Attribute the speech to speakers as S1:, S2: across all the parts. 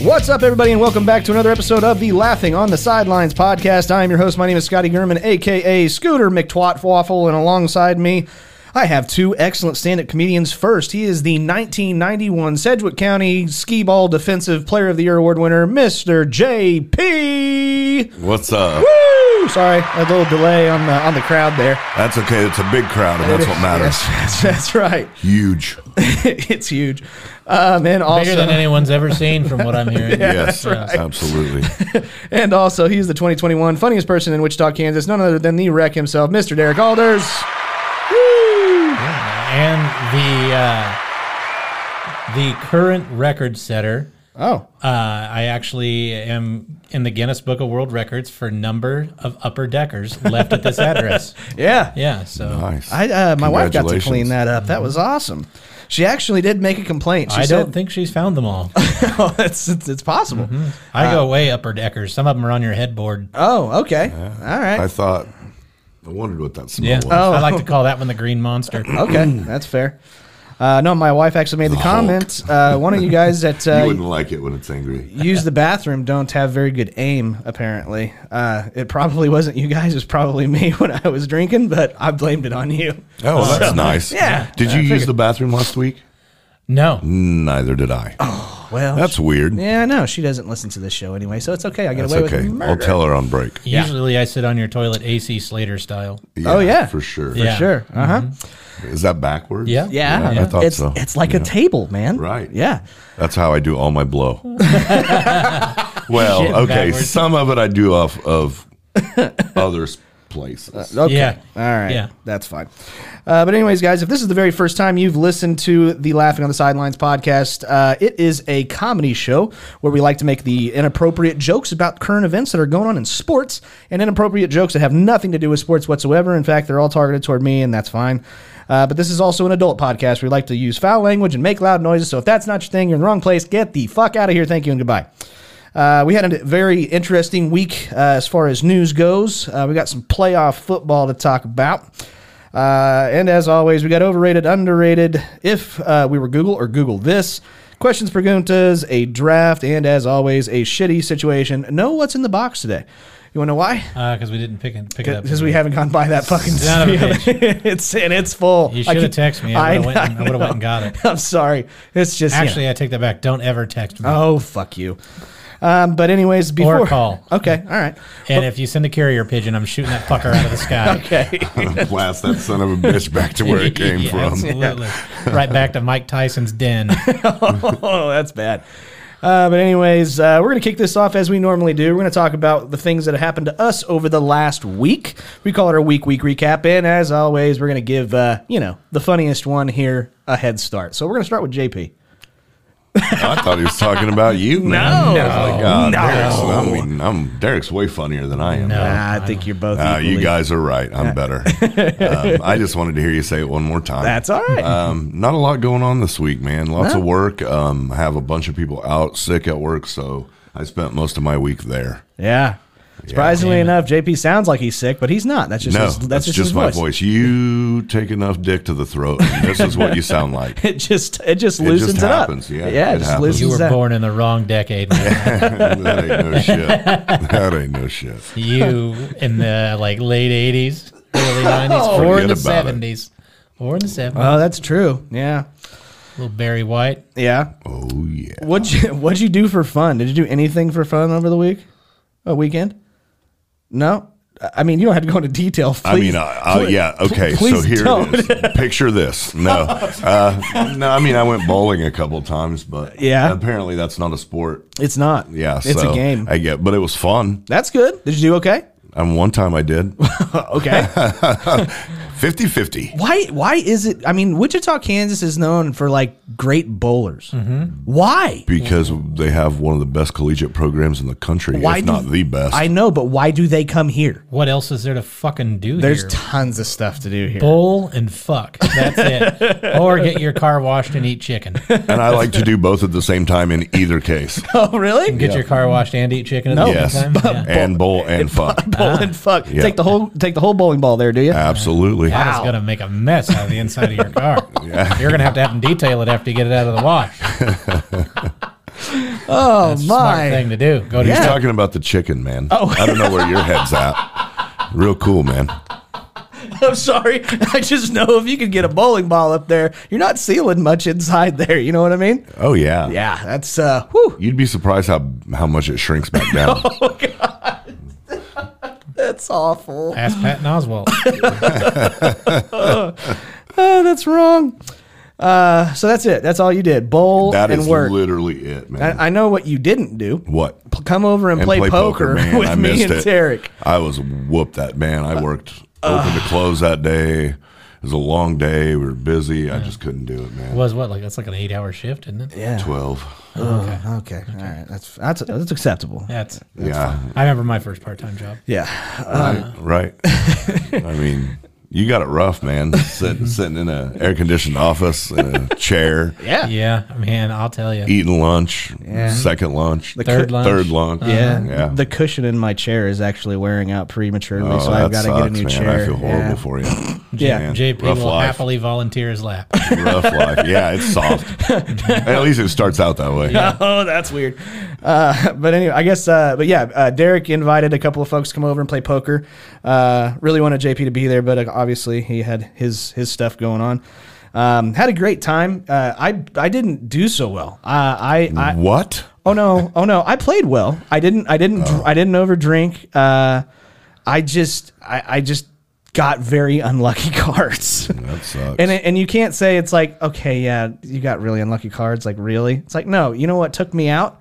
S1: What's up, everybody, and welcome back to another episode of the Laughing on the Sidelines podcast. I am your host. My name is Scotty Gurman, aka Scooter McTwatwaffle, and alongside me, I have two excellent stand-up comedians. First, he is the 1991 Sedgwick County Skee Ball Defensive Player of the Year Award winner, Mr. J.P.
S2: What's up?
S1: Woo! Sorry, a little delay on the on the crowd there.
S2: That's okay. It's a big crowd, and that's what matters.
S1: Yes, that's right.
S2: Huge.
S1: it's huge. Um, and also,
S3: bigger than anyone's ever seen, from what I'm hearing.
S2: yes, absolutely.
S1: And also, he's the 2021 funniest person in Wichita, Kansas, none other than the wreck himself, Mr. Derek Alders.
S3: And the uh, the current record setter.
S1: Oh,
S3: Uh, I actually am in the Guinness Book of World Records for number of upper deckers left at this address.
S1: yeah.
S3: Yeah, so
S2: Nice.
S1: I, uh, my wife got to
S2: Congratulations.
S1: clean that up. That was awesome. She actually did make a complaint. She
S3: I
S1: said,
S3: don't Mm-hmm. think she's found them all.
S1: oh, it's, it's, it's possible.
S3: I go way upper deckers. Some of them are on your headboard.
S1: Oh, okay. All right.
S2: I thought. I wondered what that smell
S3: Yeah,
S2: was.
S1: Oh.
S3: I like to call that one the green monster.
S1: okay. That's fair. Uh, no, my wife actually made the, comment. Uh, one of you guys that
S2: you
S1: uh,
S2: wouldn't like it when it's angry.
S1: use the bathroom don't have very good aim, apparently. Uh, it probably wasn't you guys. It was probably me when I was drinking, but I blamed it on you.
S2: Oh, that's nice.
S1: Yeah.
S2: Did you use the bathroom last week?
S3: No,
S2: Neither did I.
S1: Well,
S2: that's weird.
S1: Oh, Yeah, I know. She doesn't listen to this show anyway, so it's okay. I get
S2: that's
S1: away
S2: okay.
S1: with murder.
S2: I'll tell her on break.
S3: usually I sit on your toilet, AC Slater style.
S1: Oh, yeah.
S2: for sure.
S3: Yeah.
S1: Sure. Uh huh.
S2: Is that backwards?
S3: Yeah.
S1: Yeah.
S2: Yeah, I thought
S1: it's,
S2: so.
S1: It's like a
S2: Yeah.
S1: table, man.
S2: Right.
S1: Yeah.
S2: That's how I do all my blow. well,
S3: Shit,
S2: okay.
S3: backwards.
S2: Some of it I do off of other s- places.
S1: Okay.
S3: Yeah.
S1: All right.
S3: Yeah.
S1: That's fine. Uh, but, anyways, guys, if this is the very first time you've listened to the Laughing on the Sidelines podcast, uh, it is a comedy show where we like to make the inappropriate jokes about current events that are going on in sports and inappropriate jokes that have nothing to do with sports whatsoever. In fact, they're all targeted toward me, and that's fine. Uh, but this is also an adult podcast. We like to use foul language and make loud noises. So if that's not your thing, you're in the wrong place. Get the fuck out of here. Thank you and goodbye. Uh, we had a very interesting week uh, as far as news goes. Uh, we got some playoff football to talk about. Uh, and as always, we got overrated, underrated, if uh, we were Google or Google this, questions, preguntas, a draft, and as always, a shitty situation. Know what's in the box today. You want to know why?
S3: Because Uh, we didn't pick it, pick it up.
S1: Because we haven't gone by that fucking
S3: Son of a
S1: studio. it's and it's full.
S3: You
S1: I
S3: should have
S1: keep-
S3: texted me. I
S1: I
S3: would have
S1: know,
S3: went, and- I would've went and
S1: know.
S3: got it.
S1: I'm sorry. It's just you know.
S3: Actually, I take that back. Don't ever text me.
S1: Oh fuck you. Um, but anyways, before
S3: call.
S1: Okay, all right.
S3: and if you send a carrier pigeon, I'm shooting that fucker out of the sky.
S1: Okay.
S2: blast that son of a bitch back to where it came
S3: Yeah,
S2: from.
S3: Absolutely. Right back to Mike Tyson's den.
S1: oh, that's bad. Uh, but anyways, uh, we're gonna kick this off as we normally do. We're gonna talk about the things that have happened to us over the last week. We call it our week week recap, and as always, we're gonna give uh, you know the funniest one here a head start. So we're gonna start with JP.
S2: I thought he was talking about you.
S1: No.
S2: Man. I was like, God,
S1: No.
S2: Derek's, I mean, I'm, Derek's way funnier than I am.
S3: No.
S1: Ah, I think you're both.
S2: Uh, you
S1: equally-
S2: guys are right. I'm better. um, I just wanted to hear you say it one more time.
S1: That's all right.
S2: Um, not a lot going on this week, man. Lots of work. Um, I have a bunch of people out sick at work, so I spent most of my week there.
S1: yeah. Surprisingly enough, JP sounds like he's sick, but he's not. That's just
S2: no,
S1: his, that's, just, his
S2: my
S1: voice.
S2: voice. You take enough dick to the throat. and this is what you sound like.
S1: It just it just
S2: just
S1: loosens it up.
S2: happens, yeah,
S1: yeah, it,
S2: it
S1: just
S2: happens.
S1: loosens
S3: You were
S1: that.
S3: born in the wrong decade. man.
S2: that ain't no shit. That ain't no shit.
S3: you in the like late 80s, early 90s, or in the
S2: Forget about it.
S3: 70s. Or in the 70s.
S1: Oh, that's true. Yeah,
S3: little Barry White.
S1: yeah.
S2: Oh yeah.
S1: What you What you do for fun? Did you do anything for fun over the week? A weekend? No. I mean, you don't have to go into detail.
S2: I
S1: Please-
S2: mean, uh, uh,
S1: pl-
S2: yeah,
S1: pl-
S2: okay. So
S1: please
S2: here
S1: don't.
S2: it is. Picture this. No, uh, no. I mean, I went bowling a couple times, but
S1: Yeah.
S2: apparently that's not a sport.
S1: It's not.
S2: Yeah,
S1: it's
S2: so
S1: a game.
S2: I get, but it was fun.
S1: That's good. Did you do okay?
S2: And one time I did
S1: Okay.
S2: 50-50.
S1: why? Why is it? I mean, Wichita, Kansas is known for like great bowlers. Why?
S2: because they have one of the best collegiate programs in the country,
S1: Why
S2: if
S1: do-
S2: not the best.
S1: I know, but why do they come here?
S3: What else is there to fucking do
S1: There's
S3: here?
S1: tons of stuff to do here.
S3: Bowl and fuck. That's it. or get your car washed and eat chicken. Get
S2: and I like to do both at the same time in either case,
S1: oh, really?
S3: your car washed and eat chicken at
S1: No.
S3: the
S2: Yes.
S3: same time. Yeah.
S2: and bowl and fuck.
S1: Bowling fuck.
S2: Yeah. Uh,
S1: Take the whole take the whole bowling ball there, do you?
S2: Absolutely.
S3: That is going to make a mess out of the inside of your car. You're going to have to have them detail it after you get it out of the wash.
S1: oh
S3: Smart
S1: my.
S3: thing to do. Go to
S2: He's
S3: your
S2: talking about the chicken, man. Oh. I don't know where your head's at. Real cool, man.
S1: I'm sorry. I just know if you could get a bowling ball up there, you're not sealing much inside there. You know what I mean?
S2: Oh yeah.
S1: Yeah, that's uh whew.
S2: You'd be surprised how how much it shrinks back down.
S1: Oh, That's awful.
S3: ask Patton Oswald.
S1: Oh, that's wrong. Uh so that's it. That's all you did. Bowl
S2: that
S1: and
S2: is
S1: work.
S2: literally it, man.
S1: I, I know what you didn't do.
S2: what?
S1: P- Come over and, play, poker,
S2: man.
S1: with me and Uh, Tarek.
S2: I was whooped that man. I worked open to close that day. It was a long day. We were busy. I just couldn't do it, man.
S3: was what? Like that's like an eight hour shift, isn't it?
S1: Yeah.
S2: Twelve.
S1: Okay. All right. That's that's that's acceptable.
S3: That's.
S2: yeah.
S3: I remember my first part time job.
S1: Yeah. Uh,
S2: Right. I mean, you got it rough, man. Sitting sitting in a air conditioned office in a chair,
S1: Yeah.
S3: Yeah, man, I'll tell you.
S2: eating lunch, second lunch,
S3: Third lunch.
S2: third lunch.
S1: Yeah.
S2: yeah.
S1: The cushion in my chair is actually wearing out prematurely, so
S2: Oh,
S1: I've got to
S2: that
S1: get a
S2: sucks,
S1: new
S2: man.
S1: chair.
S2: I feel horrible
S1: yeah.
S2: for you.
S1: Yeah.
S2: Man,
S3: JP
S2: rough
S3: will
S2: life.
S3: happily volunteer his lap.
S2: rough life. Yeah, it's soft. At least it starts out that way.
S1: Oh, that's weird. Uh, but anyway, I guess. Uh, but yeah, uh, Derek invited a couple of folks to come over and play poker. Uh, really wanted JP to be there, but uh, obviously he had his his stuff going on. Um, had a great time. Uh, I I didn't do so well. Uh, I I
S2: What?
S1: Oh no! Oh no! I played well. I didn't. I didn't. dr I didn't overdrink. Uh, I just. I, I just got very unlucky cards.
S2: That sucks.
S1: And, it- and you can't say it's like okay yeah you got really unlucky cards like really it's like no you know what took me out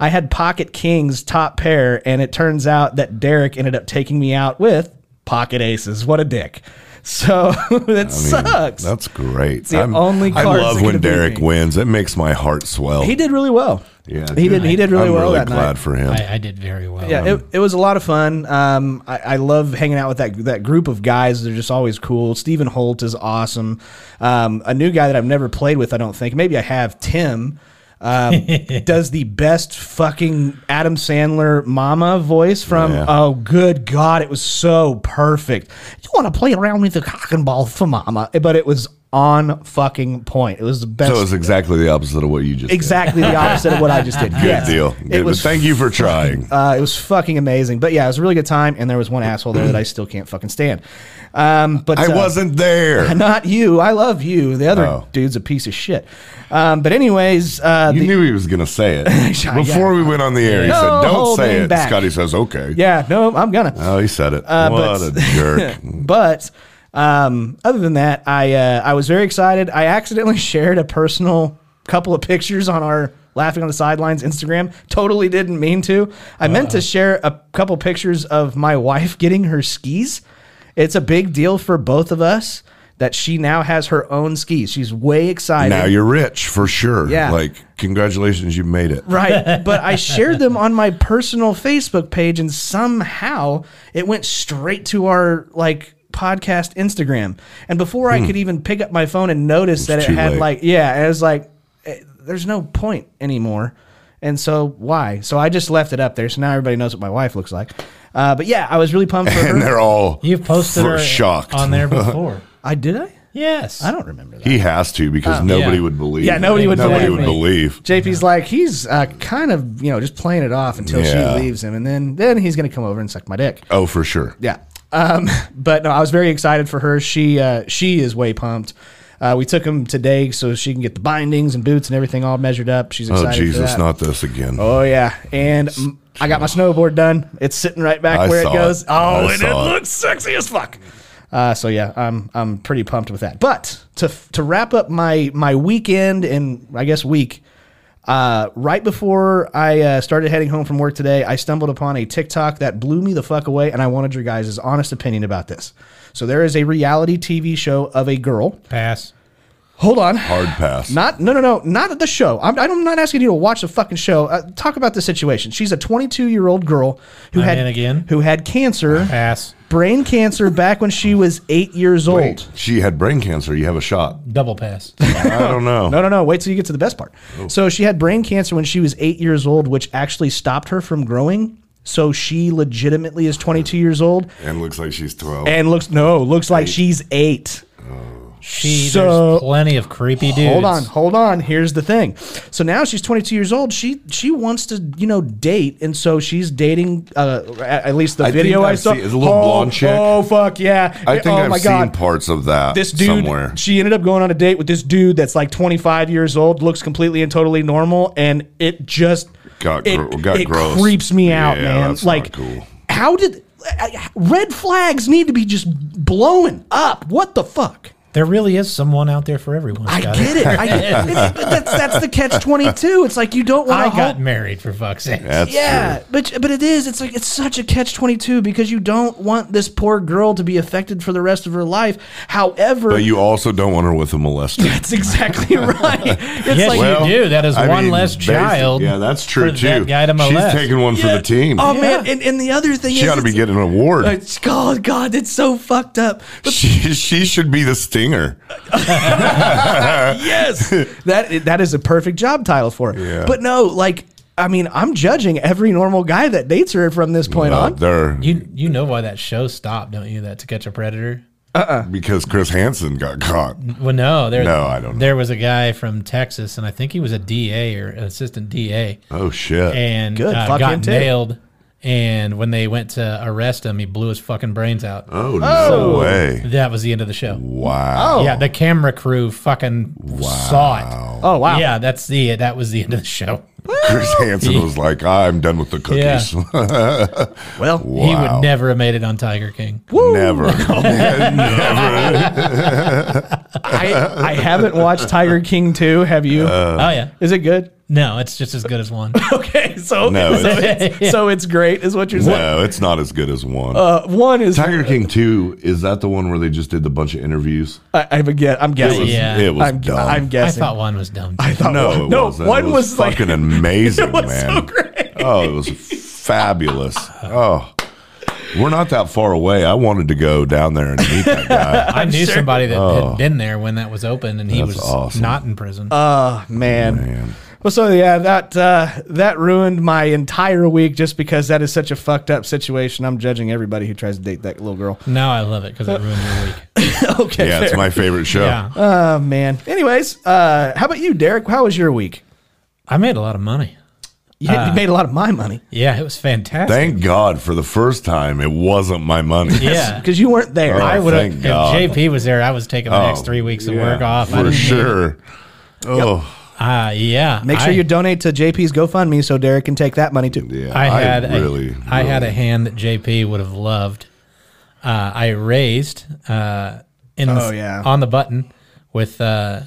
S1: I had pocket kings top pair and it turns out that Derek ended up taking me out with pocket aces what a dick so that
S2: I mean,
S1: sucks
S2: That's great.
S1: the only
S2: I
S1: cards
S2: love
S1: that
S2: when
S1: could've beat
S2: Derek
S1: me.
S2: wins. It makes my heart swell.
S1: he did really well
S2: Yeah,
S1: he did he did really
S2: I'm
S1: well
S2: really
S1: that
S2: glad
S1: night
S2: for him.
S3: I, I did very well.
S1: Yeah, it, it was a lot of fun. Um, I, I love hanging out with that that group of guys. They're just always cool. Stephen Holt is awesome. Um, a new guy that I've never played with, I don't think. Maybe I have. Tim um, does the best fucking Adam Sandler mama voice from.
S2: Yeah.
S1: Oh, good God, it was so perfect. You want to play around with the cock and ball for mama, Eh, but it was on fucking point. It was the best.
S2: so it's exactly the opposite of what you just
S1: Exactly the opposite of what I just did.
S2: Did. Good deal. Good,
S1: It was
S2: but thank you for trying.
S1: uh, it was fucking amazing. But yeah, it was a really good time. And there was one asshole there that I still can't fucking stand. Um, but
S2: I
S1: uh,
S2: wasn't there.
S1: Not you. I love you. The other
S2: Oh.
S1: dude's a piece of shit. Um, but anyways, uh,
S2: You
S1: the-
S2: knew he was going to say it
S1: Yeah.
S2: before we went on the air. He
S1: No
S2: said, "Don't say
S1: holding
S2: it."
S1: back.
S2: Scotty says, "Okay."
S1: yeah, no, I'm gonna.
S2: Oh, he said it.
S1: but-
S2: what a jerk.
S1: but um, other than that, I uh, I was very excited. I accidentally shared a personal couple of pictures on our laughing on the sidelines Instagram. Totally didn't mean to. I meant
S2: Uh.
S1: to share a couple pictures of my wife getting her skis. It's a big deal for both of us that she now has her own skis. She's way excited.
S2: Now you're rich for sure.
S1: Yeah.
S2: Like, congratulations, you made it.
S1: Right. But I shared them on my personal Facebook page and somehow it went straight to our like podcast Instagram. And before I could even pick up my phone and notice that it
S2: Hmm. too
S1: had
S2: late.
S1: like yeah, and I was like eh, there's no point anymore. And so why? So I just left it up there. So now everybody knows what my wife looks like. Uh, but yeah, I was really pumped for
S2: And
S1: her.
S2: they're all
S3: You've posted
S2: fr-
S3: her
S2: shocked
S3: on there before.
S1: I did I?
S3: yes.
S1: I don't remember that.
S2: He has to because nobody
S3: Yeah.
S2: would believe.
S1: Oh, Yeah, nobody would
S2: Nobody
S1: believe
S2: would
S1: me.
S2: believe.
S1: JP's like he's uh, kind of you know just playing it off until
S2: Yeah.
S1: she leaves him, and then then he's gonna come over and suck my dick.
S2: Oh, for sure.
S1: Yeah. Um, but no, I was very excited for her. She uh, she is way pumped. Uh, we took them today so she can get the bindings and boots and everything all measured up. She's
S2: Oh
S1: excited. for
S2: Jesus,
S1: that.
S2: not this again.
S1: Oh yeah, and mm, I got my snowboard done. It's sitting right back
S2: I
S1: where it
S2: saw
S1: goes.
S2: it.
S1: Oh,
S2: I
S1: and it
S2: saw it.
S1: looks sexy as fuck. Uh, so yeah, I'm I'm pretty pumped with that. But to f- to wrap up my my weekend and I guess week, uh, right before I uh, started heading home from work today, I stumbled upon a TikTok that blew me the fuck away, and I wanted your guys' honest opinion about this. So there is a reality TV show of a girl.
S3: Pass.
S1: Hold on.
S2: Hard pass.
S1: Not no no no not the show. I'm, I'm not asking you to watch the fucking show. Uh, talk about the situation. She's a 22 year old girl who
S3: I'm
S1: had
S3: in again.
S1: who had cancer,
S3: Pass.
S1: brain cancer back when she was eight years old.
S2: she had brain cancer. You have a shot.
S3: Double pass.
S2: I don't know.
S1: No no no. Wait till you get to the best part. So she had brain cancer when she was eight years old, which actually stopped her from growing. So she legitimately is 22 years old
S2: And looks like she's twelve.
S1: and looks no looks like she's eight.
S3: She,
S1: So-
S3: there's plenty of creepy dudes.
S1: Hold on, hold on. Here's the thing. So now she's 22 years old. She she wants to you know date, and so she's dating. Uh, at at least the
S2: I think
S1: video I
S2: I've
S1: saw
S2: seen- it's a little
S1: oh,
S2: blonde chick.
S1: Oh fuck yeah!
S2: I think
S1: oh
S2: I've
S1: my
S2: seen
S1: god.
S2: parts of that
S1: This dude,
S2: somewhere.
S1: she ended up going on a date with this dude that's like 25 years old, looks completely and totally normal, and it just
S2: Got
S1: it,
S2: gro- got
S1: it
S2: gross.
S1: creeps me out,
S2: Yeah,
S1: man.
S2: that's not
S1: like,
S2: cool.
S1: how did I- I- red flags need to be just blowing up? What the fuck?
S3: There really is someone out there for everyone.
S1: I
S3: Scott.
S1: get it. I, it's, but that's, that's the catch twenty two. It's like you don't want
S3: I
S1: to
S3: got married for fuck's sake.
S2: That's
S1: Yeah,
S2: true.
S1: but but it is. It's like it's such a catch twenty two because you don't want this poor girl to be affected for the rest of her life. However,
S2: But you also don't want her with a molester.
S1: that's exactly right. It's
S3: Yes,
S1: like
S3: you do. That is
S2: I
S3: one
S2: mean,
S3: less
S2: basi-
S3: child.
S2: Yeah, that's
S3: for
S2: true
S3: that
S2: too.
S3: guy to my
S2: She's
S3: left.
S2: taking one for the team.
S1: oh man, and, and the other thing
S2: she
S1: is
S2: ought to be
S1: it's-
S2: getting an award.
S1: it's- God, God, it's so fucked up. But
S2: she, she should be the stinger. Uh,
S1: yes, that that is a perfect job title for it.
S2: Yeah.
S1: But no, like I mean, I'm judging every normal guy that dates her from this point
S2: Not
S1: on.
S2: Uh, there
S3: You you know why that show stopped, don't you? That to catch a predator.
S2: because Chris Hansen got caught.
S3: Well, no, there.
S2: No, I don't know.
S3: There was a guy from Texas, and I think he was a DA or an assistant DA,
S2: Oh shit!
S3: and
S1: Good,
S3: uh,
S1: fuck
S3: got
S1: him too.
S3: nailed. And when they went to arrest him, he blew his fucking brains out.
S2: oh no way!
S3: That was the end of the show.
S2: Wow.
S3: Yeah, the camera crew fucking saw it.
S1: Oh wow.
S3: Yeah, that's the that was the end of the show.
S2: Chris Hansen was like, "I'm done with the cookies."
S1: Well,
S3: He
S2: Wow.
S3: would never have made it on Tiger King.
S2: Never. Never.
S1: I, I haven't watched Tiger King 2. Have you?
S2: Uh,
S3: oh yeah,
S1: is it good?
S3: no, it's just as good as one.
S1: Okay, so
S2: No,
S1: so,
S2: it's-
S1: it's, so it's great, is what you're saying.
S2: No, it's not as good as one.
S1: Uh, one is
S2: Tiger King Two is that the one where they just did the bunch of interviews?
S1: I, I'm guess, I'm
S2: It
S1: guessing.
S2: was,
S3: Yeah.
S2: it was
S1: I'm,
S2: dumb.
S1: I'm
S3: I
S1: guessing.
S3: thought one was dumb. too.
S2: no,
S1: one-
S2: it
S1: no,
S2: wasn't.
S1: one
S2: it was,
S1: was like-
S2: fucking amazing,
S1: it was
S2: man.
S1: so great.
S2: Oh, it was fabulous. Oh, we're not that far away. I wanted to go down there and meet that guy.
S3: I knew somebody that had been there when that was open, and he
S2: Oh. That's
S3: was
S2: awesome. Uh,
S3: not in prison.
S1: Oh, Man.
S2: Man.
S1: Well, so yeah, that uh, that ruined my entire week just because that is such a fucked up situation. I'm judging everybody who tries to date that little girl.
S3: now I love it because it ruined your week.
S1: okay.
S2: Yeah, it's my favorite show.
S3: Yeah,
S1: Oh man. Anyways, uh, how about you, Derek? How was your week?
S3: I made a lot of money.
S1: You,
S2: Uh,
S1: you made a lot of my money
S3: Yeah, it was fantastic.
S2: Thank God for the first time, it wasn't my money.
S3: yeah,
S1: because you weren't there.
S3: I
S2: Oh,
S3: would have.
S2: thank
S3: If
S2: God.
S3: JP was there, I was taking the next
S2: Oh,
S3: three weeks of
S2: yeah,
S3: work off. I
S2: for
S3: didn't need it.
S2: sure. Oh,
S3: Ah, yeah.
S1: Make sure
S3: I-
S1: you donate to JP's GoFundMe so Derek can take that money too.
S2: yeah.
S3: I had
S2: really,
S3: a, I had a
S2: really-
S3: hand that JP would have loved. Uh, I raised uh, in
S1: Oh, yeah.
S3: on the button with uh,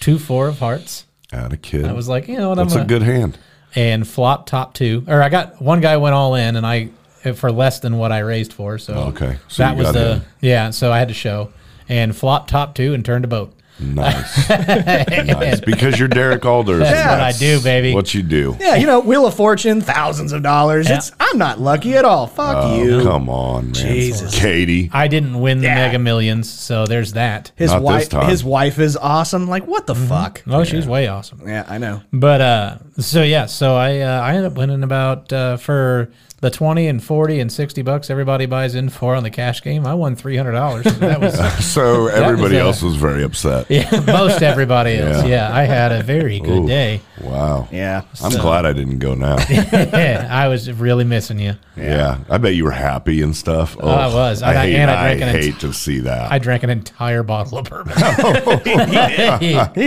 S3: two four of hearts.
S2: had a kid.
S3: I was like, you know what, I'm
S2: that's
S3: gonna,
S2: a good hand.
S3: and flop top two. Or I got one guy went all in, and I for less than what I raised for. So
S2: Oh, Okay, so
S3: that
S2: you
S3: was
S2: got
S3: the
S2: in.
S3: yeah. So I had to show and flop top two and turned a boat.
S2: Nice, nice. Because you're Derek Alders.
S3: That's what I do, baby.
S2: What you do?
S1: Yeah, you know, Wheel of Fortune, thousands of dollars. It's I'm not lucky at all. Fuck you.
S2: Oh, Come on, man.
S1: Jesus.
S2: Katie.
S3: I didn't win the
S1: Yeah.
S3: Mega Millions, so there's that.
S1: His
S2: Not this
S1: wife,
S2: time.
S1: his wife is awesome. Like what the fuck?
S3: Oh, she's way awesome.
S1: Yeah, I know.
S3: But uh, so yeah, so I uh, I ended up winning about uh, for the 20 and 40 and 60 bucks everybody buys in for on the cash game, I won $300. That was
S2: So everybody
S3: uh,
S2: else was very upset.
S3: yeah, most everybody else. Yeah. I had a very good
S2: Ooh,
S3: day.
S2: Wow.
S1: Yeah.
S2: I'm glad I didn't go now. yeah.
S3: I was really missing you.
S2: I bet you were happy and stuff. Oh,
S3: I was. I-
S2: hate,
S3: and I
S2: I
S3: drank an ent-
S2: hate to see that.
S3: I drank an entire bottle of bourbon.
S1: He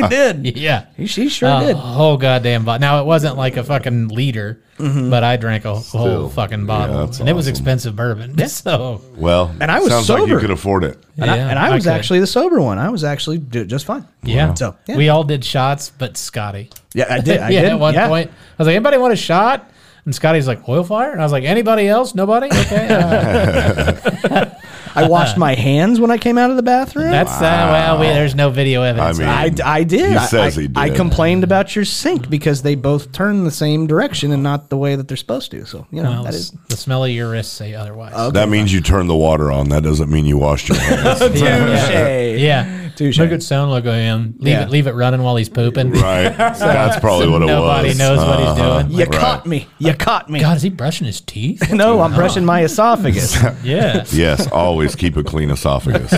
S1: did.
S3: yeah.
S1: He, he sure
S3: A
S1: did.
S3: whole goddamn bottle. Now it wasn't like a fucking liter,
S1: Mm-hmm.
S3: but I drank a whole
S2: Still.
S3: fucking bottle,
S2: Yeah,
S3: and
S2: that's
S3: it was
S2: awesome.
S3: expensive bourbon. So
S2: well,
S1: And I was
S2: sounds like you
S1: sober.
S2: could afford it.
S1: And,
S3: yeah,
S1: I, and I was
S3: could.
S1: actually the sober one. I was actually do- just fine.
S3: yeah.
S1: So, yeah.
S3: we all did shots, but Scotty.
S1: Yeah, I did. I
S3: yeah,
S1: did.
S3: at one
S1: yeah.
S3: point, I was like, anybody want a shot? And Scotty's like, oil fire? And I was like, anybody else? Nobody? Okay. uh,
S1: I washed my hands when I came out of the bathroom.
S3: that's uh, well, we, there's no video evidence.
S2: I mean-
S1: I, I did.
S2: He
S1: I-
S2: says
S1: I,
S2: he
S1: I
S2: did.
S1: complained about your sink because they both turn the same direction and not the way that they're supposed to. So, you know,
S3: Well,
S1: that is. Oh,
S3: the smell of your wrists say otherwise.
S2: That means you turned the water on. That doesn't mean you washed your hands.
S3: yeah. yeah.
S1: Touche.
S3: Make it sound like I am. Leave
S1: Yeah.
S3: it leave it running while he's pooping.
S2: right. That's probably what it
S3: Nobody
S2: was.
S3: knows what he's
S2: Uh-huh.
S3: doing.
S1: You
S2: Right.
S1: caught me. You caught me.
S3: God, is he brushing his teeth? Oh.
S1: No, I'm brushing my esophagus.
S3: yeah.
S2: Yes, always keep a clean esophagus.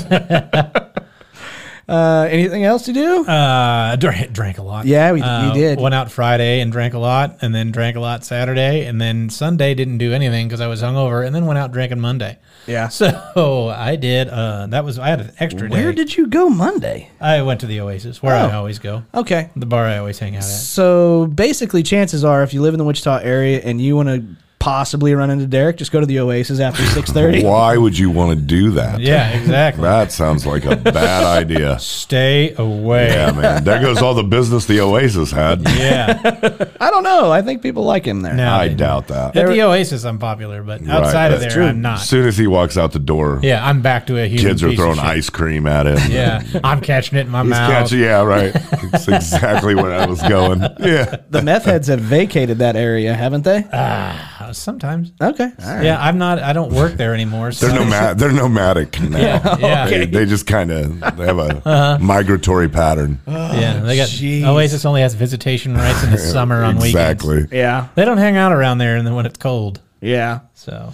S1: Uh, anything else to do?
S3: Uh, drank, drank a lot.
S1: Yeah, we-
S3: uh,
S1: you did.
S3: Went out Friday and drank a lot, and then drank a lot Saturday, and then Sunday didn't do anything because I was hungover, and then went out drinking Monday.
S1: yeah.
S3: So I did. Uh, that was I had an extra day.
S1: Where did you go Monday?
S3: I went to the Oasis, where I
S1: Oh.
S3: always go,
S1: Okay.
S3: the bar I always hang out at.
S1: So basically, chances are, if you live in the Wichita area and you want to possibly run into Derek, just go to the Oasis after six thirty.
S2: Why would you want to do that?
S3: Yeah, exactly.
S2: That sounds like a bad idea.
S3: Stay away.
S2: Yeah, man. There goes all the business the Oasis had.
S3: Yeah.
S1: I don't know. I think people like him there.
S3: No,
S2: I
S3: they-
S2: doubt that.
S3: At the Oasis, I'm popular, but outside of there,
S2: that's
S3: I'm
S2: As
S3: not.
S2: soon as he walks out the door,
S3: Yeah, I'm back to a human.
S2: kids are
S3: piece of
S2: throwing
S3: shit.
S2: ice cream at him.
S3: Yeah, I'm catching it in my
S2: He's
S3: mouth.
S2: catchy. Yeah, right. It's exactly where I was going. Yeah.
S1: The meth heads have vacated that area, haven't they?
S3: Uh, Sometimes.
S1: Okay. All right.
S3: Yeah, I'm not. I don't work there anymore. So.
S2: They're nomad. They're nomadic now.
S3: Yeah, Uh-huh. yeah.
S2: They, they just kind of they have a migratory pattern.
S3: yeah, they got
S1: jeez.
S3: Oasis only has visitation rights in the summer on weekends.
S2: exactly.
S1: Yeah.
S3: They don't hang out around there, and then when it's cold.
S1: Yeah.
S3: So,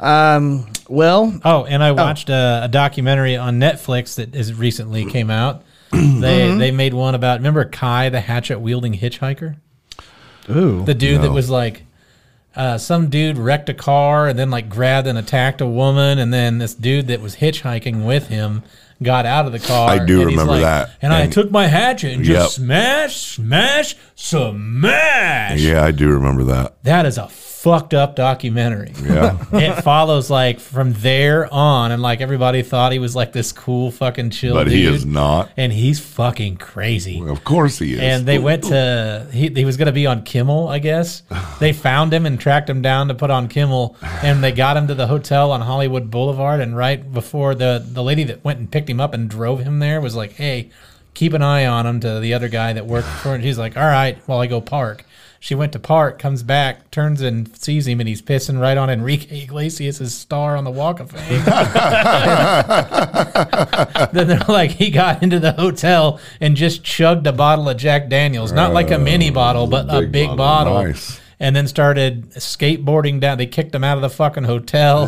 S1: Um, well,
S3: oh, and I watched a, a documentary on Netflix that is recently
S2: Mm-hmm.
S3: came out. They they made one about remember Kai the hatchet wielding hitchhiker,
S1: ooh,
S3: the dude that was like. Uh, some dude wrecked a car and then like grabbed and attacked a woman and then this dude that was hitchhiking with him got out of the car.
S2: I do
S3: and he's
S2: remember
S3: like,
S2: that.
S3: And, I
S2: And-
S3: took my hatchet and
S2: Yep.
S3: just smash, smash, smash.
S2: Yeah, I do remember that.
S3: That is a fucked up documentary.
S2: Yeah.
S3: it follows like from there on, and like everybody thought he was like this cool fucking chill.
S2: But he
S3: dude,
S2: is not.
S3: and he's fucking crazy.
S2: Of course he is.
S3: And they went to he, he was gonna be on Kimmel, I guess. They found him and tracked him down to put on Kimmel, and they got him to the hotel on Hollywood Boulevard. And right before the the lady that went and picked him up and drove him there was like, "Hey, keep an eye on him." To the other guy that worked for him, she's like, "All right, while I go park." She went to park, comes back, turns and sees him, and he's pissing right on Enrique Iglesias' star on the Walk of Fame. then they're like, he got into the hotel and just chugged a bottle of Jack Daniels, not like a mini bottle, but a
S2: Oh, big
S3: big
S2: bottle.
S3: bottle.
S2: Nice.
S3: And then started skateboarding down. They kicked him out of the fucking hotel.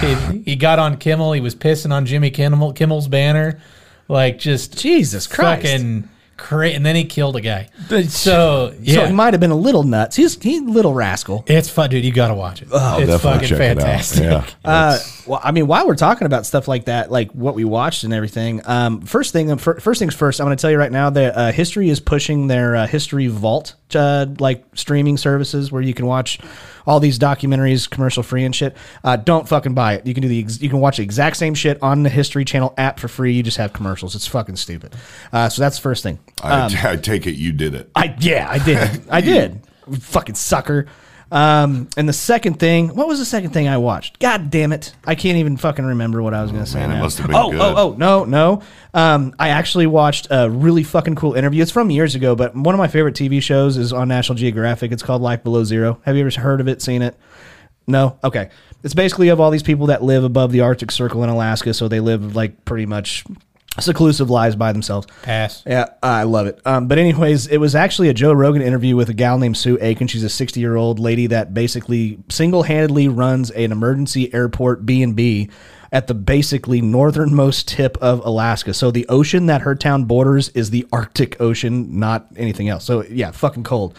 S3: he, he got on Kimmel. He was pissing on Jimmy Kimmel, Kimmel's banner, like just
S1: Jesus Christ.
S3: fucking cra And then he killed a guy. So yeah,
S1: So he might have been a little nuts. He's he little rascal.
S3: it's fun, dude. You gotta watch it.
S2: Oh,
S3: it's fucking fantastic.
S2: It out. Yeah.
S1: Uh, well, I mean, while we're talking about stuff like that, like what we watched and everything, um, first thing, fir- first things first, I'm going to tell you right now that uh, History is pushing their uh, History Vault uh, like streaming services where you can watch all these documentaries commercial free and shit. Uh, don't fucking buy it. You can do the ex- you can watch the exact same shit on the History Channel app for free. You just have commercials. It's fucking stupid. Uh, so that's the first thing.
S2: I,
S3: um,
S2: I take it you did it.
S1: I yeah, I did. I did. Fucking sucker. Um, and the second thing, what was the second thing I watched? God damn it, I can't even fucking remember what I was gonna say.
S2: man, it
S1: now.
S2: must have been
S1: Oh,
S2: good.
S1: oh, oh, no, no. Um, I actually watched a really fucking cool interview. It's from years ago, but one of my favorite TV shows is on National Geographic. It's called Life Below Zero. Have you ever heard of it? Seen it? No. Okay. It's basically of all these people that live above the Arctic Circle in Alaska, so they live like pretty much seclusive lives by themselves.
S3: Pass.
S1: Yeah, I love it. Um, but anyways, it was actually a Joe Rogan interview with a gal named Sue Aiken. She's a 60 year old lady that basically single handedly runs an emergency airport B and B at the basically northernmost tip of Alaska. So the ocean that her town borders is the Arctic Ocean, not anything else. So yeah, fucking cold.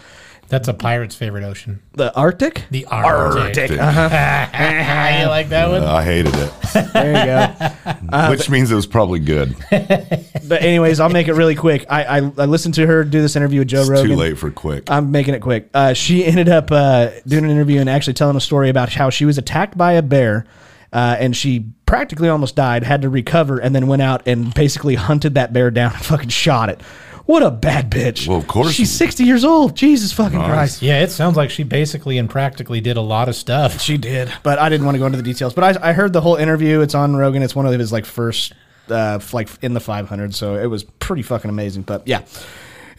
S3: That's a pirate's favorite ocean.
S1: The Arctic.
S3: The
S1: oh.
S3: Arctic.
S2: Arctic.
S1: Uh-huh.
S3: you like that one?
S2: uh, I hated it,
S1: There you go. Uh,
S2: which means it was probably good. It's
S1: but anyways, I'll make it really quick. I, I I listened to her do this interview with Joe Rogan.
S2: too late for quick.
S1: I'm making it quick. Uh, she ended up uh, doing an interview and actually telling a story about how she was attacked by a bear. Uh, and she practically almost died, had to recover, and then went out and basically hunted that bear down and fucking shot it. What a bad bitch.
S2: Well, of course.
S1: She's 60 years old. Jesus fucking Christ.
S3: Yeah, it sounds like she basically and practically did a lot of stuff.
S1: She did, but I didn't want to go into the details. But I, I heard the whole interview. It's on Rogan. It's one of his like first, uh, f- like in the 500. So it was pretty fucking amazing. But yeah.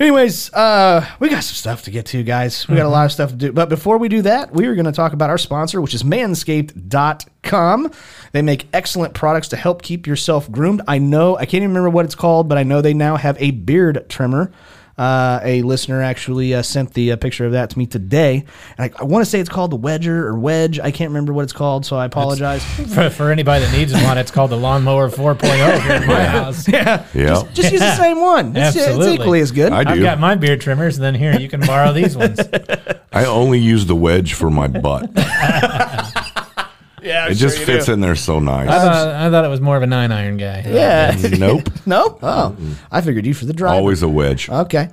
S1: Anyways, uh, we got some stuff to get to, guys. We got a
S2: Mm-hmm.
S1: lot of stuff to do. But before we do that, we are going to talk about our sponsor, which is manscaped.com. They make excellent products to help keep yourself groomed. I know, I can't even remember what it's called, but I know they now have a beard trimmer. Uh, a listener actually uh, sent the uh, picture of that to me today. And I, I want to say it's called the Wedger or Wedge. I can't remember what it's called, so I apologize.
S3: For, for anybody that needs one, it's called the Lawnmower 4.0 here at my house.
S2: yeah,
S1: Just use the same one. It's, it's
S3: Absolutely.
S1: equally as good.
S2: I
S3: I've
S2: do.
S3: got my beard trimmers, and then here you can borrow these ones.
S2: I only use the wedge for my butt.
S1: yeah,
S2: It just fits in there so
S3: I
S2: nice.
S1: Uh,
S3: thought, Uh, I thought it was more of a nine iron guy.
S1: Yeah.
S2: Nope,
S1: no? Oh, I figured you for the driver.
S2: always a wedge.
S1: Okay.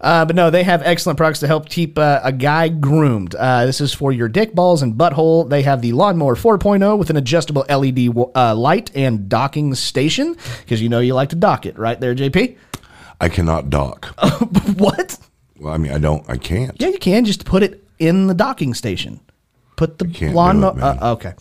S1: Uh, but no, they have excellent products to help keep uh, a guy groomed. Uh, this is for your dick balls and butthole. They have the Lawnmower 4.0 with an adjustable LED w- uh, light and docking station because you know you like to dock it, right there, JP?
S2: I cannot dock.
S1: what?
S2: Well, I mean, I don't. I can't.
S1: Oh. Yeah, you can just put it in the docking station. Put the
S2: can't
S1: lawn.
S2: do it, man.
S1: uh, okay,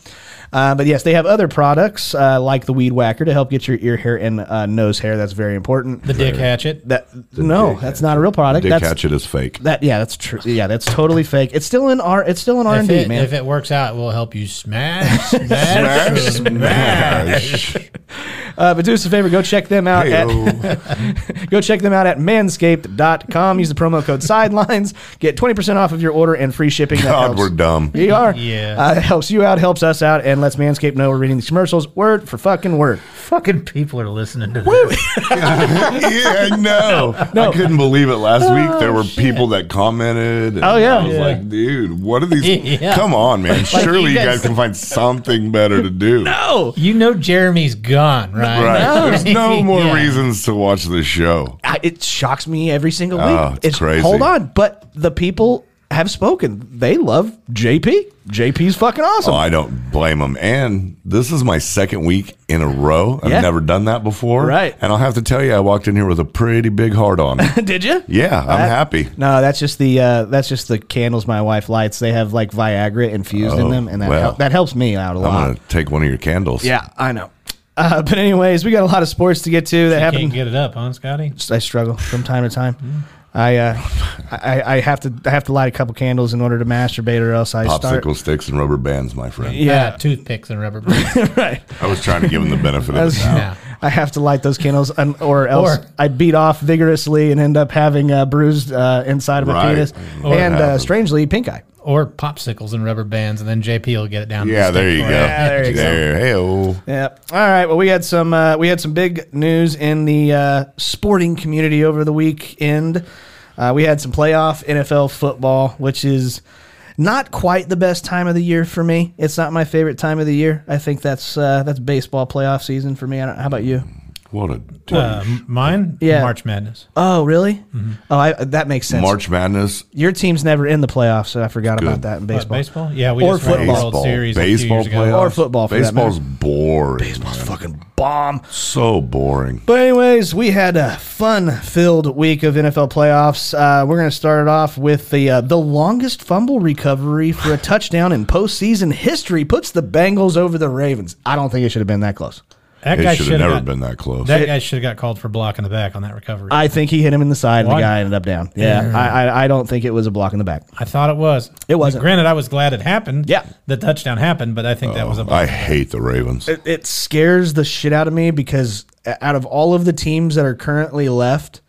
S1: uh, but yes, they have other products uh, like the weed whacker to help get your ear hair and uh, nose hair. That's very important.
S3: The dick hatchet.
S1: that no, that's not a real product.
S2: Dick
S1: that's
S2: hatchet is fake.
S1: That yeah, that's true. Yeah, that's totally fake. It's still in R. It's still in R and
S3: If
S1: D,
S3: it,
S1: man.
S3: if it works out, we'll help you smash, smash, smash.
S1: uh, but do us a favor, go check them out
S2: Hey-o.
S1: at go check them out at manscaped.com. Use the promo code sidelines, get twenty percent off of your order and free shipping. That
S2: God,
S1: helps.
S2: we're dumb.
S1: We are.
S3: Yeah.
S1: Uh, it helps you out, helps us out, and lets Manscaped know we're reading these commercials word for fucking word.
S3: Fucking people are listening to this.
S2: yeah, I know. I couldn't believe it last week. There were people that commented. and
S1: Oh, yeah.
S2: I was
S1: Yeah.
S2: like, dude, what are these?
S3: Yeah.
S2: Come on, man. Surely
S3: you guys-
S2: you guys can find something better to do.
S1: Oh,
S3: You know Jeremy's gone, right?
S2: Right. There's no more
S3: Yeah.
S2: reasons to watch this show.
S1: I, it shocks me every single week.
S2: Oh, it's crazy.
S1: Hold on, but the people have spoken. They love JP. JP's fucking awesome.
S2: Oh, I don't blame them. And this is my second week in a row. I've
S1: Yeah.
S2: never done that before.
S1: Right.
S2: And I'll have to tell you, I walked in here with a pretty big heart on.
S1: Did you?
S2: yeah, I'm happy.
S1: No, that's just the uh, that's just the candles my wife lights. They have like Viagra infused in
S2: Oh,
S1: them, and that
S2: well.
S1: hel- that helps me out a
S2: I'm
S1: lot.
S2: going to take one of your candles.
S1: yeah, I know. Uh, but anyways, we got a lot of sports to get to that
S3: Can't
S1: happened.
S3: get it up, huh, Scotty?
S1: I struggle from time to time. I, uh, I I have to I have to light a couple candles in order to masturbate, or else I
S2: Popsicle
S1: start.
S2: sticks and rubber bands, my friend.
S1: Yeah.
S3: Ah, toothpicks and rubber bands.
S2: I was trying to give him the benefit of
S1: As-
S2: the doubt.
S1: I have to light those candles, um, or else
S3: Or-
S1: I beat off vigorously and end up having a bruised uh, inside of my
S2: Right.
S1: penis,
S2: Or-
S1: and uh,
S2: happens.
S1: strangely pink eye.
S3: or popsicles and rubber bands, and then JP will get it down. to the
S2: Yeah, there
S3: stick
S2: you
S3: for
S2: go.
S3: you.
S1: there you go.
S2: There, oh, hey-o.
S1: Yeah. All right. Well, we had some uh, we had some big news in the uh, sporting community over the weekend. Uh, we had some playoff NFL football, which is not quite the best time of the year for me. It's not my favorite time of the year. I think that's uh, that's baseball playoff season for me. I don't, how about you?
S2: What a douche.
S3: Uh, m- mine?
S1: Yeah.
S3: March Madness.
S1: Oh, really? Oh, I, that makes sense.
S2: March Madness.
S1: Your team's never in the playoffs, so I forgot
S2: Good.
S1: about that in
S3: What,
S1: baseball.
S3: baseball? Yeah, we
S1: Or
S3: just won the
S1: football.
S3: World Series
S2: baseball
S3: a few years
S2: playoffs.
S3: ago.
S1: Or football, for that
S2: Baseball's boring. Baseball's
S1: Fucking bomb.
S2: so boring.
S1: But anyways, we had a fun-filled week of NFL playoffs. Uh, we're going to start it off with the uh, the longest fumble recovery for a touchdown in postseason history. Puts the Bengals over the Ravens. I don't think it should have been that close.
S3: that guy
S2: It should
S3: should
S2: have never
S3: got,
S2: been that close.
S3: That guy should have got called for blocking the back on that recovery. I,
S1: I think he hit him in the side, and
S3: Why?
S1: the guy ended up down. Yeah, I, I I don't think it was a block in the back.
S3: thought it was.
S1: It wasn't.
S3: Granted, I was glad it happened.
S1: Yeah.
S3: the touchdown happened, but I think that was a block.
S2: I hate the Ravens.
S1: It, it scares the shit out of me because out of all of the teams that are currently left,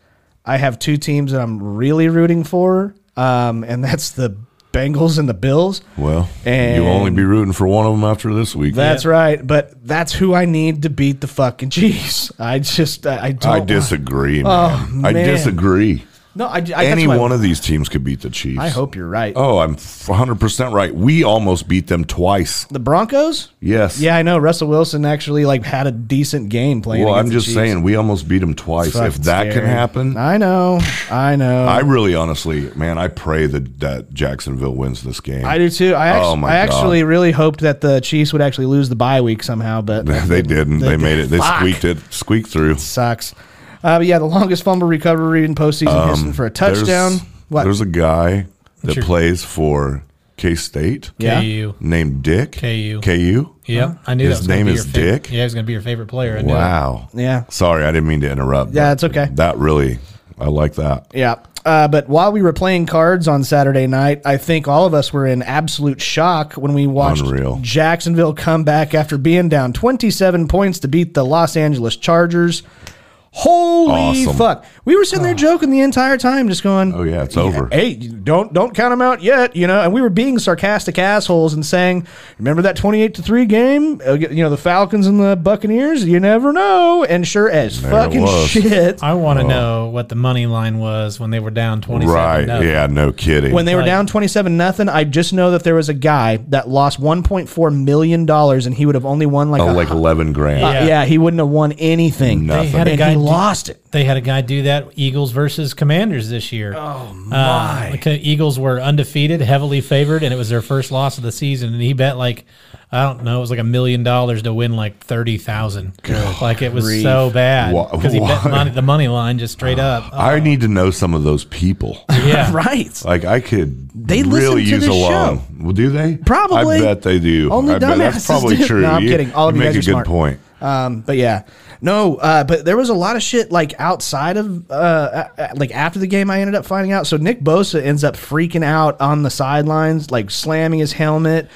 S1: I have two teams that I'm really rooting for, um, and that's the Bengals and the Bills.
S2: Well,
S1: And-
S2: you'll only be rooting for one of them after this week.
S1: That's right, but that's who I need to beat the fucking Chiefs. I just I don't.
S2: I
S1: want-
S2: disagree,
S1: Oh,
S2: man. I
S1: man.
S2: disagree.
S1: No, I, I that's
S2: Any
S1: why-
S2: one of these teams could beat the Chiefs.
S1: I hope you're right.
S2: Oh, I'm 100% right. We almost beat them twice.
S1: The Broncos?
S2: Yes.
S1: Yeah, I know. Russell Wilson actually like had a decent game playing.
S2: Well, I'm
S1: against the
S2: just
S1: Chiefs.
S2: saying, we almost beat them twice.
S1: Fucking
S2: If that can
S1: scary.
S2: happen,
S1: I know, I know.
S2: I
S1: I,
S2: really honestly, man, I pray that, that Jacksonville wins this game.
S1: do too. I, act-
S2: Oh, my
S1: I actually
S2: God.
S1: really hoped that the Chiefs would actually lose the bye week somehow, but
S2: they didn't. They, made it. They
S1: Fuck.
S2: squeaked it. Squeaked through.
S1: sucks. Uh, but yeah, the longest fumble recovery in postseason history for a touchdown.
S2: Um, There's,
S1: what?
S2: There's a guy that
S3: your-
S2: plays for K State
S1: yeah.
S3: KU.
S2: named Dick.
S3: KU.
S2: KU.
S3: Yeah, I knew
S2: His
S3: that was gonna
S2: name
S3: be
S2: is
S3: your favorite-
S2: Dick?
S3: Yeah, he was going to be your favorite player. I knew it.
S2: Wow.
S1: Yeah.
S2: Sorry, I didn't mean to interrupt.
S1: Yeah,
S2: but
S1: it's okay.
S2: That really, I like that.
S1: Yeah. Uh, but while we were playing cards on Saturday night, I think all of us were in absolute shock when we watched
S2: Unreal.
S1: Jacksonville come back after being down 27 points to beat the Los Angeles Chargers. Holy
S2: Awesome.
S1: fuck! We were sitting there joking the entire time, just going,
S2: Oh yeah, it's over.
S1: Hey, don't don't count them out yet, you know. And we were being sarcastic assholes and saying, "Remember that twenty-eight to three game? Uh, You know the Falcons and the Buccaneers. You never know." And sure as
S2: it
S1: fucking
S2: was.
S1: shit,
S3: I want to know what the money line was when they were down twenty-seven.
S2: Oh. Right. Yeah. No kidding.
S1: when they were
S3: Like-
S1: down 27 nothing i just know that there was a guy that lost 1.4 million dollars and he would have only won like,
S2: oh,
S1: a,
S2: like eleven grand.
S1: uh, yeah. he wouldn't have won anything
S2: Nothing.
S3: They had a
S1: and
S3: guy
S1: he
S3: do-
S1: lost it
S3: They had a guy do that Eagles versus Commanders this year. Oh my! Eagles were undefeated, heavily favored, and it was their first loss of the season. And he bet like I don't know, it was like a million dollars to win like thirty thousand. Like it was so bad
S2: Wha-
S3: because he bet
S2: why?
S3: money, the money line just straight up. Oh,
S2: I need to know some of those people.
S3: yeah,
S1: right
S2: Like I could
S1: They listen
S2: really
S1: to
S2: use
S1: this
S2: a loan.
S1: show.
S2: Well, do they?
S1: Probably.
S2: I bet they do.
S1: Only
S2: I bet
S1: dumbasses do. No, I'm kidding. All of you
S2: make
S1: guys
S2: a
S1: are
S2: good
S1: smart.
S2: point.
S1: um, but yeah no uh, but there was a lot of shit like outside of uh, uh, uh, like after the game i ended up finding out so nick bosa ends up freaking out on the sidelines like slamming his helmet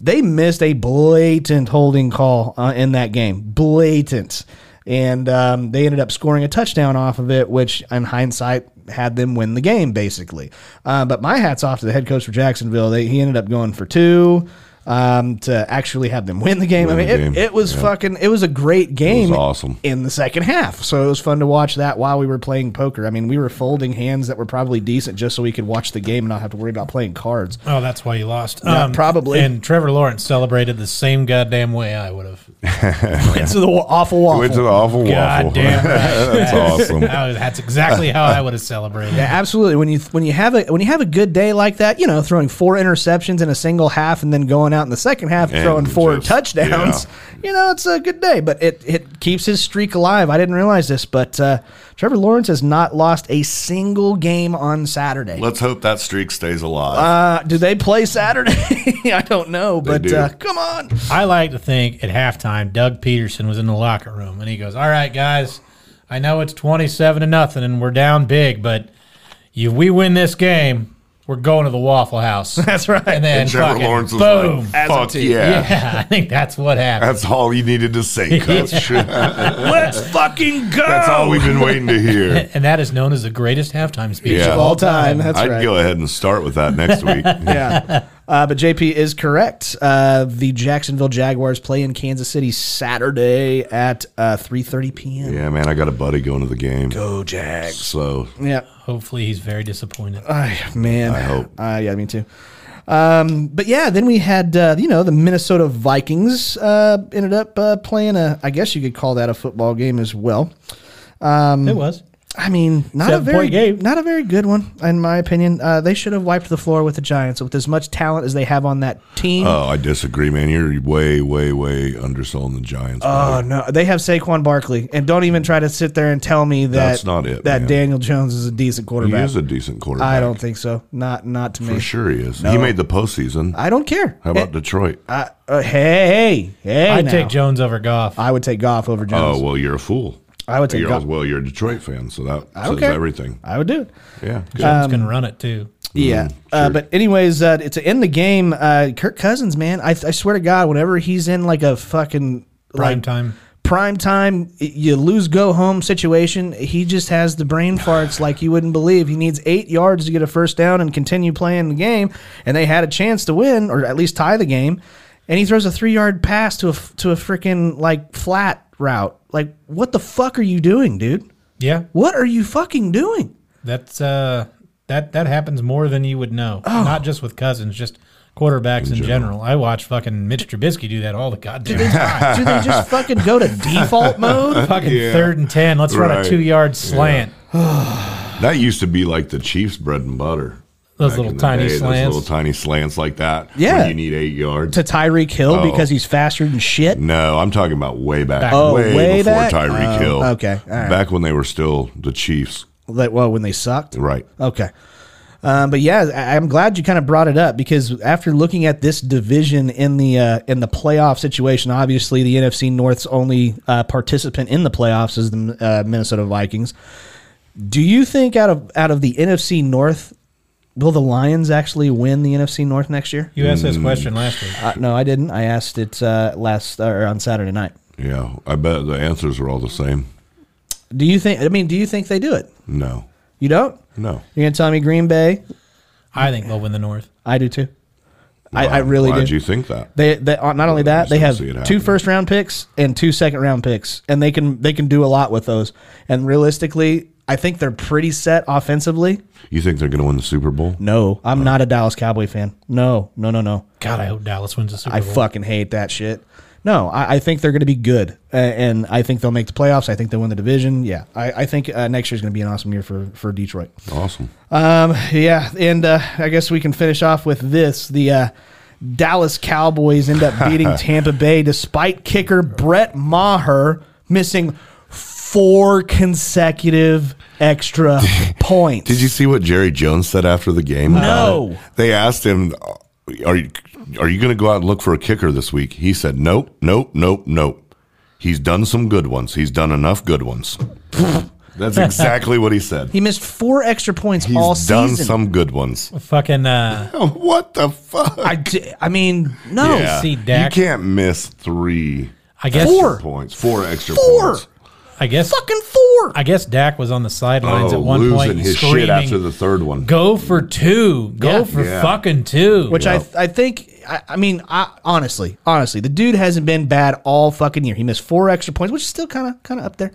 S1: they missed a blatant holding call uh, in that game blatant and um, they ended up scoring a touchdown off of it, which in hindsight had them win the game basically. Uh, but my hats off to the head coach for Jacksonville. They, he ended up going for two um, to actually have them win the game.
S2: Win
S1: I mean,
S2: the
S1: it,
S2: game.
S1: it was
S2: Yeah.
S1: fucking. It was a great game.
S2: awesome.
S1: in the second half. So it was fun to watch that while we were playing poker. I mean, we were folding hands that were probably decent just so we could watch the game and not have to worry about playing cards.
S3: Oh, that's why you lost. Um,
S1: Yeah, probably.
S3: And Trevor Lawrence celebrated the same goddamn way I would have.
S1: Went to the awful waffle.
S2: Went to the awful
S3: God
S2: waffle.
S3: damn right.
S2: That's awesome.
S3: I would- That's exactly how I would have celebrated.
S1: Yeah, absolutely. When you when you have a when you have a good day like that, you know, throwing four interceptions in a single half and then going out in the second half and
S2: And
S1: throwing four
S2: just-
S1: touchdowns, you know, it's a good day. But it it keeps his streak alive. I didn't realize this, but uh, Trevor Lawrence has not lost a single game on Saturday.
S2: Let's hope that streak stays alive.
S1: Uh, do they play Saturday? I don't know, but
S2: do.
S1: uh, come on.
S3: I like to think at halftime, Doug Peterson was in the locker room and he goes, All right, guys, I know it's 27 to nothing and we're down big, but if we win this game, we're going to the Waffle House.
S1: That's right.
S3: And then
S2: and Trevor
S3: fucking
S2: Lawrence was
S3: boom.
S2: like, "Fuck yeah.
S3: yeah, I think that's what happened.
S2: That's all you needed to say, coach.
S1: Let's fucking go.
S2: That's all we've been waiting to hear.
S3: and that is known as the greatest halftime speech
S2: Yeah.
S3: of all
S1: all time. That's
S2: I'd
S1: right.
S2: go ahead and start with that next week.
S1: yeah. Uh, but JP is correct. Uh, the Jacksonville Jaguars play in Kansas City Saturday at uh, 3.30 p.m.
S2: yeah, man, I got a buddy going to the game.
S1: Go Jags.
S2: So
S1: Yeah.
S3: Hopefully, he's very disappointed.
S1: Ay, man. I
S2: hope.
S1: Uh, yeah, me too. Um, but yeah, then we had, uh, you know, the Minnesota Vikings uh, ended up uh, playing a, I guess you could call that a football game as well.
S3: it was.
S1: I mean, not a
S3: Seven-point
S1: very
S3: game.
S1: not a very good one, in my opinion. Uh, they should have wiped the floor with the Giants with as much talent as they have on that team.
S2: Oh, I disagree, man. You're way, way, way underselling the Giants.
S1: Oh
S2: Uh,
S1: no, they have Saquon Barkley, and don't even try to sit there and tell me that
S2: That's not it,
S1: That
S2: man.
S1: Daniel Jones is a decent
S2: he
S1: quarterback.
S2: is a decent quarterback.
S1: I don't think so. Not not to me.
S2: For sure, he is. He made the postseason.
S1: I don't care. Eh,
S2: How about Detroit?
S1: I, uh, hey hey hey?
S3: I'd
S1: now.
S3: take Jones over Goff.
S1: I would take Goff over Jones.
S2: Oh well, you're a fool.
S1: I would take
S2: You're,
S1: Goff.
S2: well, you're a Detroit fan, so that
S1: I
S2: says
S1: don't care.
S2: everything.
S1: I would do it.
S2: Yeah, good.
S1: Um,
S3: Jones can run it too.
S1: Yeah. Uh, but anyways, uh, to end the game, uh, Kirk Cousins, man, I, I swear to God, whenever he's in like a fucking
S3: Prime
S1: like,
S3: time.
S1: prime time, y- you lose go home situation, he just has the brain farts like you wouldn't believe. He needs eight yards to get a first down and continue playing the game, and they had a chance to win or at least tie the game, and he throws a three yard pass to a f- to a freaking like flat route. Like, what the fuck are you doing, dude?
S3: Yeah,
S1: What are you fucking doing?
S3: that's uh, that that happens more than you would know.
S1: Oh.
S3: Not just with Cousins, just quarterbacks in, general. I watch fucking Mitch Trubisky do that all the goddamn time.
S1: Do they just fucking go to default mode?
S3: fucking third and ten. Let's run
S2: Right.
S3: a two yard slant.
S2: that used to be like the Chiefs' bread and butter.
S3: Those
S2: back
S3: little
S2: in the
S3: tiny
S2: those
S3: slants.
S2: little tiny slants like that. when
S1: Yeah.
S2: you need eight yards.
S1: to Tyreek Hill because he's faster than shit.
S2: No, I'm talking about way back,
S1: Oh,
S2: way,
S1: way
S2: before
S1: back?
S2: Tyreek
S1: Oh,
S2: Hill.
S1: okay, all right.
S2: back when they were still the Chiefs,
S1: Like, well, when they sucked.
S2: right?
S1: Okay. Um, but yeah, I, I'm glad you kind of brought it up because after looking at this division in the uh, in the playoff situation, obviously the NFC North's only uh, participant in the playoffs is the uh, Minnesota Vikings. Do you think out of out of the NFC North, will the Lions actually win the NFC North next year?
S3: You asked
S2: Mm.
S3: this question last week.
S1: Uh, no, I didn't. I asked it uh, last or on Saturday night.
S2: Yeah, I bet the answers are all the same.
S1: Do you think? I mean, do you think they do it?
S2: No,
S1: You don't?
S2: no.
S1: You're gonna tell me Green Bay?
S3: I think they'll win the North.
S1: I do too. I, I
S2: Why-
S1: really
S2: Why'd
S1: do.
S2: you think that?
S1: They, they uh, not only
S2: I
S1: that
S2: just
S1: they
S2: don't
S1: have
S2: see it
S1: two
S2: happening.
S1: first round picks and two second round picks, and they can they can do a lot with those. And realistically, I think they're pretty set offensively.
S2: You think they're going to win the Super Bowl?
S1: No, I'm
S2: Oh.
S1: not a Dallas Cowboy fan. No, no, no, no.
S3: God, I hope Dallas wins the Super
S1: I
S3: Bowl.
S1: fucking hate that shit. No, I, I think they're going to be good, uh, and I think they'll make the playoffs. I think they'll win the division. Yeah, I, I think uh, next year's going to be an awesome year for for Detroit.
S2: Awesome.
S1: Um, yeah, and uh, I guess we can finish off with this. The uh, Dallas Cowboys end up beating Tampa Bay despite kicker Brett Maher missing four consecutive extra points.
S2: Did you see what Jerry Jones said after the game?
S1: No.
S2: about it? They asked him, "Are you are you going to go out and look for a kicker this week?" He said, "Nope, nope, nope, nope." He's done some good ones. He's done enough good ones. That's exactly what he said.
S1: He missed four extra points
S2: He's
S1: all
S2: done
S1: season.
S2: some good ones.
S3: fucking uh,
S2: what the fuck?
S1: I, d- I mean, no.
S2: Yeah.
S3: see Dak.
S2: You can't miss three
S3: I guess
S1: Four.
S2: points, four extra
S1: Four.
S2: points.
S3: I guess
S1: Fucking four.
S3: I guess Dak was on the sidelines
S2: Oh,
S3: at one
S2: losing
S3: point
S2: his
S3: screaming,
S2: shit after the third one.
S3: "Go for two! Go
S1: Yeah.
S3: for
S2: Yeah.
S3: fucking two!
S1: Which I I think I, I mean I, honestly honestly the dude hasn't been bad all fucking year. He missed four extra points, which is still kind of kind of up there.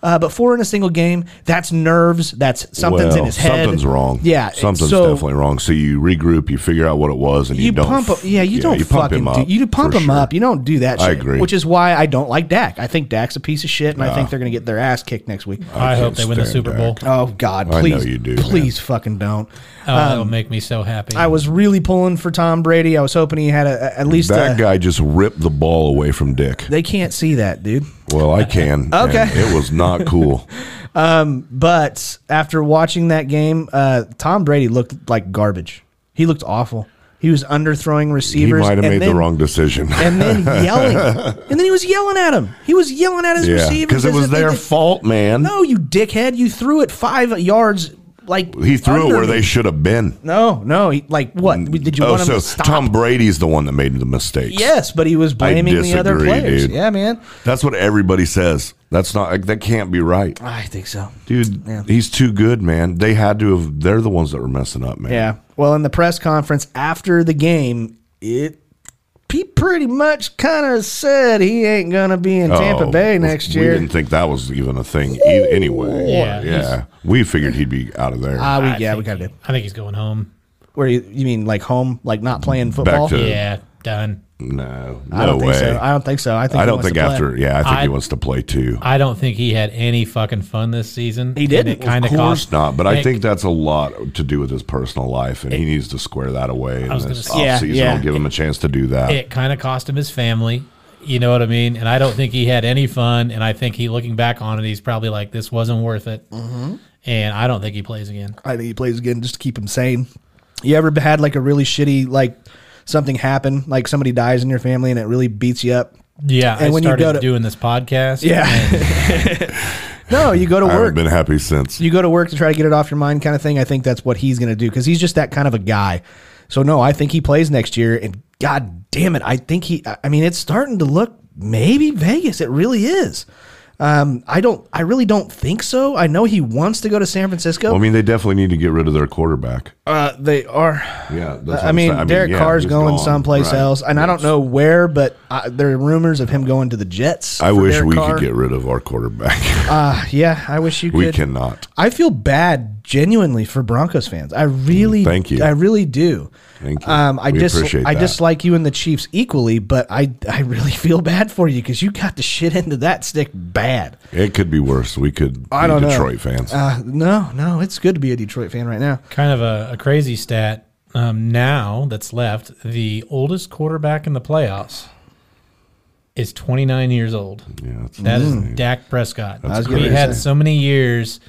S1: Uh, but four in a single game, that's nerves. That's something's in
S2: Well,
S1: his head.
S2: Something's wrong.
S1: Yeah,
S2: something's
S1: so
S2: definitely wrong. So you regroup, you figure out what it was, and you,
S1: You,
S2: don't.
S1: pump up, yeah. You don't
S2: pump
S1: fucking
S2: him
S1: do, you do pump
S2: for
S1: him
S2: sure.
S1: up. You don't do that. Shit,
S2: I agree.
S1: Which is why I don't like Dak. I think Dak's a piece of shit, and I think they're gonna get their ass kicked next week.
S3: I, hope
S2: can't
S3: they win the
S2: stand
S3: Super
S2: Dak.
S3: Bowl.
S1: Oh God,
S2: I
S1: please,
S2: know you do, man.
S1: please fucking don't.
S3: Oh, that'll
S1: Um,
S3: make me so happy.
S1: I was really pulling for Tom Brady. I was hoping he had a, a- at least
S2: That
S1: a,
S2: guy just ripped the ball away from Dick.
S1: They can't see that, dude.
S2: Well, I can.
S1: Okay.
S2: and it was not cool.
S1: But after watching that game, uh, Tom Brady looked like garbage. He looked awful. He was underthrowing
S2: he
S1: receivers.
S2: might have
S1: and
S2: made
S1: then-
S2: the wrong decision.
S1: And then yelling. and then he was yelling at him. He was yelling at his
S2: yeah,
S1: receivers.
S2: because it
S1: as if
S2: was
S1: they
S2: their
S1: did-
S2: fault, man.
S1: No, you dickhead. You threw it five yards. Like
S2: he threw it
S1: under
S2: where
S1: me.
S2: they should have been.
S1: No, no. He, like what? Did you
S2: oh,
S1: want him
S2: so
S1: to stop?
S2: Tom Brady's the one that made the mistakes.
S1: yes, but he was blaming the other
S2: disagree,
S1: players.
S2: dude.
S1: Yeah, man.
S2: That's what everybody says. That's not like, that can't be right.
S1: I think so.
S2: Dude, he's too good, man. They had to have they're the ones that were messing up, man.
S1: Yeah. Well, in the press conference after the game, it he pretty much kind of said he ain't gonna be in Tampa
S2: Oh,
S1: Bay next
S2: we
S1: year.
S2: didn't think that was even a thing e- anyway.
S3: Yeah, he's-
S2: We figured he'd be out of there.
S1: Ah, we,
S3: I
S1: yeah, we
S3: think
S1: gotta
S3: he-
S1: do.
S3: I think he's going home.
S1: Where you, you mean like home, like not playing
S2: Back
S1: football?
S2: to
S3: Yeah, done.
S2: No, no
S1: I don't
S2: way.
S1: think so. I don't think so. I think
S2: I
S1: he
S2: don't
S1: wants
S2: think
S1: to play.
S2: after. Yeah, I think he
S3: I-
S2: wants to play too.
S3: I don't think he had any fucking fun this season.
S1: He
S3: and
S1: didn't.
S3: It kind
S2: of
S3: of
S2: course
S3: cost.
S2: not, but I
S3: it-
S2: think that's a lot to do with his personal life, and he needs to square that away in
S3: was
S2: this
S3: gonna
S1: say-
S2: offseason.
S1: Yeah,
S2: I'll give him a chance to do that.
S3: It kind of cost him his family. You know what I mean? And I don't think he had any fun. And I think he, looking back on it, he's probably like, this wasn't worth it.
S1: Mm-hmm.
S3: And I don't think he plays again.
S1: I think he plays again just to keep him sane. You ever had like a really shitty like something happen, like somebody dies in your family and it really beats you up?
S3: Yeah.
S1: And
S3: I
S1: when you
S3: started
S1: go to-
S3: doing this podcast.
S1: Yeah. no, you go to
S2: I haven't
S1: work.
S2: been happy since.
S1: you go to work to try to get it off your mind kind of thing. I think that's what he's going to do because he's just that kind of a guy. So no, I think he plays next year. And god damn it, I think he. I- I mean, it's starting to look maybe Vegas. It really is. Um, I don't. I really don't think so. I know he wants to go to San Francisco.
S2: Well, I mean, they definitely need to get rid of their quarterback.
S1: uh, they are.
S2: Yeah, that's what
S1: I
S2: I'm
S1: mean,
S2: saying.
S1: Derek
S2: yeah,
S1: Carr's
S2: he's
S1: going
S2: gone,
S1: someplace
S2: right.
S1: else, and I don't
S2: Yes.
S1: know where, but I, there are rumors of him going to the Jets.
S2: I
S1: for
S2: wish
S1: Derek
S2: we
S1: Carr.
S2: could get rid of our quarterback.
S1: Uh, yeah, I wish you could.
S2: we cannot.
S1: I feel bad, genuinely, for Broncos fans. I really,
S2: Mm, thank you.
S1: I really do.
S2: Thank you.
S1: Um, I
S2: We
S1: dis-
S2: appreciate
S1: I
S2: that.
S1: dislike you and the Chiefs equally, but I, I really feel bad for you because you got the shit into that stick bad.
S2: It could be worse. We could
S1: I
S2: be
S1: don't know.
S2: Detroit fans.
S1: Uh, no, no, it's good to be a Detroit fan right now.
S3: Kind of a, a crazy stat um, now that's left. The oldest quarterback in the playoffs is 29 years old.
S2: yeah, it's-
S3: That is Dak Prescott.
S2: Mm. That's
S3: we
S2: crazy.
S3: had so many years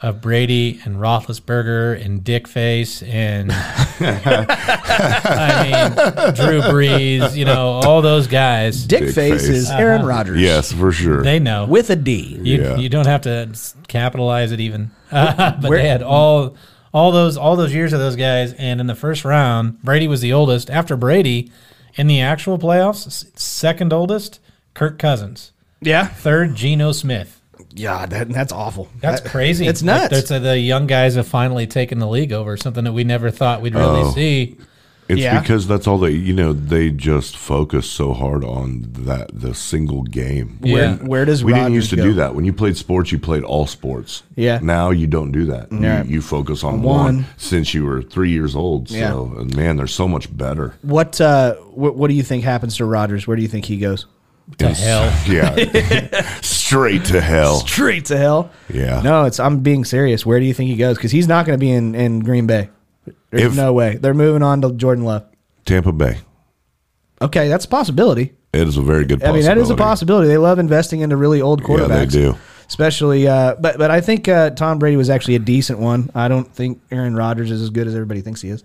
S3: of Brady and Roethlisberger and Dick Face and I mean Drew Brees. You know all those guys.
S1: Dick,
S2: Dick
S1: face,
S2: face.
S1: is
S3: Uh-huh.
S1: Aaron Rodgers.
S2: yes, for sure.
S3: They know
S1: with a D.
S3: you,
S2: Yeah.
S3: you don't have to s- capitalize it even. but they had all all those all those years of those guys, and in the first round, Brady was the oldest. After Brady, in the actual playoffs, s- second oldest, Kirk Cousins.
S1: Yeah,
S3: Third, Geno Smith.
S1: yeah, that, that's awful.
S3: That's
S1: That-
S3: crazy.
S1: It's
S3: Like,
S1: nuts.
S3: that's, uh, the young guys have finally taken the league over, something that we never thought we'd really
S2: Oh.
S3: see.
S2: It's
S1: Yeah.
S2: because that's all they, you know, they just focus so hard on that the single game.
S3: Where-
S2: When-
S1: where does
S2: we didn't
S1: Rodgers
S2: used to
S1: go?
S2: do that? When you played sports, you played all sports.
S1: Yeah.
S2: Now you don't do that.
S1: Yeah.
S2: You, you focus on
S1: One.
S2: one. since you were three years old. So,
S1: Yeah.
S2: and man, they're so much better.
S1: What, uh, what what do you think happens to Rodgers? Where do you think he goes?
S3: To
S2: It's-
S3: hell.
S2: Yeah. Straight to hell.
S1: Straight to hell.
S2: Yeah.
S1: No, it's I'm being serious. Where do you think he goes? Because he's not going to be in in Green Bay. There's
S2: If-
S1: no way. They're moving on to Jordan Love.
S2: Tampa Bay.
S1: Okay, that's a possibility.
S2: It is a very good
S1: I mean,
S2: possibility.
S1: that is a possibility. They love investing into really old
S2: Yeah,
S1: quarterbacks.
S2: they do.
S1: Especially, uh, but but I think uh, Tom Brady was actually a decent one. I don't think Aaron Rodgers is as good as everybody thinks he is.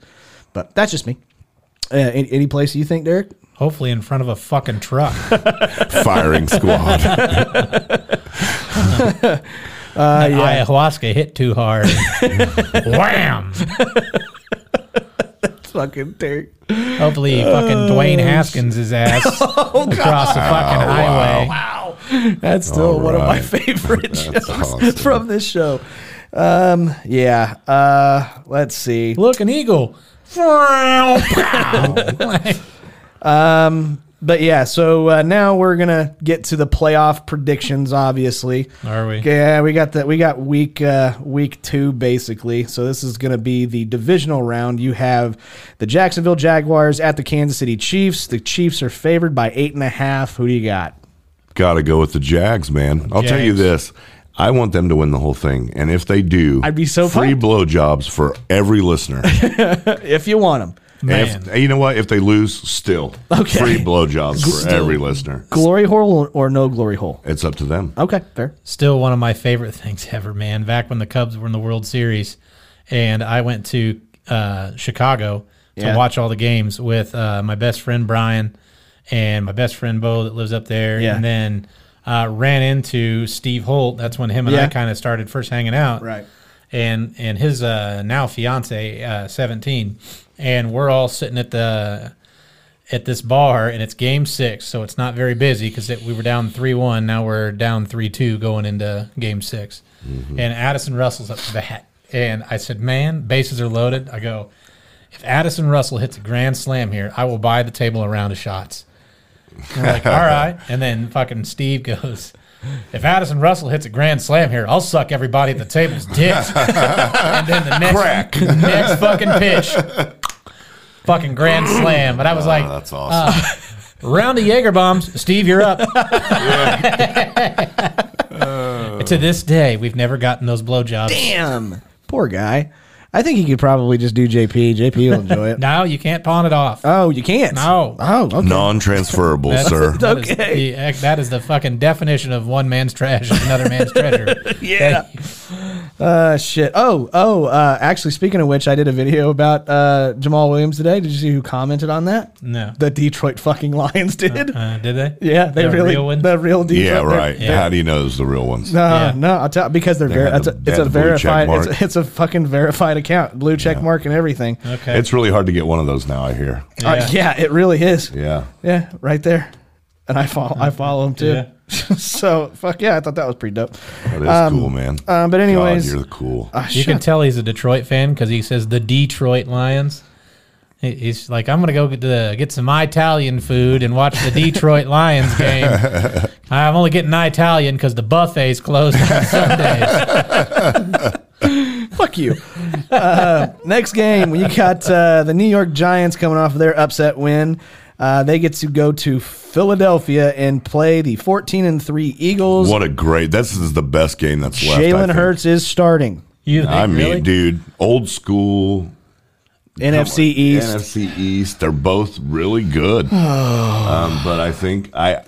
S1: But that's just me. Uh, any, any place you think, Derek?
S3: Hopefully, in front of a fucking truck.
S1: Uh,
S2: Firing squad.
S3: That Ayahuasca hit too hard. Wham!
S1: Fucking Derek.
S3: Hopefully, he fucking
S1: Oh,
S3: Dwayne Haskins' his ass across the fucking highway.
S1: That's still
S2: All
S1: one of my
S2: right.
S1: favorite jokes
S2: awesome.
S1: from this show. Um, yeah. Uh, let's see.
S3: Look, an eagle.
S1: But yeah, so uh, now we're gonna get to the playoff predictions. Obviously,
S3: Are we?
S1: Yeah, we got that. We got week uh, week two basically. So this is gonna be the divisional round. You have the Jacksonville Jaguars at the Kansas City Chiefs. The Chiefs are favored by eight and a half. Who do you got?
S2: Got to go with the Jags, man. I'll tell you
S3: Jags.
S2: this. I want them to win the whole thing. And if they do,
S1: I'd be so
S2: free
S1: pumped.
S2: blowjobs for every listener. And
S1: If you want them,
S3: Man.
S2: if, you know what? If they lose, still
S1: Okay.
S2: free blowjobs for every listener.
S1: glory hole or no glory hole.
S2: It's up to them.
S1: Okay, fair.
S3: Still one of my favorite things ever, man. Back when the Cubs were in the World Series, and I went to uh, Chicago to
S1: Yeah.
S3: watch all the games with uh, my best friend Brian and my best friend Bo that lives up there,
S1: Yeah.
S3: and then uh, ran into Steve Holt. That's when him and
S1: Yeah.
S3: I kind of started first hanging out,
S1: Right.
S3: And and his uh, now fiance, uh, seventeen, and we're all sitting at the at this bar and it's game six, so it's not very busy because we were down 3 1. Now we're down 3 2 going into game 6. And Addison Russell's up to bat. And I said, Man, bases are loaded. I go, If Addison Russell hits a grand slam here, I will buy the table a round of shots. And we're like, All right. And then fucking Steve goes, if Addison Russell hits a grand slam here, I'll suck everybody at the table's dick. and then the next,
S2: Crack.
S3: next fucking pitch, fucking grand slam. But I was like,
S2: Uh, that's
S1: Ah.
S2: awesome.
S3: round of Jaeger bombs. Steve, you're up. to this day, we've never gotten those blowjobs.
S1: Damn. Poor guy. I think he could probably just do JP. JP will enjoy it.
S3: Now you can't pawn it off.
S1: oh, you can't.
S3: No.
S1: Oh, okay.
S2: Non-transferable, sir.
S3: That is
S1: Okay.
S3: the- that Is the, fucking definition of one man's trash is another man's treasure.
S1: Yeah. Uh, shit. Oh, oh. Uh, actually, speaking of which, I did a video about uh, Jamal Williams today. Did you see who commented on that?
S3: No.
S1: The Detroit fucking Lions did.
S3: Uh, did they?
S1: yeah, they
S3: The
S1: really
S3: real one?
S1: the real Detroit.
S2: Yeah,
S1: they're-
S2: right. How do you know it's the real ones?
S1: No,
S3: Yeah.
S1: no, I'll tell because they're very.
S2: had
S1: it's
S2: the-
S1: a,
S2: they
S1: it's a
S2: had the blue check
S1: verified. It's
S2: mark.
S1: a, it's a fucking verified account. Blue check mark and everything. Uh,
S3: Okay.
S2: It's really hard to get one of those now. I hear.
S1: Yeah, it really is.
S2: Yeah.
S1: Yeah, right there. And I follow. I follow him too. so fuck yeah, I thought that was pretty dope.
S2: That is cool, man.
S1: um, but anyways-
S2: God, you're the cool.
S1: Ah,
S3: you
S1: shit.
S3: can tell he's a Detroit fan because he says the Detroit Lions. He- He's like, I'm gonna go get, the, get some Italian food and watch the Detroit Lions game. I'm only getting Italian because the buffet's closed on Sundays.
S1: Fuck you. Uh, next game, you got uh, the New York Giants coming off of their upset win. Uh, they get to go to Philadelphia and play the 14 and 3 Eagles.
S2: What a great. This is the best game that's left. I
S1: Jalen
S2: think.
S1: Hurts is starting.
S3: You think,
S2: I mean,
S3: really?
S2: dude, old school
S1: NFC East.
S2: NFC East. They're both really good. um, but I think I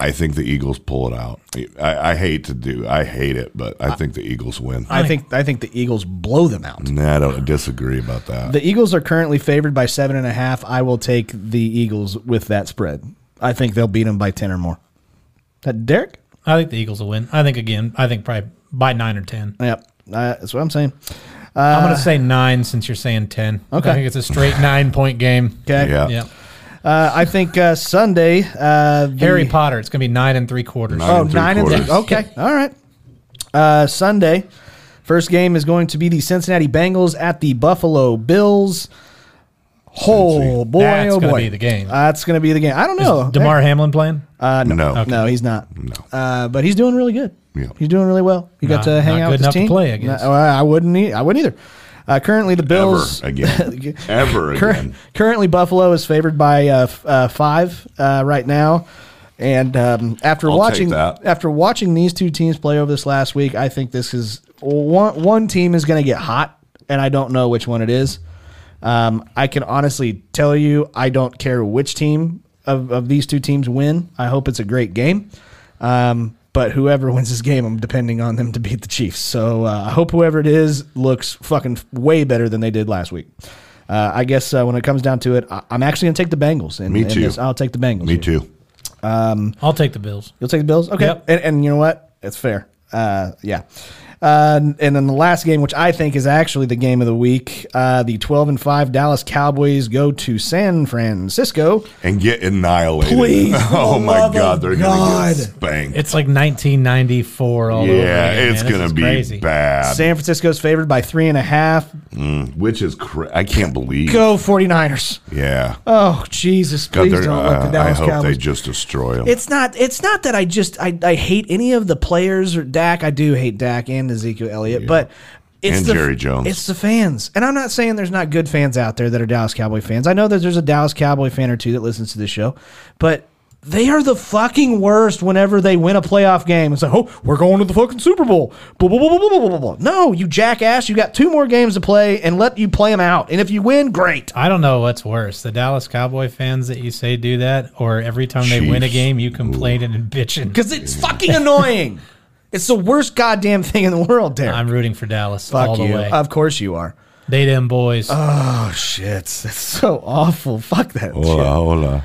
S2: I think the Eagles pull it out. I, I hate to do I hate it, but I think the Eagles win.
S1: I think I think the Eagles blow them out.
S2: nah, I don't disagree about that.
S1: The Eagles are currently favored by seven and a half. I will take the Eagles with that spread. I think they'll beat them by ten or more. That Derek?
S3: I think the Eagles will win. I think again. I think probably by nine or ten.
S1: Yep, uh, that's what I'm saying.
S3: I'm
S2: Uh,
S3: gonna say nine since you're saying ten.
S1: Okay.
S3: I think it's a straight nine point game.
S1: Okay.
S2: yeah.
S3: Yeah.
S1: Uh, I think uh, Sunday. Uh, the-
S3: Harry Potter. It's gonna be nine and three quarters.
S2: Nine
S1: Oh,
S2: and three
S1: nine and three.
S2: quarters.
S1: Okay. All right. Uh, Sunday, first game is going to be the Cincinnati Bengals at the Buffalo Bills. Oh
S2: Cincy.
S1: boy!
S3: That's
S1: oh
S3: gonna
S1: boy!
S3: be the game.
S1: that's going to be the game. I don't
S2: Oh,
S1: know.
S3: Demar Hamlin playing?
S1: Uh, no,
S2: No.
S1: no, he's not. No, uh, but he's doing really good.
S2: Yeah.
S1: He's doing really well. He got
S3: Not-
S1: to hang
S3: not
S1: out
S3: good
S1: with his
S3: enough to
S1: team.
S3: play, I guess.
S1: No, I I wouldn't. e- I wouldn't either. Uh, currently, the
S2: Ever
S1: Bills.
S2: again. Ever
S1: Cur-
S2: again.
S1: currently, Buffalo is favored by uh, f- uh, five uh, right now. And um, after
S2: I'll take
S1: watching
S2: that.
S1: after watching these two teams play over this last week, I think this is one one team is going to get hot, and I don't know which one it is. Um, I can honestly tell you, I don't care which team of, of these two teams win. I hope it's a great game. Um, but whoever wins this game, I'm depending on them to beat the Chiefs. So uh, I hope whoever it is looks fucking way better than they did last week. Uh, I guess uh, when it comes down to it, I, I'm actually going to take the Bengals. And,
S2: Me too.
S1: I'll take the Bengals.
S2: Me too.
S3: I'll take the Bills.
S1: You'll take the Bills? Okay.
S3: Yep.
S1: And, and you know what? It's fair. Uh, yeah. Uh, and then the last game, which I think is actually the game of the week, uh, the 12 and 5 Dallas Cowboys go to San Francisco.
S2: And get annihilated.
S1: Please, for
S2: oh
S1: the
S2: my
S1: love
S2: God,
S1: of
S2: they're gonna
S1: God.
S2: get spanked.
S3: It's like 1994 all over.
S2: yeah,
S3: again,
S2: it's
S3: man. This
S2: gonna
S3: is
S2: be
S3: crazy.
S2: bad.
S1: San Francisco's favored by three and a half.
S2: Which is cra- I can't believe.
S1: Go 49ers.
S2: Yeah.
S1: Oh, Jesus.
S2: God,
S1: Please
S2: they're-
S1: don't let
S2: uh,
S1: the
S2: I
S1: Dallas
S2: hope they
S1: Cowboys.
S2: just destroy them.
S1: It's not. It's not that I just I, I hate any of the players or Dak. I do hate Dak and Ezekiel Elliott, but it's
S2: And
S1: the,
S2: Jerry Jones.
S1: It's the fans, and I'm not saying there's not good fans out there that are Dallas Cowboy fans. I know that there's a Dallas Cowboy fan or two that listens to this show, but they are the fucking worst. Whenever they win a playoff game, it's like, oh, we're going to the fucking Super Bowl. Blah blah blah blah blah blah blah. blah. No, you jackass. You got two more games to play, and let you play them out. And if you win, great.
S3: I don't know what's worse, the Dallas Cowboy fans that you say do that, or every time they win a
S2: Chiefs.
S3: game, you complain and bitching.
S1: Because it's fucking annoying. It's the worst goddamn thing in the world, Derek.
S3: I'm rooting for Dallas
S1: Fuck
S3: all the
S1: you. Uh,
S3: way.
S1: Of course you are.
S3: they them boys.
S1: Oh shit, that's so awful. Fuck that.
S2: Hola, hola.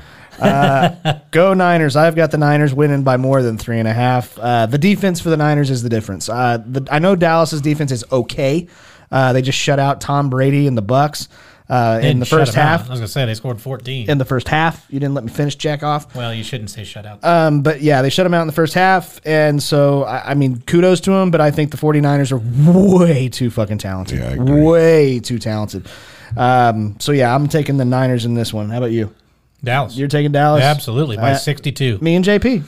S1: shit. Go Niners. I've got the Niners winning by more than three and a half. Uh, the defense for the Niners is the difference. Uh, the, I know Dallas's defense is okay. Uh, they just shut out Tom Brady and the Bucks uh, in
S3: Didn't
S1: the
S3: shut
S1: first
S3: them out.
S1: half.
S3: I was gonna say they scored 14.
S1: In the first half, you didn't let me finish jack off.
S3: well, you shouldn't say shutout.
S1: Um, but yeah, they shut them out in the first half, and so I, I mean, kudos to them. But I think the 49ers are way too fucking talented.
S2: Yeah, I agree.
S1: way too talented. Um, so yeah, I'm taking the Niners in this one. How about you?
S3: Dallas.
S1: You're taking Dallas,
S3: Absolutely by
S1: Uh,
S3: 62.
S1: Me and JP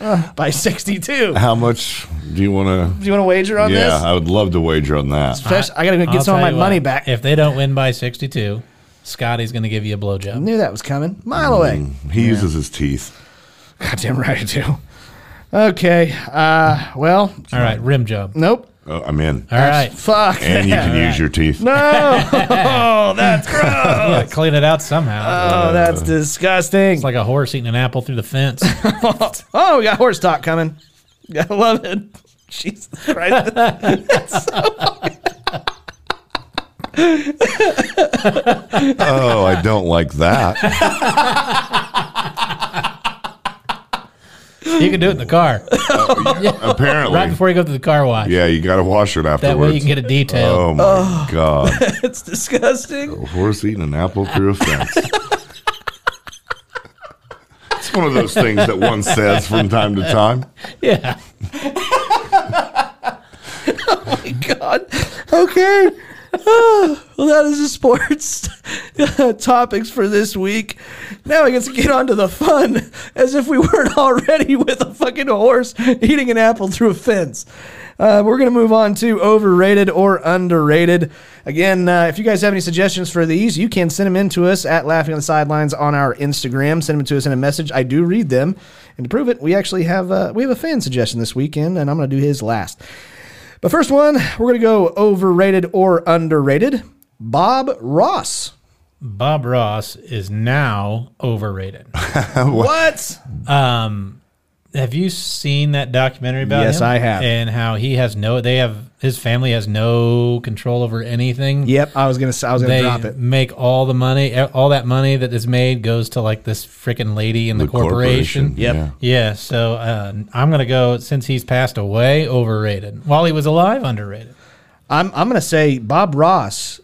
S1: Uh, by 62.
S2: How much do you want
S1: Do you want to wager on
S2: to? Yeah,
S1: this?
S2: I would love to wager on that.
S1: Especially- I, gotta go get
S3: I'll
S1: some of
S3: tell
S1: my
S3: you
S1: money
S3: what,
S1: back.
S3: If they don't win by 62, Scotty's going to give you a blowjob.
S1: Knew that was coming. Mile away.
S2: Mm, He uses his teeth.
S1: Goddamn right I do. Okay. Uh, well,
S3: All right, rim job.
S1: nope.
S2: Oh, I'm in.
S3: All right,
S1: Fuck.
S2: And you can use your teeth.
S1: No. oh, that's gross.
S3: Yeah, clean it out somehow.
S1: Oh, that's disgusting.
S3: it's like a horse eating an apple through the fence.
S1: oh, we got horse talk coming. I love it. Jesus Christ.
S2: Oh, I don't like that.
S3: you can do it in the car
S2: Apparently.
S3: right before you go to the car wash.
S2: yeah, you got to wash it afterwards.
S3: that way you can get a detail.
S2: Oh my god!
S1: It's disgusting.
S2: A horse eating an apple through a fence. it's one of those things that one says from time to time.
S3: Yeah.
S1: God. Okay. Oh, well, that is the sports topics for this week. Now I get to get on to the fun as if we weren't already with a fucking horse eating an apple through a fence. Uh, we're going to move on to overrated or underrated. Again, uh, if you guys have any suggestions for these, you can send them in to us at Laughing on the Sidelines on our Instagram. Send them to us in a message. I do read them. And to prove it, we actually have uh, we have a fan suggestion this weekend, and I'm going to do his last. But first one, we're going to go overrated or underrated. Bob Ross.
S3: Bob Ross is now overrated.
S1: What?
S3: Have you seen that documentary about
S1: Yes,
S3: him?
S1: I have.
S3: And how he has no, they have, his family has no control over anything.
S1: Yep, I was gonna. s- I was gonna
S3: They
S1: drop it.
S3: make all the money, e, all that money that is made goes to like this freaking lady in the, corporation.
S1: Yep.
S2: Yeah.
S3: Yeah, so uh, I'm gonna go since he's passed away, overrated. While he was alive, underrated.
S1: I'm. I'm gonna say Bob Ross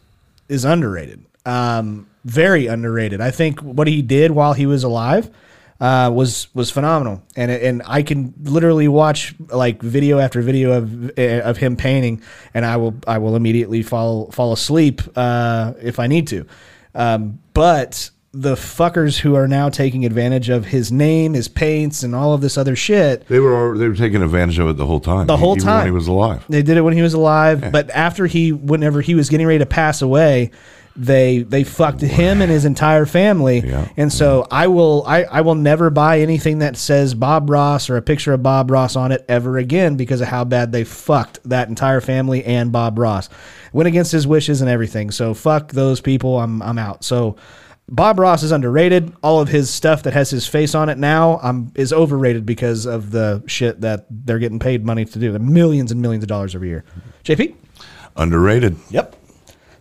S1: is underrated. Um, very underrated. I think what he did while he was alive uh, was was phenomenal, and it- and I can literally watch like video after video of eh, of him painting, and I will I will immediately fall fall asleep uh, if I need to. Um, but the fuckers who are now taking advantage of his name, his paints, and all of this other shit.
S2: They were al- they were taking advantage of it the whole time. E-,
S1: The whole
S2: even
S1: time.
S2: when he was alive.
S1: They did it when he was alive, but after he, whenever he was getting ready to pass away, they they fucked him and his entire family.
S2: Yeah.
S1: And so I will I, I will never buy anything that says Bob Ross or a picture of Bob Ross on it ever again because of how bad they fucked that entire family and Bob Ross. Went against his wishes and everything. So fuck those people. I'm I'm out. So Bob Ross is underrated. All of his stuff that has his face on it now um, is overrated because of the shit that they're getting paid money to do. They're millions and millions of dollars every year. JP?
S2: Underrated.
S1: Yep.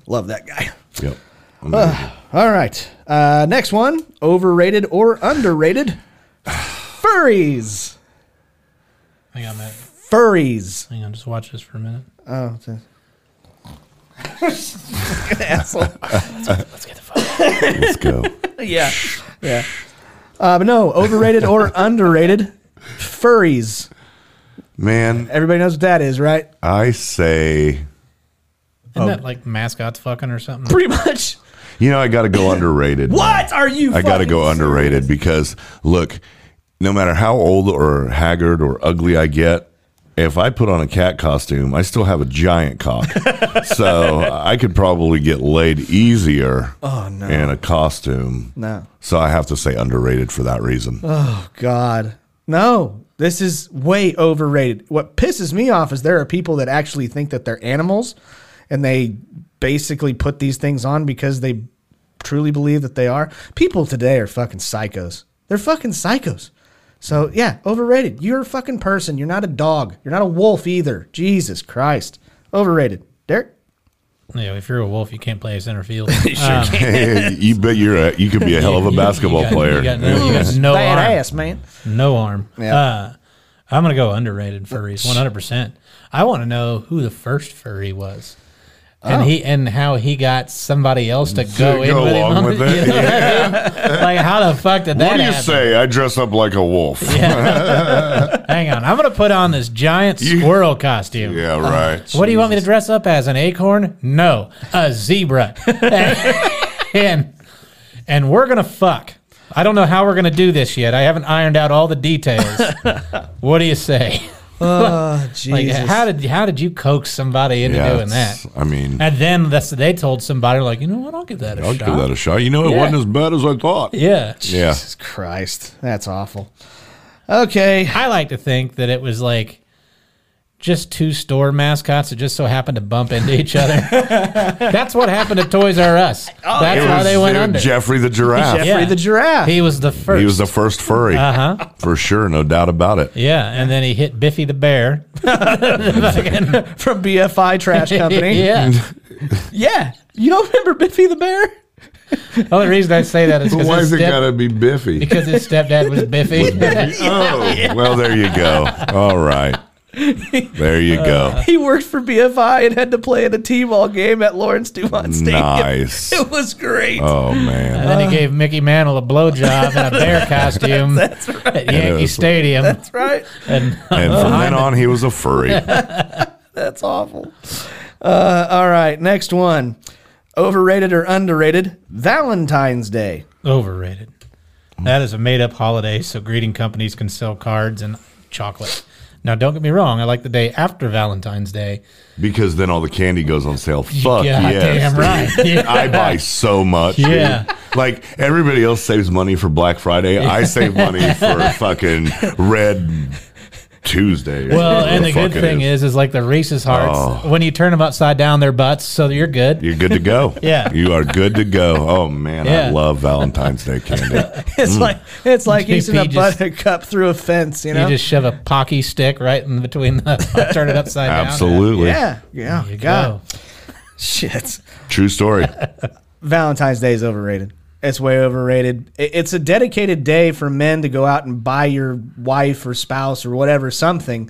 S1: Love that guy.
S2: Yep.
S1: All right. Uh, next one overrated or underrated? Furries.
S3: Hang on, Matt.
S1: Furries.
S3: Hang on, just watch this for a minute.
S1: Oh, it's a-
S3: Let's get the fuck.
S2: Let's go.
S1: yeah. Yeah. Uh, but no, overrated or underrated? Furries.
S2: Man,
S1: Everybody knows what that is, right?
S2: I say Oh.
S3: Isn't that like mascots fucking or something?
S1: Pretty much.
S2: you know I got to go underrated.
S1: What are you?
S2: I got to
S1: fucking
S2: go
S1: serious?
S2: underrated because look, no matter how old or haggard or ugly I get, if I put on a cat costume, I still have a giant cock. so I could probably get laid easier in a costume.
S1: No.
S2: So I have to say underrated for that reason.
S1: Oh, God. No, this is way overrated. What pisses me off is there are people that actually think that they're animals and they basically put these things on because they truly believe that they are. People today are fucking psychos. They're fucking psychos. So, yeah, overrated. You're a fucking person. You're not a dog. You're not a wolf either. Jesus Christ. Overrated. Derek?
S3: Yeah, if you're a wolf, you can't play center field.
S2: you bet you're a, you could be a hell of a basketball
S3: you got,
S2: player.
S3: You got no, you got no arm.
S1: Badass, man.
S3: No arm.
S1: Yeah.
S3: Uh, I'm gonna go underrated furries, 100. percent I want to know who the first furry was, and he and how he got somebody else to go, in
S2: Oh. go
S3: with
S2: along
S3: him.
S2: with
S3: You
S2: it,
S3: know what I mean? Like how the fuck did that
S2: What do you
S3: happen?
S2: say? I dress up like a wolf. Yeah,
S3: Hang on, I'm gonna put on this giant
S2: You-
S3: squirrel costume.
S2: right.
S3: What do you want me to dress up as? An acorn? No, a zebra. and and we're gonna fuck. I don't know how we're gonna do this yet. I haven't ironed out all the details. what do you say?
S1: Oh,
S3: Like,
S1: Jesus.
S3: how did how did you coax somebody into
S2: yeah,
S3: doing that?
S2: it's- I mean,
S3: And then that's they told somebody like, you know what, I'll give that a
S2: I'll
S3: shot.
S2: give that a shot. You know, it
S3: Yeah.
S2: wasn't as bad as I thought.
S3: yeah.
S2: Yeah.
S1: Jesus Christ. That's awful. Okay.
S3: I like to think that it was like just two store mascots that just so happened to bump into each other. That's what happened to Toys R Us. That's
S2: Oh, It
S3: how
S2: was
S3: they went
S2: dude,
S3: under.
S2: Jeffrey the giraffe.
S1: Jeffrey the giraffe.
S3: He was the first.
S2: He was the first furry, uh-huh. for sure, no doubt about it.
S3: yeah, and then he hit Biffy the bear.
S1: from BFI Trash Company.
S3: yeah.
S1: Yeah. You don't remember Biffy the Bear?
S3: The only reason I say that is because
S2: Why
S3: his,
S2: is it
S3: step-
S2: gotta be Biffy?
S3: because his stepdad was Biffy.
S2: Oh, well, there you go. All right, there you go.
S1: He worked for BFI and had to play in a T-ball game at Lawrence Dumont Stadium.
S2: Nice.
S1: It was great.
S2: Oh man,
S3: then he gave Mickey Mantle a blowjob in a bear costume at Yankee
S2: was-
S3: Stadium.
S1: That's right.
S3: and
S2: and from then on, he was a furry.
S1: That's awful. Uh, all right, next one. Overrated or underrated? Valentine's Day.
S3: Overrated. That is a made up holiday so greeting companies can sell cards and chocolate. Now, don't get me wrong. I like the day after Valentine's Day.
S2: Because then all the candy goes on sale. Fuck
S3: yeah,
S2: yes.
S3: damn right.
S2: dude.
S3: Yeah.
S2: I buy so much.
S3: Yeah.
S2: dude. Like everybody else saves money for Black Friday. I save money for fucking Red Tuesday. or
S3: Well,
S2: whatever
S3: and the
S2: fuck
S3: good
S2: it Oh.
S3: thing is, is like the Reese's hearts. When you turn them upside down, they're butts, so you're good.
S2: you're good to go.
S3: Yeah.
S2: You are good to go. Oh man, I
S3: Yeah.
S2: love Valentine's Day candy.
S1: It's like it's like
S3: JP
S1: eating a
S3: just-
S1: buttercup through a fence, you
S3: You
S1: know?
S3: just shove a pocky stick right in between the turn it upside down.
S2: Absolutely.
S1: yeah, yeah.
S3: There you
S1: God,
S3: go.
S1: shit.
S2: True story.
S1: Valentine's Day is overrated. It's way overrated. I- It's a dedicated day for men to go out and buy your wife or spouse or whatever something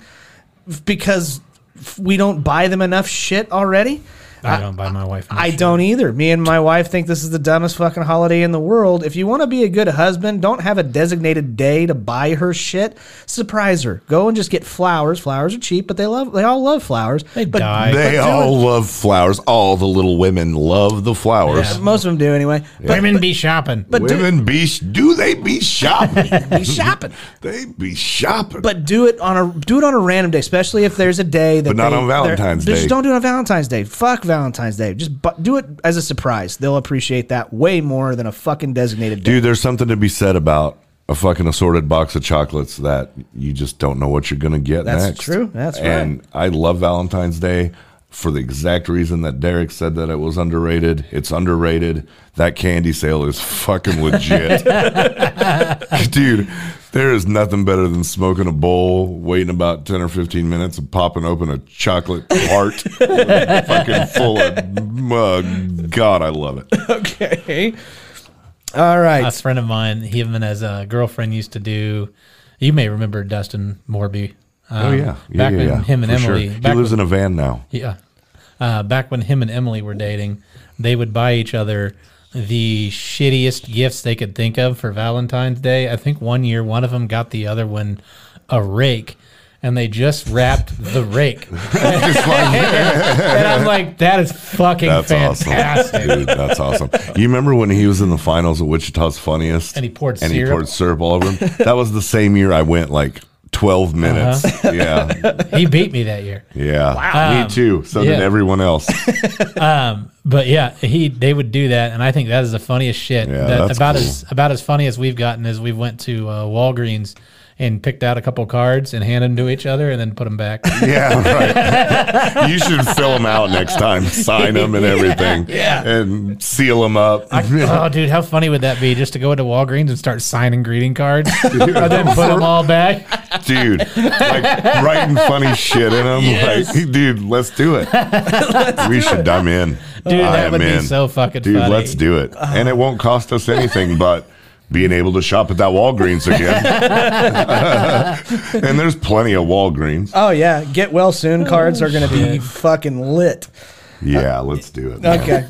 S1: f- because f- we don't buy them enough shit already.
S3: I don't buy my wife. much
S1: I
S3: shit.
S1: don't either. Me and my wife think this is the dumbest fucking holiday in the world. If you want to be a good husband, don't have a designated day to buy her shit. Surprise her. Go and just get flowers. Flowers are cheap, but they love they all love flowers.
S3: They
S1: but
S3: die.
S2: They
S1: do
S2: all love flowers. All the little women love the flowers.
S1: most of them do anyway. But
S3: Women be shopping.
S1: but do-
S2: Women be do they be shopping?
S1: be shopping.
S2: they be shopping.
S1: But do it on a do it on a random day, especially if there's a day that.
S2: But not
S1: they-
S2: on Valentine's
S1: they're-
S2: Day.
S1: Just don't do it on Valentine's Day. Fuck Valentine's Day. Just bu- do it as a surprise. They'll appreciate that way more than a fucking designated day.
S2: Dude, there's something to be said about a fucking assorted box of chocolates that you just don't know what you're gonna get
S1: That's
S2: next.
S1: true. That's
S2: And I love Valentine's Day for the exact reason that Derek said that it was underrated. It's underrated. That candy sale is fucking legit. Dude, there is nothing better than smoking a bowl, waiting about 10 or 15 minutes, and popping open a chocolate heart fucking full of. Uh, God, I love it.
S1: Okay. All right.
S3: a friend of mine, him and his uh, girlfriend used to do. You may remember Dustin Morby. Um,
S2: Oh yeah, yeah,
S3: back
S2: yeah,
S3: when
S2: yeah.
S3: him and
S2: for sure.
S3: Emily.
S2: He
S3: Back
S2: lives
S3: when,
S2: in a van now.
S3: yeah, uh, back when him and Emily were dating, they would buy each other the shittiest gifts they could think of for Valentine's Day. I think one year, one of them got the other one a rake. And they just wrapped the rake, and I'm like, "That is fucking
S2: That's
S3: fantastic."
S2: awesome, dude. That's awesome. You remember when he was in the finals of Wichita's Funniest,
S3: And he poured
S2: and
S3: syrup.
S2: he poured syrup all over him. That was the same year I went like twelve
S3: Uh-huh.
S2: minutes. Yeah,
S3: He beat me that year.
S2: yeah. Wow. Me too. So did
S3: Um, yeah.
S2: everyone else.
S3: But yeah, he they would do that, and I think that is the funniest shit.
S2: Yeah,
S3: that,
S2: that's
S3: about
S2: cool.
S3: as about as funny as we've gotten is we went to uh, Walgreens and picked out a couple cards and handed them to each other, and then put them back.
S2: Yeah, right. you should fill them out next time, sign them and everything, yeah, and seal them up.
S3: oh, dude, how funny would that be? Just to go into Walgreens and start signing greeting cards, and then put them all back.
S2: dude, like writing funny shit in them. Like, dude, let's do it. we should. I'm in.
S3: Dude,
S2: I
S3: that
S2: am
S3: would be
S2: in.
S3: so fucking
S2: dude,
S3: funny. Uh-huh.
S2: let's do it, and it won't cost us anything but. Being able to shop at that Walgreens again, and there's plenty of Walgreens.
S3: Oh,
S1: Oh yeah, get well soon cards are going to be fucking lit.
S2: Yeah, let's do it.
S4: Okay.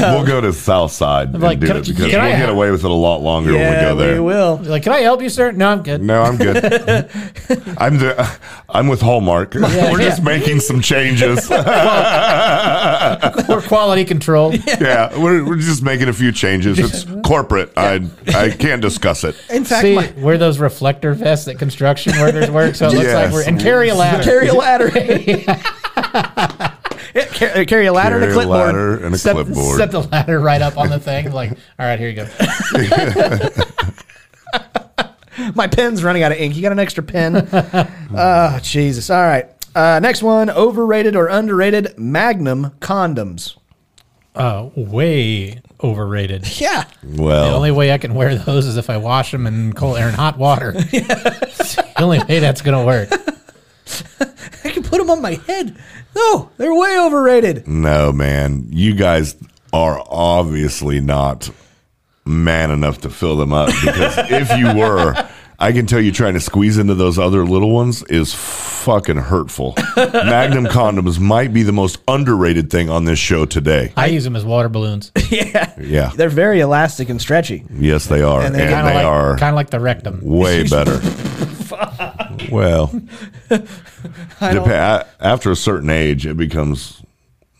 S2: We'll go to South Side and
S3: like,
S2: do
S3: can-
S2: it because
S3: can I
S2: we'll get
S3: have-
S2: away with it a lot longer
S4: yeah,
S2: when we go there.
S4: we will.
S3: Like, can I help you, sir? No, I'm good.
S2: No, I'm good. I'm the I'm with Hallmark. We're just making some changes.
S3: We're quality control.
S2: yeah, we're, we're just making a few changes. It's corporate. I I can't discuss it.
S4: In fact,
S3: See,
S4: my,
S3: we're those reflector vests that construction workers wear, so it looks like
S2: Yes.
S3: we're and carry a ladder.
S1: carry a ladder. Yeah, car- carry a ladder and a
S2: Carry a
S1: clipboard.
S2: ladder and a
S3: set,
S2: clipboard.
S3: set the ladder right up on the thing. Like, all right, here you go.
S1: My pen's running out of ink. You got an extra pen? oh, Jesus. All right. Uh, next one overrated or underrated Magnum condoms.
S3: Uh, way overrated.
S1: Yeah.
S3: The
S2: well,
S3: only way I can wear those is if I wash them in cold air and hot water. the only way that's gonna work.
S1: I can put them on my head. No, they're way overrated.
S2: no, man, you guys are obviously not man enough to fill them up because if you were. I can tell you trying to squeeze into those other little ones is fucking hurtful. Magnum condoms might be the most underrated thing on this show today.
S3: I use them as water balloons.
S2: Yeah.
S1: They're very elastic and stretchy.
S2: Yes, they are, and
S1: they
S2: they,
S3: Kind of like,
S2: are
S3: kind of like the rectum.
S2: way better. well, depa- a- after a certain age, it becomes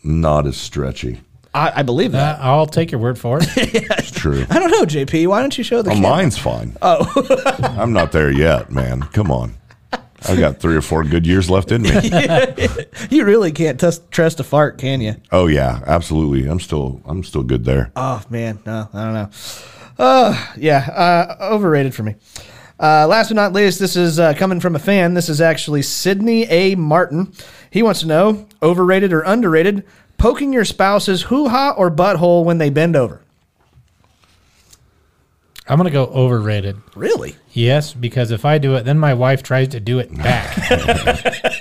S2: not as stretchy.
S1: I, I believe that.
S3: Uh, I'll take your word for it.
S2: It's true.
S1: I don't know, JP. Why don't you show the
S2: Oh,
S1: camera?
S2: mine's fine. Oh, I'm not there yet, man. Come on, I've got three or four good years left in me.
S1: You really can't tus- trust a fart, can you?
S2: Oh yeah, absolutely. I'm still, I'm still good there.
S1: Oh man, no, I don't know. Uh, yeah, uh, overrated for me. Uh, last but not least, this is uh, coming from a fan. This is actually Sydney A. Martin. He wants to know overrated or underrated poking your spouse's hoo ha or butthole when they bend over.
S3: I'm gonna go overrated.
S1: Really?
S3: Yes, because if I do it, then my wife tries to do it back,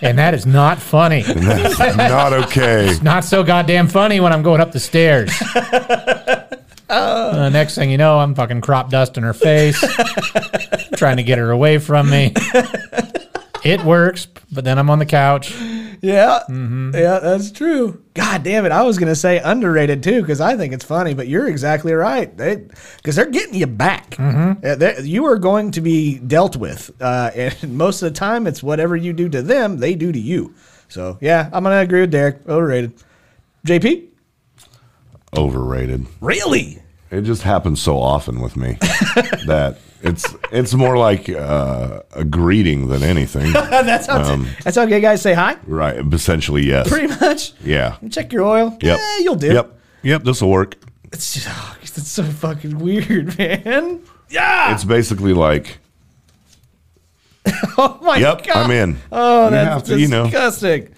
S3: and that is not funny.
S2: That's not okay.
S3: Not so goddamn funny when I'm going up the stairs. Uh, next thing you know, I'm fucking crop dusting her face, trying to get her away from me. It works, but then I'm on the couch.
S1: Yeah, yeah, that's true. Mm-hmm. God damn it! I was gonna say underrated too because I think it's funny, but you're exactly right. They because they're getting you back. Uh, they- You are going to be dealt with, uh, and most of the time, it's whatever you do to them, they do to you. So yeah, I'm gonna agree with Derek. Overrated. JP,
S2: Overrated.
S1: really?
S2: It just happens so often with me that it's it's more like uh, a greeting than anything.
S1: Uh, that's how
S2: Um,
S1: that's how gay guys say hi,
S2: Right. Essentially, yes.
S1: pretty much.
S2: yeah.
S1: Check your oil.
S2: Yep.
S1: Yeah, Eh, you'll do.
S2: Yep. Yep. This will work.
S1: It's just, oh, it's so fucking weird, man. Ah.
S2: It's basically like,
S1: Oh my
S2: yep,
S1: god.
S2: I'm in.
S1: Oh,
S2: you
S1: that's
S2: have to, you know.
S1: disgusting.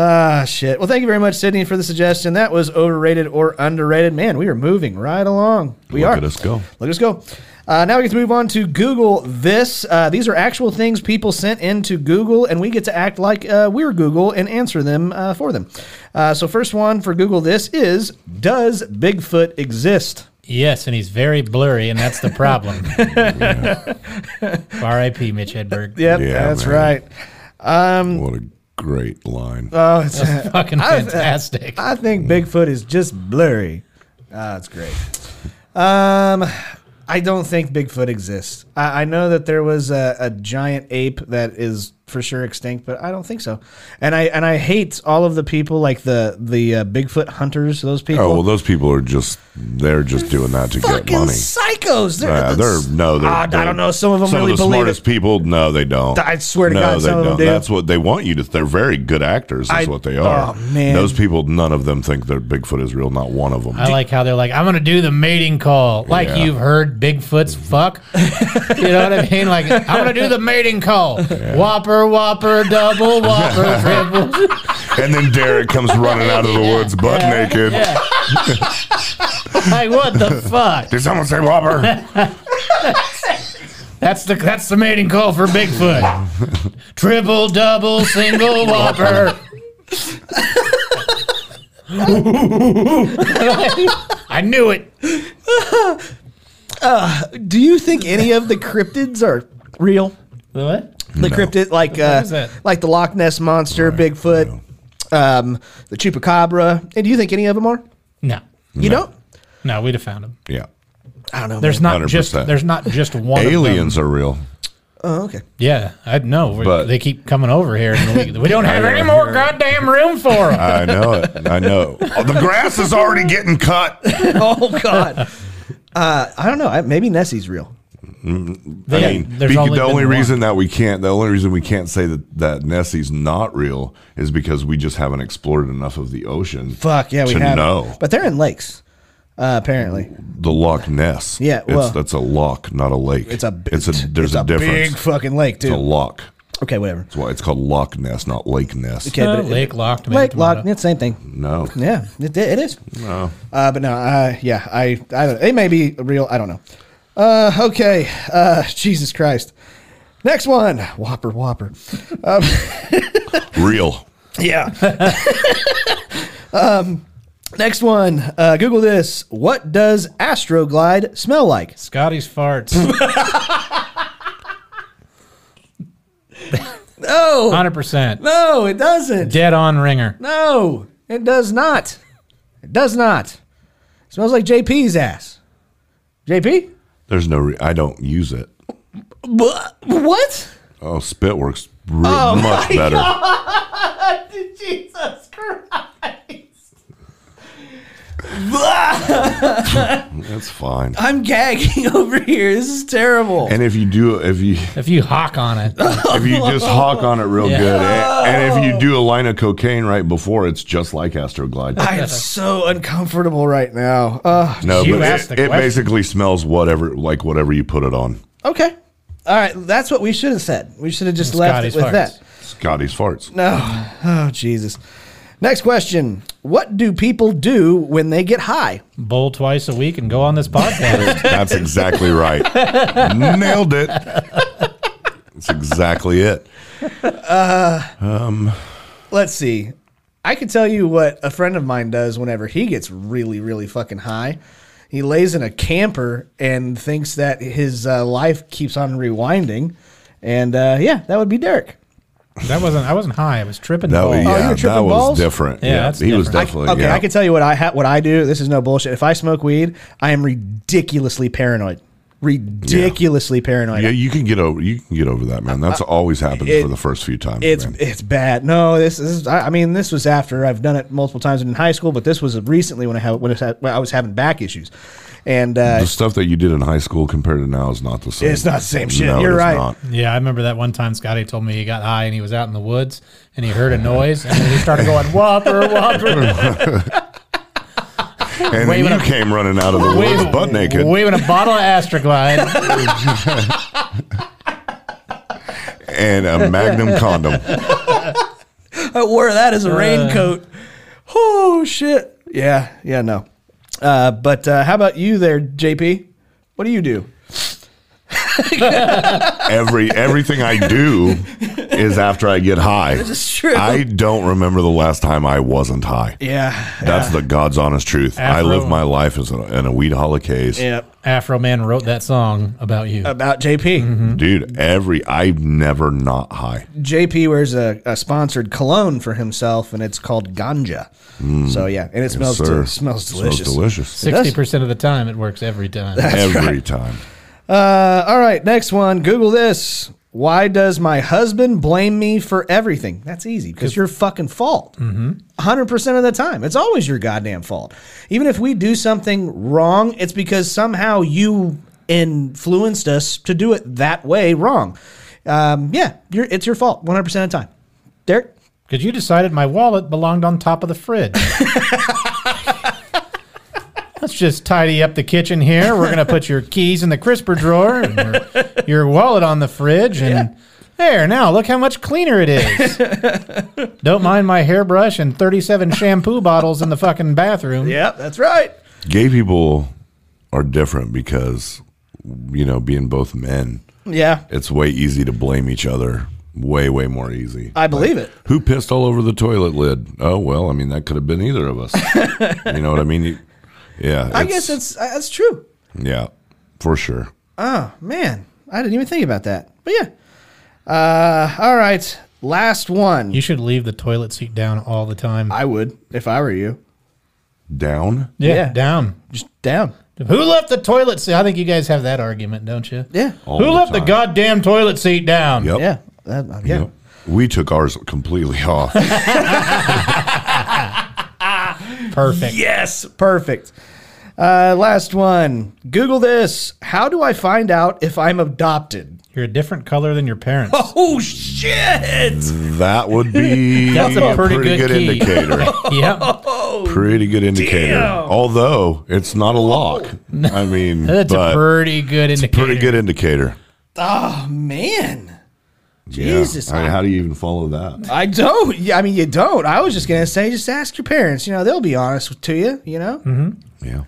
S1: Ah, shit. Well, thank you very much, Sydney, for the suggestion. That was overrated or underrated. Man, we are moving right along. We
S2: Look
S1: are.
S2: at us go.
S1: Look at us go. Uh, now we get to move on to Google this. Uh, these are actual things people sent into Google, and we get to act like uh, we're Google and answer them uh, for them. Uh, so, first one for Google this is Does Bigfoot exist?
S3: Yes, and he's very blurry, and that's the problem. R.I.P. Mitch Hedberg.
S1: Yep,
S2: Yeah,
S1: that's
S2: man.
S1: right. Um,
S2: What a great line.
S1: Oh, it's,
S3: Fucking fantastic.
S1: I think
S2: Mm.
S1: Bigfoot is just blurry. Ah, that's great. Um, I don't think Bigfoot exists. I, I know that there was a, a giant ape that is for sure extinct, but I don't think so. And I and I hate all of the people like the the uh, Bigfoot hunters. Those people.
S2: oh, well, those people are just, they're just doing that to get
S1: fucking
S2: money.
S1: psychos. They're,
S2: Yeah,
S1: the-
S2: they're, no, they're,
S1: Ah,
S2: they're-
S1: I don't know. Some of them
S2: some
S1: really
S2: of the
S1: believe
S2: smartest
S1: it.
S2: people, no, they don't.
S1: I swear to
S2: no,
S1: God,
S2: they
S1: some of them
S2: don't.
S1: do.
S2: That's what they want you to. They're very good actors. That's
S1: I-
S2: what they are.
S1: oh, man.
S2: Those people, none of them think that Bigfoot is real. Not one of them.
S3: I like how they're like, I'm gonna do the mating call. Like
S2: Yeah.
S3: you've heard Bigfoot's fuck. you know what I mean? Like I'm gonna do the mating call. Whopper, whopper, double, whopper, triple.
S2: and then Derek comes running out of the woods butt naked.
S3: like what the fuck?
S2: Did someone say whopper?
S3: That's the that's the mating call for Bigfoot. triple, double, single, whopper. I knew it.
S1: Do you think any of the cryptids are real?
S3: What?
S1: The cryptid, like uh,
S3: is that?
S1: like the Loch Ness monster, Bigfoot. um, the Chupacabra. And do you think any of them are?
S3: No,
S1: You don't?
S3: no, we'd have found him.
S2: Yeah.
S1: I don't know.
S3: There's not just
S2: 100%.
S3: there's not just one. of them.
S2: Aliens are real.
S1: oh, okay.
S3: Yeah, I know. We're-
S2: But-
S3: they keep coming over here, and we, we don't have any more goddamn room for them.
S2: I know it. I know. Oh, the grass is already getting cut.
S1: Oh God. Uh, I don't know. I, maybe Nessie's real.
S2: I
S3: Yeah,
S2: mean,
S3: there's
S2: bec-
S3: only
S2: the only
S3: been one.
S2: reason that we can't, the only reason we can't say that, that Nessie's not real is because we just haven't explored enough of the ocean.
S1: Fuck yeah, we
S2: to
S1: have.
S2: know
S1: But they're in lakes, uh, apparently.
S2: the Loch Ness.
S1: Yeah, well-
S2: it's, that's a loch, not a lake.
S1: It's a
S2: it's a there's
S1: it's
S2: a, difference.
S1: big fucking lake,
S2: it's a
S1: dude.
S2: loch.
S1: Okay, whatever.
S2: That's why it's called Loch Ness, not Lake Ness.
S1: Okay,
S3: Uh,
S1: but it-
S3: Lake Loch, tomato,
S1: Lake Loch,
S3: tomato.
S1: it's same thing.
S2: No,
S1: Yeah, it, it is. No. Uh, but no, uh, yeah, I, I don't, it may be real. I don't know. Uh, okay, uh, Jesus Christ. Next one, Whopper, Whopper.
S2: real.
S1: Yeah. um, next one, uh, Google this. What does Astroglide smell like?
S3: Scotty's farts,
S1: No,
S3: hundred percent,
S1: no, it doesn't.
S3: dead on ringer.
S1: No, it does not. It does not. smells like JP's ass. JP?
S2: There's no. Re- I don't use it.
S1: What?
S2: Oh, spit works re-
S1: Oh
S2: much better.
S1: Jesus Christ.
S2: That's fine.
S1: I'm gagging over here. This is terrible.
S2: And if you do, if you
S3: If you hawk on it,
S2: if you just hawk on it real
S3: Yeah.
S2: good, eh? and, and if you do a line of cocaine right before, it's just like Astroglide.
S1: I am so uncomfortable right now. Uh,
S2: no,
S3: You
S2: but
S3: asked
S2: it,
S3: the
S2: it
S3: question.
S2: basically smells whatever, like whatever you put it on.
S1: okay. All right. That's what we should have said. We should have just left it
S3: Scotty's
S1: with
S3: farts.
S1: that.
S2: Scotty's farts.
S1: No. Oh, Jesus. Next question. What do people do when they get high?
S3: bowl twice a week and go on this podcast.
S2: That's exactly right. Nailed it. That's exactly it.
S1: Let's see. I could tell you what a friend of mine does whenever he gets really, really fucking high. He lays in a camper and thinks that his uh, life keeps on rewinding. And uh, yeah, that would be Derek.
S3: that wasn't I wasn't high. I was tripping.
S2: That
S3: balls.
S2: was,
S1: you were
S2: yeah, that
S1: Oh, tripping
S2: was
S1: balls?
S2: different.
S3: Yeah, that's
S2: he was
S3: different.
S2: definitely.
S1: Okay,
S2: yeah.
S1: I can tell you what I ha- what I do. This is no bullshit. If I smoke weed, I am ridiculously paranoid. Ridiculously paranoid.
S2: yeah, you can get over. You can get over that, man. That's always happened
S1: Uh, it-
S2: for the first few times.
S1: It's
S2: man.
S1: it's bad. No, this is. I I mean, this was after I've done it multiple times in high school, but this was recently when I had when I was- when I was having back issues, and uh,
S2: the stuff that you did in high school compared to now is not the same.
S1: It's not the same shit.
S2: it
S1: You're
S2: is
S1: right.
S3: Yeah, I remember that one time Scotty told me he got high and he was out in the woods and he heard a noise and then he started going whopper whopper,
S2: And then
S3: Waving
S2: you
S3: a-
S2: came running out of the woods
S3: waving,
S2: butt naked.
S3: waving a bottle of Astroglide.
S2: and a Magnum condom.
S1: I wore that as a raincoat. Oh shit! Uh, Yeah, yeah, no. Uh, but uh, how about you there, JP? What do you do?
S2: Every everything I do is after I get high.
S1: is true.
S2: I don't remember the last time I wasn't high.
S1: Yeah,
S2: That's the God's honest truth. I
S3: Afro.
S2: live my life as a, in a weed case.
S1: yeah.
S3: Afro Man wrote that song about you.
S1: About JP.
S2: Mm-hmm. Dude, every I've never not high.
S1: JP wears a, a sponsored cologne for himself, and it's called Ganja. so yeah, and Mm. it smells
S2: sir.
S1: del- smells delicious. Uh,
S2: Smells delicious.
S3: Sixty percent of the time, it works every time.
S2: Every time.
S1: Uh, all right, next one. Google this. Why does my husband blame me for everything? That's easy because your fucking fault. Hundred percent of the time, it's always your goddamn fault. Even if we do something wrong, it's because somehow you influenced us to do it that way wrong. Um, yeah, you're, it's your fault. One hundred percent of the time, Derek.
S3: Because you decided my wallet belonged on top of the fridge. Let's just tidy up the kitchen here. We're going to put your keys in the crisper drawer and your, your wallet on the fridge. And there, now look how much cleaner it is. Don't mind my hairbrush and 37 shampoo bottles in the fucking bathroom.
S1: Yep, that's right.
S2: Gay people are different because you know, being both men,
S1: Yeah,
S2: it's way easy to blame each other. Way, way more easy.
S1: I believe it.
S2: Who pissed all over the toilet lid? Oh well, I mean that could have been either of us. you know what I mean? You- Yeah,
S1: I guess that's that's true.
S2: yeah for sure.
S1: Man, I didn't even think about that. But yeah. Uh, all right. Last one.
S3: You should leave the toilet seat down all the time.
S1: I would if I were you.
S2: Down?
S3: yeah,
S1: yeah.
S3: down.
S1: Just down.
S3: Who left the toilet seat? I think you guys have that argument, don't you?
S1: Yeah.
S2: All
S3: Who left the
S2: time.
S3: goddamn toilet seat down?
S2: Yep.
S1: Yeah. That, uh, yeah.
S2: Yep. We took ours completely off.
S3: Perfect.
S1: Yes. Perfect. Uh, last one. Google this. How do I find out if I'm adopted?
S3: You're a different color than your parents.
S1: Oh shit!
S2: that would be
S3: That's a pretty good key.
S2: indicator.
S3: yep.
S1: Oh,
S2: pretty good indicator. Although it's not a lock. I mean,
S3: Oh. That's
S2: but
S3: a pretty good
S2: it's a
S3: indicator.
S2: pretty good indicator.
S1: Man.
S2: Yeah.
S1: Jesus.
S2: I mean, how do you even follow that?
S1: I don't. Yeah, I mean, you don't. I was just gonna say, just ask your parents. You know, they'll be honest to you. You know.
S2: Yeah.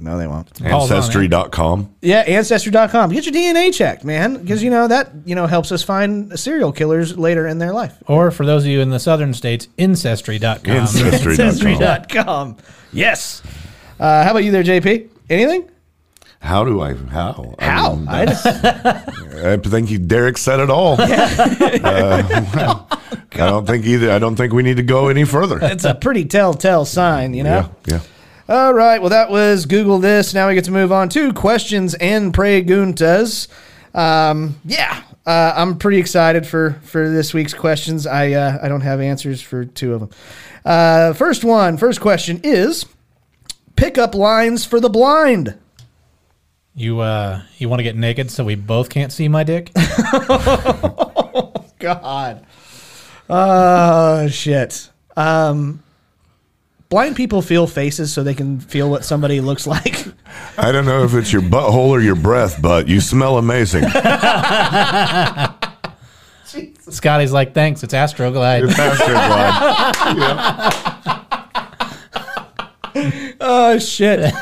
S1: No, they won't.
S3: Paul's on it.
S2: Ancestry.com.
S1: Yeah, ancestry.com. Get your DNA checked, man, because you know that you know helps us find serial killers later in their life.
S3: Or for those of you in the southern states, ancestry.com.
S2: Ancestry.com.
S1: Ancestry.com. Yes. Uh, how about you there, JP? Anything?
S2: How do I? How?
S1: How?
S2: mean,
S1: I
S2: that's- I think you, Derek said it all. Uh, well, I don't think either. I don't think we need to go any further.
S1: It's a pretty telltale sign, you know.
S2: yeah. Yeah.
S1: All right. Well, that was Google this. Now we get to move on to questions and preguntas. Um, yeah, uh, I'm pretty excited for for this week's questions. I uh, I don't have answers for two of them. Uh, first one, first question is pickup lines for the blind.
S3: You uh you want to get naked so we both can't see my dick?
S1: God. Oh shit. Um, blind people feel faces so they can feel what somebody looks like.
S2: I don't know if it's your butthole or your breath, but you smell amazing.
S3: Scotty's like, "Thanks, it's Astroglide."
S2: It's Astro Glide.
S1: Oh shit!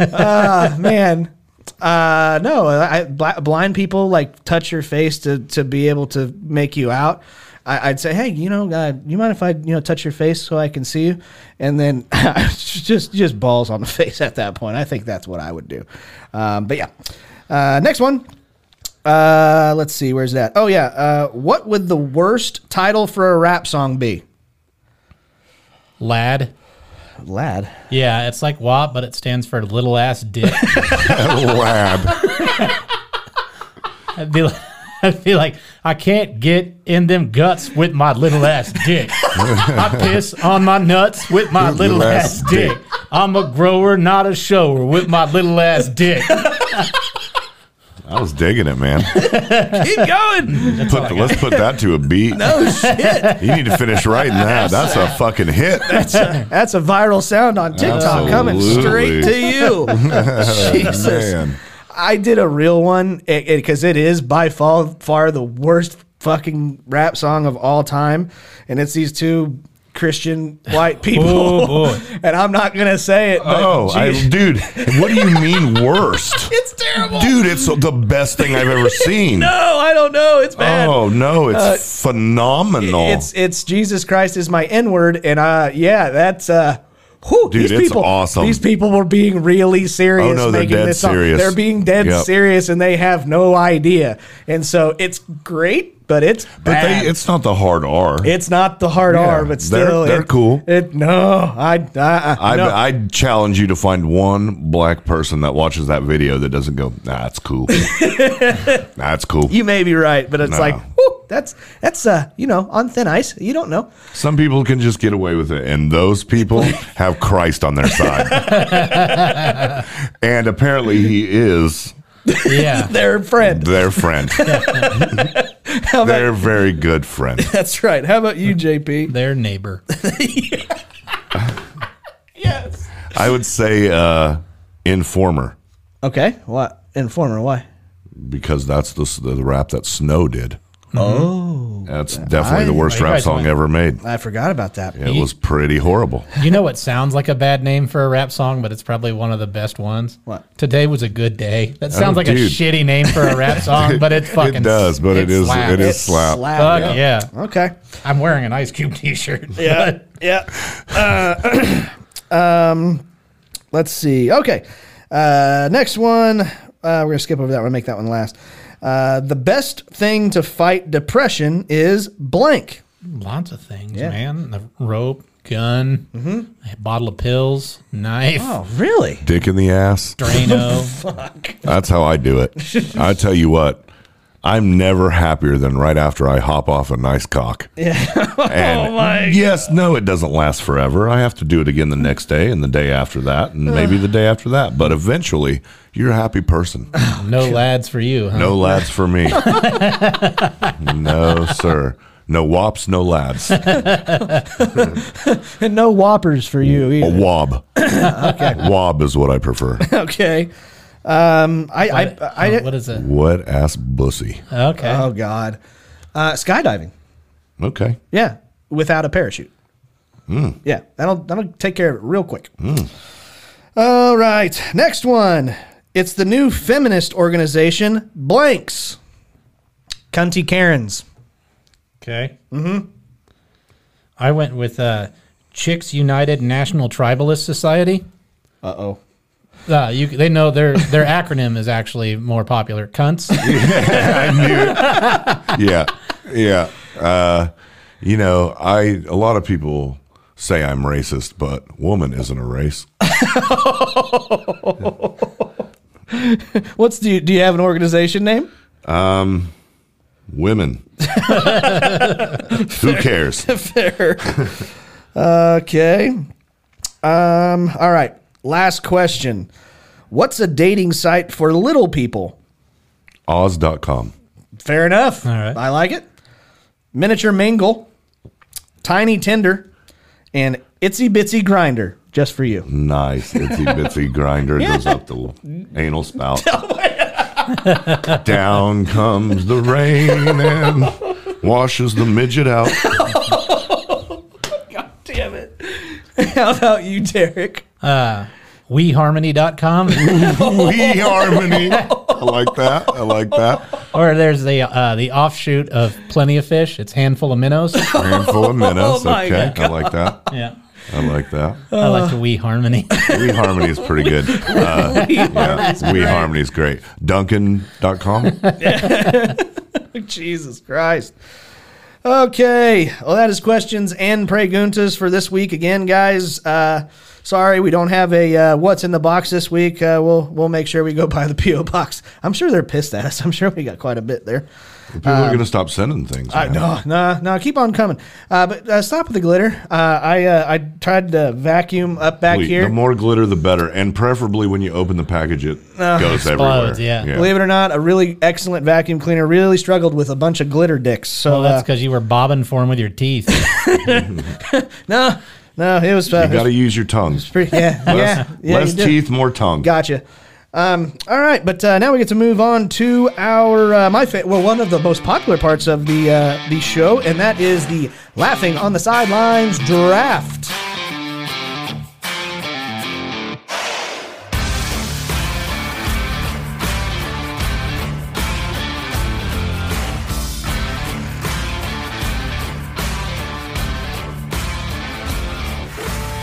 S1: Ah man. Uh, no, I, bl- blind people like touch your face to, to be able to make you out. I, I'd say, hey, you know, uh, you mind if I you know touch your face so I can see you? And then just just balls on the face at that point. I think that's what I would do. Um, but yeah, uh, next one. Uh, let's see, where's that? Oh yeah, uh, what would the worst title for a rap song be?
S3: Lad.
S1: Lad.
S3: Yeah, it's like WAP, but it stands for little ass dick.
S2: Lab.
S3: I'd be like, I'd be like, I can't get in them guts with my little ass dick. I piss on my nuts with my little, ass, dick. I'm a grower, not a shower, with my little ass dick.
S2: I was digging it, man.
S1: Keep going.
S2: Put the- let's put that to a beat. No shit. You need to finish writing that. That's a fucking hit.
S1: That's a viral sound on TikTok coming straight to you. Jesus.
S2: Man.
S1: I did a real one because it is by far, far the worst fucking rap song of all time. And it's these two Christian white people.
S3: Oh, boy.
S1: and I'm not going to say it. But
S2: Oh, I,
S1: geez,
S2: dude, what do you mean worst?
S1: it's terrible.
S2: Dude, it's the best thing I've ever seen.
S1: No, I don't know. It's bad.
S2: Oh no, it's phenomenal.
S1: It's it's Jesus Christ is my N word, and uh, yeah, that's uh, whew,
S2: Dude,
S1: these
S2: it's
S1: people,
S2: awesome.
S1: These people were being really serious.
S2: Oh, no, they're
S1: making
S2: dead
S1: this song.
S2: serious.
S1: They're being dead
S2: Yep.
S1: serious, and they have no idea. And so it's great, but it's
S2: but
S1: bad.
S2: they,
S1: it's,
S2: it's not the hard R. I
S1: not the hard R, but
S2: they're-
S1: still,
S2: they're
S1: it-
S2: cool.
S1: It no, I, I, I,
S2: I
S1: no.
S2: challenge you to find one black person that watches that video that doesn't go, nah, that's cool. that's cool.
S1: you may be right, but it's
S2: No.
S1: like whew, that's that's uh, you know on thin ice. You don't know.
S2: Some people can just get away with it, and those people have Christ on their side. and apparently, he is
S3: Yeah.
S1: Their friend.
S2: their friend. Their very good friend.
S1: That's right. How about you, JP?
S3: Their neighbor.
S2: I would say uh, informer
S1: Okay. What informer? Why?
S2: because that's the, the rap that Snow did. Oh, that's definitely the worst
S3: Right,
S2: rap
S3: right,
S2: song
S3: right.
S2: ever made.
S1: I forgot about that.
S2: It was pretty horrible.
S3: You know what sounds like a bad name for a rap song, but it's probably one of the best ones.
S1: What?
S3: Today was a good day. That sounds like a
S2: Oh, dude.
S3: shitty name for a rap song, but it fucking
S2: it does, but it is
S3: slaps.
S2: it
S1: It
S2: is slap.
S3: Fuck
S1: slapped.
S3: yeah.
S1: Okay.
S3: I'm wearing an Ice Cube T-shirt.
S1: Yeah. yeah. um, let's see. Okay. Uh, next one. Uh, we're gonna skip over that one. Make that one last. Uh, the best thing to fight depression is blank.
S3: lots of things,
S1: Yeah. Mm-hmm.
S3: man. The rope, gun, a bottle of pills, knife,
S1: Oh, really?
S2: Dick in the ass.
S3: Drano.
S2: That's how I do it. I tell you what, I'm never happier than right after I hop off a nice cock. Yeah. Oh and yes, no, it doesn't last forever. I have to do it again the next day and the day after that and maybe the day after that. But eventually, you're a happy person.
S3: no lads for you, huh?
S2: No lads for me. no, sir. No wops, no lads. A
S1: And no whoppers for you either.
S2: wob. Wob is what I prefer.
S1: Okay. Um, I, I,
S3: What- Oh,
S1: I,
S3: what is it?
S2: Wet ass bussy.
S3: Okay.
S1: oh God, uh, skydiving.
S2: Okay.
S1: Yeah, without a parachute. Yeah, that'll that'll take care of it real quick. All right, next one. It's the new feminist organization, Blanks. Cunty Karens.
S3: Okay. Mm-hmm. I went with uh, Chicks United National Tribalist Society.
S1: Uh oh.
S3: Uh, you, they know their their acronym is actually more popular. Cunts.
S2: I knew. It. Yeah, yeah. Uh, you know, I a lot of people say I'm racist, but woman isn't a race.
S1: What's do you, do you have an organization name?
S2: Women. Who cares?
S1: Fair. okay. Um. All right. Last question. What's a dating site for little people?
S2: Oz.com.
S1: Fair enough.
S3: All right.
S1: I like it. Miniature Mingle, Tiny Tinder, and Itsy Bitsy Grinder, just for you.
S2: Nice itsy bitsy grinder goes up the l- anal spout. Down comes the rain and washes the midget out.
S1: Damn it. How about you, Derek?
S3: WeHarmony.com.
S2: We harmony. I like that. I like that.
S3: or there's the uh, the offshoot of Plenty of Fish. It's handful of minnows.
S2: Handful of minutes.
S1: Oh my
S2: okay, I like that.
S3: yeah.
S2: I like that.
S3: I like the
S1: Uh.
S3: We Harmony.
S2: We Harmony is pretty good. Uh, yeah, we Harmony is great. Duncan.com.
S1: Jesus Christ. Okay. Well, that is questions and preguntas for this week again, guys. Uh, sorry, we don't have a uh, what's in the box this week. Uh, we'll we'll make sure we go by the PO box. I'm sure they're pissed at us. I'm sure we got quite a bit there.
S2: People are going to stop sending things.
S1: I
S2: man.
S1: no, no, no. Keep on coming. Uh, but uh, stop with the glitter. Uh, I uh, I tried to vacuum up back
S2: Please,
S1: here.
S2: The more glitter, the better. And preferably when you open the package, it goes everywhere.
S3: yeah.
S1: Believe it or not, a really excellent vacuum cleaner really struggled with a bunch of glitter dicks. So
S3: Well, that's
S1: uh,
S3: because you were bobbing for him with your teeth.
S1: no, no, it was. Uh,
S2: You got to use your tongue.
S1: pretty, yeah, yeah,
S2: Less,
S1: yeah.
S2: less
S1: you do.
S2: teeth, more tongue.
S1: Gotcha. Um, all right, but uh, now we get to move on to our uh, my fa- well one of the most popular parts of the uh, the show, and that is the laughing on the sidelines draft.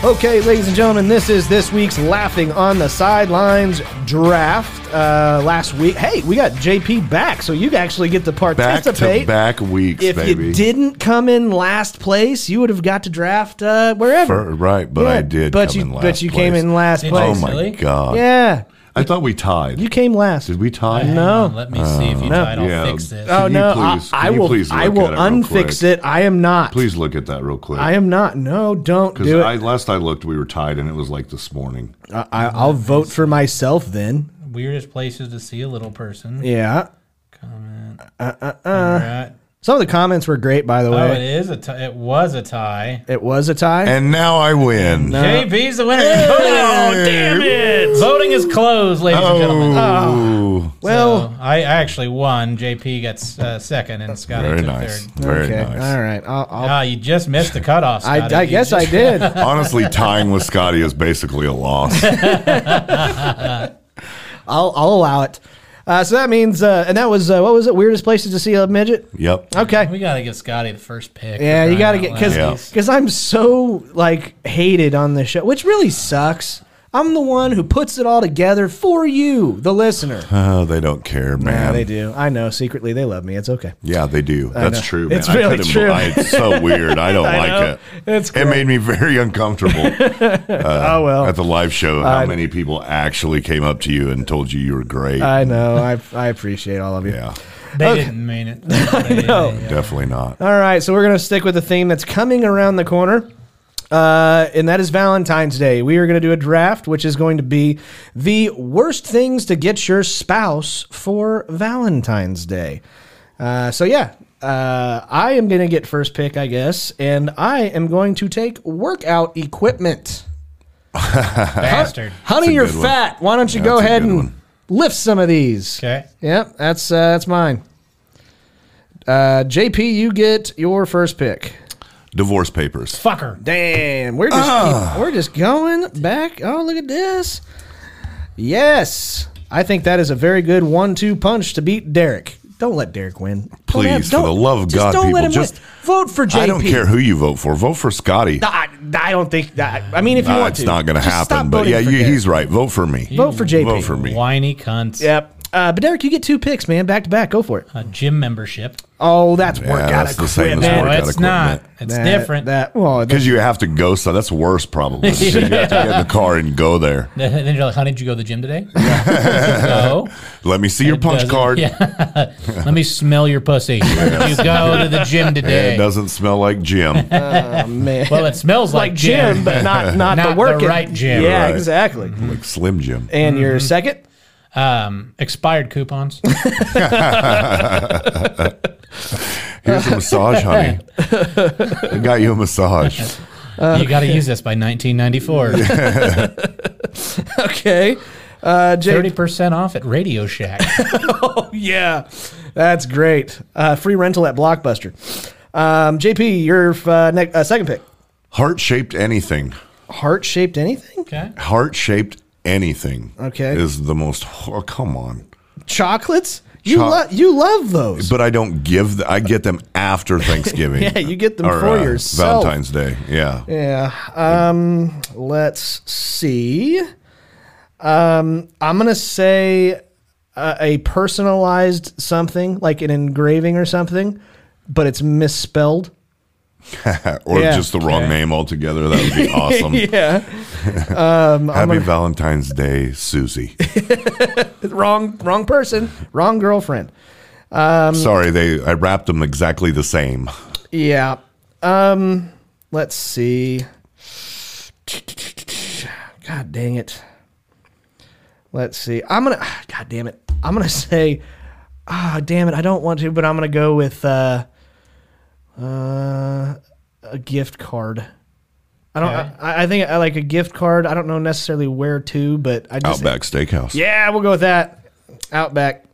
S1: Okay, ladies and gentlemen, this is this week's Laughing on the Sidelines draft. Uh, last week, hey, we got JP back, so you actually get to
S2: Back
S1: participate.
S2: to back weeks,
S1: if
S2: baby.
S1: you didn't come in last place, you would have got to draft uh, wherever.
S2: For- right, but I
S1: Yeah,
S2: did.
S1: But
S2: come
S1: you,
S2: in last
S1: but you came
S2: place.
S1: in last
S3: Did
S2: Oh
S1: place.
S3: you?
S2: my
S3: Really?
S2: god!
S1: Yeah,
S2: I thought we tied.
S1: you came last.
S2: Did we tie?
S1: No.
S3: Let me see if you tied. I'll
S2: Yeah.
S3: fix this.
S1: Oh
S2: Can you
S1: no,
S2: please-
S1: I, I
S2: can you
S1: will.
S2: please
S1: I
S2: look
S1: will
S2: at it real
S1: unfix
S2: quick?
S1: it. I am not.
S2: Please look at that real quick.
S1: I am not. No, don't
S2: Because
S1: do it.
S2: I, last I looked, we were tied, and it was like this morning.
S1: I, I, I'll vote for myself then.
S3: Weirdest places to see a little person.
S1: Yeah.
S3: Comment.
S1: Uh.
S3: All right.
S1: Some of the comments were great, by the way.
S3: Oh, it
S1: it,
S3: is a tie. It was a tie.
S1: was a tie.
S2: And now I win.
S1: Uh.
S3: JP's the winner. Oh, damn it. Voting is closed, ladies
S1: Oh.
S3: and gentlemen.
S2: Oh,
S1: well,
S3: So, I I actually won. JP gets uh, second, and Scotty
S2: very
S3: took
S2: nice.
S3: third.
S2: Very
S1: okay. All
S2: nice.
S1: right. I'll, I'll,
S3: Ah, you just missed the cutoff.
S1: I,
S3: Scotty.
S1: I
S3: You
S1: guess
S3: just-
S1: I did.
S2: Honestly, tying with Scotty is basically a loss.
S1: I'll, I'll allow it. Uh, so that means, uh, and that was uh, what was it? Weirdest places to see a midget.
S2: yep.
S1: Okay.
S3: We gotta give Scotty the first pick.
S1: Yeah,
S3: for
S1: you
S3: crying
S1: got to
S3: out
S1: get
S3: loud.
S1: because
S2: Yeah.
S1: I'm so like hated on this show, which really sucks. I'm the one who puts it all together for you, the listener.
S2: Oh, they don't care, man.
S1: Yeah, they do. I know. Secretly, they love me. It's okay.
S2: Yeah, they do. That's
S1: know.
S2: true. Man.
S1: It's
S2: I
S1: really
S2: couldn't-
S1: true.
S2: I- it's so weird. I don't
S1: I
S2: like
S1: know.
S2: it.
S1: It's
S2: it
S1: great.
S2: made me very uncomfortable.
S1: oh well.
S2: at the live show. How many people actually came up to you and told you you were great?
S1: I know. I, I appreciate all of you.
S2: yeah,
S3: They
S1: Oh.
S3: didn't mean it. They- they-
S2: definitely not.
S1: All right, so we're going to stick with the theme that's coming around the corner. Uh, and that is Valentine's Day. We are going to do a draft, which is going to be the worst things to get your spouse for Valentine's Day. Uh, so, yeah, uh, I am going to get first pick, I guess, and I am going to take workout equipment.
S3: bastard.
S1: Honey,
S2: a
S1: you're
S2: good one.
S1: fat. Why don't you go
S2: that's a
S1: ahead
S2: good
S1: and
S2: one.
S1: lift some of these?
S3: Okay.
S1: Yep, that's, uh, that's mine. Uh, JP, you get your first pick.
S2: Divorce papers.
S3: Fucker.
S1: Damn, we're just
S2: Ah.
S1: keep- we're just going back. Oh, look at this. Yes, I think that is a very good one-two punch to beat Derek. Don't let Derek win. Don't
S2: Please,
S1: have-
S2: for the love of
S1: just
S2: God,
S1: don't let
S2: people,
S1: him
S2: just-
S1: win. vote for JP.
S2: I don't care who you vote for. Vote for Scotty.
S1: I, I don't think that. I mean, if you
S2: Uh,
S1: want
S2: it's
S1: to,
S2: not going to
S1: just stop
S2: happen. But
S1: voting
S2: yeah,
S1: for
S2: you,
S1: Derek.
S2: he's right. Vote for me.
S1: vote for JP.
S2: Vote for me.
S3: Whiny cunts.
S1: Yep. Uh, but Derek, you get two picks, man, back to back. Go for it.
S3: A gym membership.
S1: Oh, that's
S2: Yeah,
S1: workout
S2: that's the same as
S1: equipment.
S3: No,
S2: workout
S3: it's not.
S2: equipment.
S3: It's
S1: That-
S3: different.
S1: That well,
S2: Because you have to go, so that's worse probably. you have to get in the car and go there.
S3: then you're like, honey, did you go to the gym today? no.
S2: Let me see your
S3: It
S2: punch
S3: doesn't-
S2: card.
S3: Yeah. Let me smell your pussy. Did you go to the gym today?
S2: It doesn't smell like Jim.
S1: man.
S3: Well, it smells like,
S1: like Jim, but not not,
S3: Not
S1: the
S3: the
S1: working
S3: right Mm-hmm. Jim.
S1: Yeah,
S2: Right.
S1: exactly.
S2: like Slim Jim.
S1: And your second,
S3: um, expired coupons.
S2: Here's a massage, honey. I got you a massage. Uh,
S3: you got to use this by 1994.
S1: okay, uh,
S3: Thirty
S1: Jay.
S3: percent off at Radio Shack.
S1: Oh, yeah, that's great. Uh, free rental at Blockbuster. Um, JP, your uh, ne- uh, second pick,
S2: Heart shaped anything.
S1: heart shaped anything,
S3: Okay.
S2: Heart shaped anything.
S1: Okay.
S2: Is the most. Oh, come on.
S1: chocolates. You
S2: Choc-
S1: love you love those.
S2: But I don't give. The, I get them after Thanksgiving. uh,
S1: Yeah, you get them for yourself.
S2: Valentine's Day. Yeah.
S1: Yeah. Um, let's see. Um, I'm gonna say uh, a personalized something, like an engraving or something, but it's misspelled.
S2: or
S1: Yeah.
S2: just the wrong name altogether. That would be awesome.
S1: Yeah.
S2: Happy Valentine's Day, Susie.
S1: wrong wrong person, wrong girlfriend.
S2: Sorry, they. I wrapped them exactly the same.
S1: Yeah. Um let's see. God dang it. Let's see. I'm going to God damn it. I'm going to say ah damn it. I don't want to, but I'm going to go with uh uh a gift card. I don't
S3: Okay.
S1: I, I think I like a gift card. I don't know necessarily where to, but I just
S2: Outback Steakhouse.
S1: yeah, we'll go with that. Outback.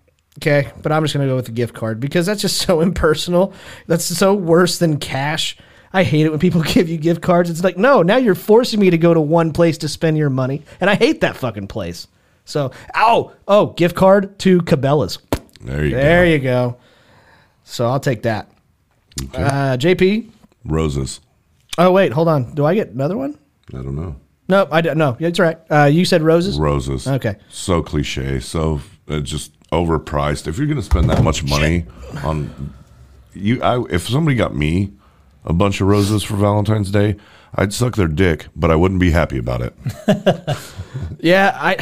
S1: Okay, but I'm just gonna go with the gift card because that's just so impersonal. That's so worse than cash. I hate it when people give you gift cards. It's like, no, now you're forcing me to go to one place to spend your money, and I hate that fucking place. So, ow, oh, gift card to Cabela's.
S2: There you
S1: There
S2: go.
S1: you go. So I'll take that. Uh, JP.
S2: Roses.
S1: Oh wait, hold on. Do I get another one?
S2: I don't know.
S1: No, I don't. No, it's all right. Uh, you said roses.
S2: Roses.
S1: Okay.
S2: So cliche. So uh, just overpriced. If you're gonna spend that much money on you, I if somebody got me a bunch of roses for Valentine's Day, I'd suck their dick, but I wouldn't be happy about it.
S1: Yeah, I,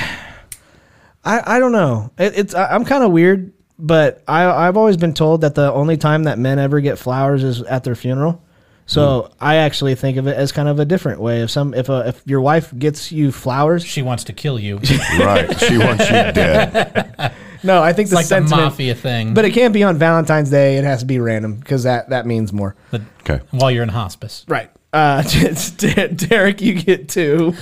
S1: I, I don't know. It, it's I, I'm kind of weird, but I I've always been told that the only time that men ever get flowers is at their funeral. So I actually think of it as kind of a different way. If some if a, if your wife gets you flowers,
S3: She wants to kill you.
S2: right? She wants you dead.
S1: no, I think
S3: It's
S1: the
S3: like the
S1: sentiment.
S3: mafia thing.
S1: but it can't be on Valentine's Day. It has to be random because that that means more.
S3: But
S2: Okay.
S3: while you're in hospice.
S1: Right. Uh, just- Derek, you get two.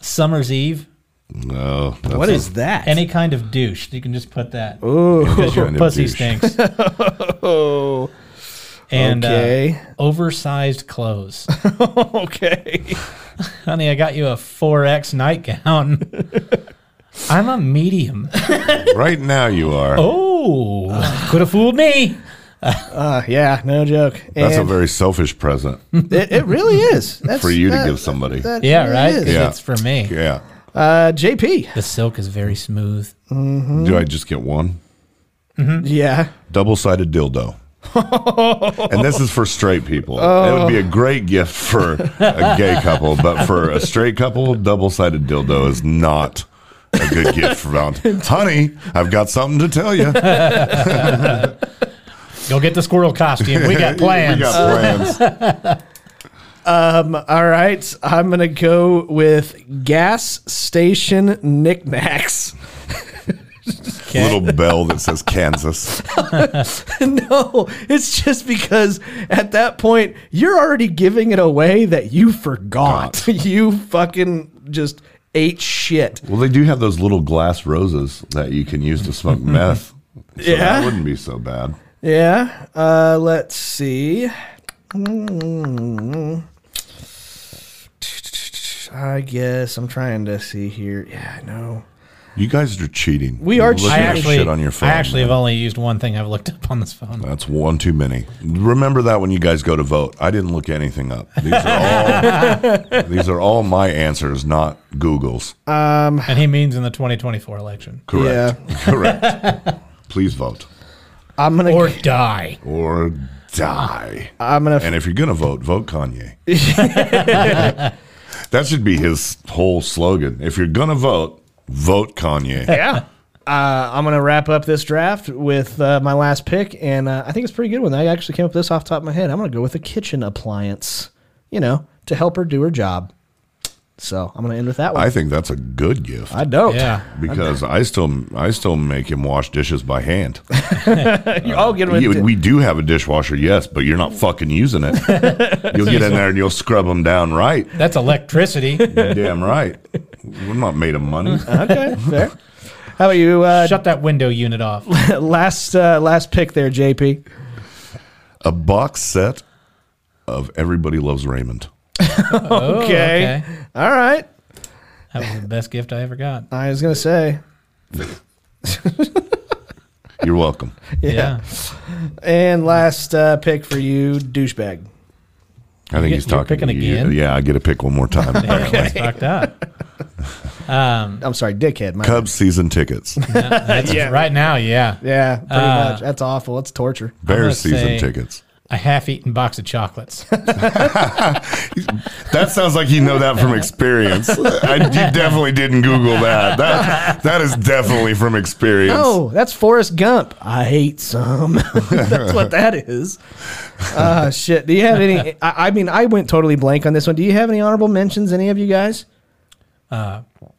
S3: Summer's Eve.
S2: No. That's
S1: What
S2: a-
S1: is that?
S3: Any kind of douche. You can just put that.
S2: that's
S3: Because your
S2: kind of
S3: pussy
S2: douche.
S3: stinks.
S1: Oh.
S3: And uh,
S1: Okay.
S3: oversized clothes.
S1: okay.
S3: Honey, I got you a 4X nightgown. I'm a medium.
S2: Right now you are.
S3: Oh, could have fooled me.
S1: Uh, yeah, no joke.
S2: That's a
S1: And
S2: very selfish present
S1: it, it really is. That's,
S2: for you to
S1: that-
S2: give somebody.
S1: that
S3: Yeah,
S1: really
S3: right.
S1: is.
S3: 'Cause
S2: Yeah.
S3: It's for me.
S2: yeah.
S1: Uh, JP.
S3: The silk is very smooth.
S1: Mm-hmm.
S2: Do I just get one?
S1: Yeah.
S2: Double sided dildo. and this is for straight people. It would be a great gift for a gay couple, but for a straight couple, double sided dildo is not a good gift for Valentine's. Honey, I've got something to tell you.
S3: Go get the squirrel costume. We got plans.
S2: we got plans.
S1: Um, All right. I'm gonna go with gas station knickknacks.
S2: Little bell that says Kansas.
S1: no, it's just because at that point you're already giving it away that you forgot. you fucking just ate shit.
S2: Well, they do have those little glass roses that you can use to smoke meth. So
S1: Yeah.
S2: That wouldn't be so bad.
S1: Yeah. Uh, let's see. I guess I'm trying to see here. Yeah, I know.
S2: You guys are cheating.
S1: We are
S2: You're looking
S3: I
S2: at
S3: actually,
S2: shit on your phone.
S3: I actually
S2: man.
S3: have only used one thing I've looked up on this phone.
S2: That's one too many. Remember that when you guys go to vote. I didn't look anything up. These are all these are all my answers, not Google's.
S3: And he means in the 2024 election.
S2: Correct. Correct. Please vote
S1: I'm gonna.
S3: Or die.
S2: or die.
S1: I'm gonna.
S2: And if you're gonna vote, vote Kanye. that should be his whole slogan. If you're gonna vote, vote Kanye.
S1: yeah. Uh, I'm gonna wrap up this draft with uh, my last pick, and uh, I think it's a pretty good one. I actually came up with this off the top of my head. I'm gonna go with a kitchen appliance, you know, to help her do her job. So I'm gonna end with that one.
S2: I think that's a good gift.
S1: I don't.
S3: Yeah.
S2: because I still I still make him wash dishes by hand.
S1: You all get
S2: You-
S1: with
S2: we do have a dishwasher, yes, but you're not fucking using it. You'll get in there and you'll scrub them down right.
S3: That's electricity.
S2: You're damn right. We're not made of money.
S1: Okay, fair. How about you? Uh,
S3: Shut that window unit off.
S1: last uh, last pick there, JP.
S2: A box set of Everybody Loves Raymond.
S3: Oh,
S1: Okay. All right.
S3: That was the best gift I ever got.
S1: I was gonna say,
S2: You're welcome.
S3: Yeah.
S1: and last uh, pick for you, douchebag.
S2: I think
S3: get-
S2: he's
S3: you're
S2: talking
S3: picking
S2: to you.
S3: again?
S2: Yeah, I get a pick one more time. apparently.
S3: That's fucked up.
S1: I'm sorry, dickhead. My
S2: Cubs season tickets.
S3: That's right now, yeah.
S1: yeah, pretty
S3: Uh,
S1: much. That's awful. It's torture.
S2: Bears
S3: gonna
S2: season
S3: say-
S2: tickets.
S3: A half eaten box of chocolates.
S2: That sounds like you know that from experience. I, you definitely didn't Google that. That that is definitely from experience.
S1: Oh, that's Forrest Gump. I hate some. that's what that is. Ah, shit. Do you have any? I, I mean, I went totally blank on this one. Do you have any honorable mentions? Any of you guys?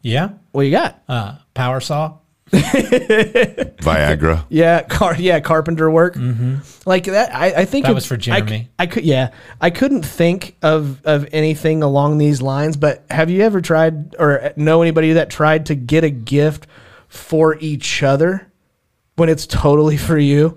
S3: Yeah.
S1: What you got?
S3: Uh, power saw.
S2: Viagra.
S1: Yeah, car. Yeah, carpenter work. Mm-hmm. Like that. I, I think
S3: That
S1: it-
S3: was for
S1: I c-
S3: Jeremy.
S1: I, could. Yeah, I couldn't think of of anything along these lines. But have you ever tried or know anybody that tried to get a gift for each other when it's totally for you?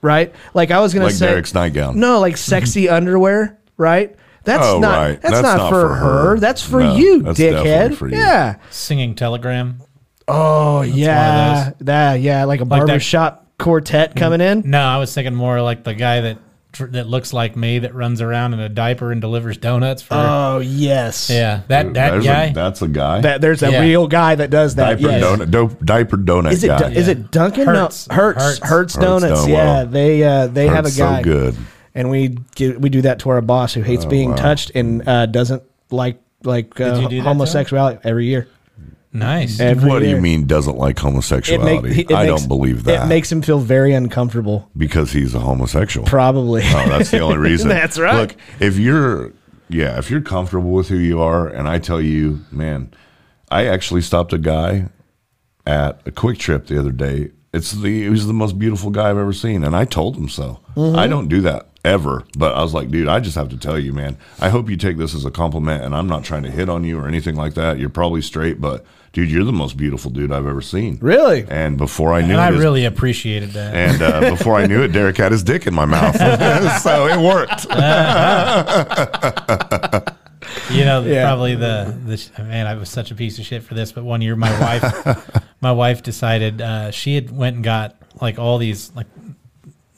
S1: Right. Like I was gonna
S2: Like
S1: say
S2: Derek's nightgown.
S1: No, like sexy underwear. Right. That's
S2: Oh,
S1: not.
S2: right.
S1: That's, not, for, her. That's for
S2: No,
S1: you,
S2: that's definitely
S1: dickhead.
S2: for you.
S1: Yeah.
S3: Singing telegram.
S1: Oh yeah.
S3: those.
S1: That Mm-hmm. yeah. Like a
S3: that-
S1: barbershop quartet coming in.
S3: No, I was thinking more like the guy that tr- that looks like me that runs around in a diaper and delivers donuts for.
S1: Oh yes.
S3: yeah, that that
S2: There's a-
S3: guy.
S2: that's a guy.
S1: That there's a
S3: Yeah.
S1: real guy that does that.
S2: diaper
S1: yes.
S2: donut. dope- diaper donut
S1: Is it
S2: guy.
S1: Du- is it Duncan?
S3: Hertz.
S1: No, Hertz. Hertz,
S3: Hertz.
S1: Donuts.
S2: Hertz, oh,
S1: yeah,
S2: wow.
S1: they uh, they have a
S2: Hurts
S1: guy.
S2: So good. Oh,
S1: And we get, we do that to our boss who hates being touched and uh, doesn't like like uh,
S3: you do that to him?
S1: homosexuality every year.
S3: nice.
S1: Every
S2: What do
S1: year.
S2: you mean doesn't
S1: It
S2: like
S1: make-
S2: homosexuality?
S1: it
S2: I
S1: makes-
S2: don't believe that
S1: It makes him feel very uncomfortable.
S2: because he's a homosexual.
S1: Probably.
S2: Oh, that's the only reason.
S1: That's right.
S2: Look, if you're, yeah, if you're comfortable with who you are, and I tell you, man, I actually stopped a guy at a quick trip the other day. It's the he was the most beautiful guy I've ever seen, and I told him so. I don't do that ever, but I was like, dude, I just have to tell you, man. I hope you take this as a compliment, and I'm not trying to hit on you or anything like that. You're probably straight, but dude, you're the most beautiful dude I've ever seen.
S1: Really?
S2: And before I knew,
S3: and
S2: it,
S3: I
S2: his
S3: really appreciated that.
S2: and uh, before I knew it, Derek had his dick in my mouth. so it worked.
S3: You know,
S1: Yeah.
S3: probably the, the sh- man. I was such a piece of shit for this, but one year my wife, my wife decided uh, she had went and got like all these like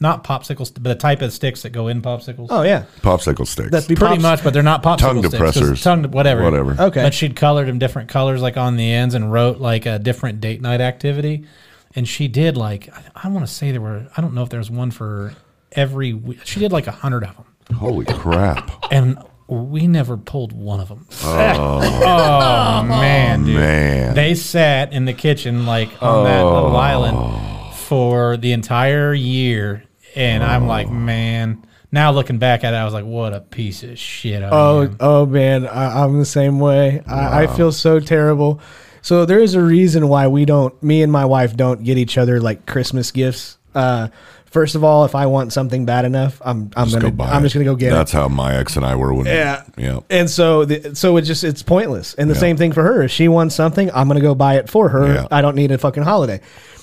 S3: not popsicles, but the type of sticks that go in popsicles.
S5: Oh yeah,
S2: Popsicle sticks.
S5: that'd be
S3: pretty
S5: pops-
S3: much, but they're not popsicle
S2: Tongue
S3: sticks, 'cause
S2: depressors.
S3: tongue whatever,
S2: Whatever.
S5: Okay.
S3: But she'd colored them different colors, like on the ends, and wrote like a different date night activity. And she did like I, I want to say there were I don't know if there was one for every week. She did like a hundred of them,
S2: Holy crap.
S3: and we never pulled one of them. oh man, dude.
S2: Man.
S3: They sat in the kitchen like on that
S2: Oh.
S3: little island for the entire year, and I'm
S2: Oh.
S3: like, man. Now looking back at it, I was like, what a piece of shit. I
S1: Oh,
S3: am.
S1: oh man, I, I'm the same way. I, I feel so terrible. So there is a reason why we don't. Me and my wife don't get each other like Christmas gifts. Uh, first of all, if I want something bad enough, I'm I'm
S2: Just
S1: gonna
S2: go buy
S1: I'm
S2: it.
S1: just gonna go get
S2: That's
S1: it.
S2: how my ex and I were when.
S1: Yeah.
S2: Yeah.
S1: And so the, so it just it's pointless. And the
S2: Yeah.
S1: same thing for her. If she wants something, I'm gonna go buy it for her.
S2: Yeah.
S1: I don't need a fucking holiday.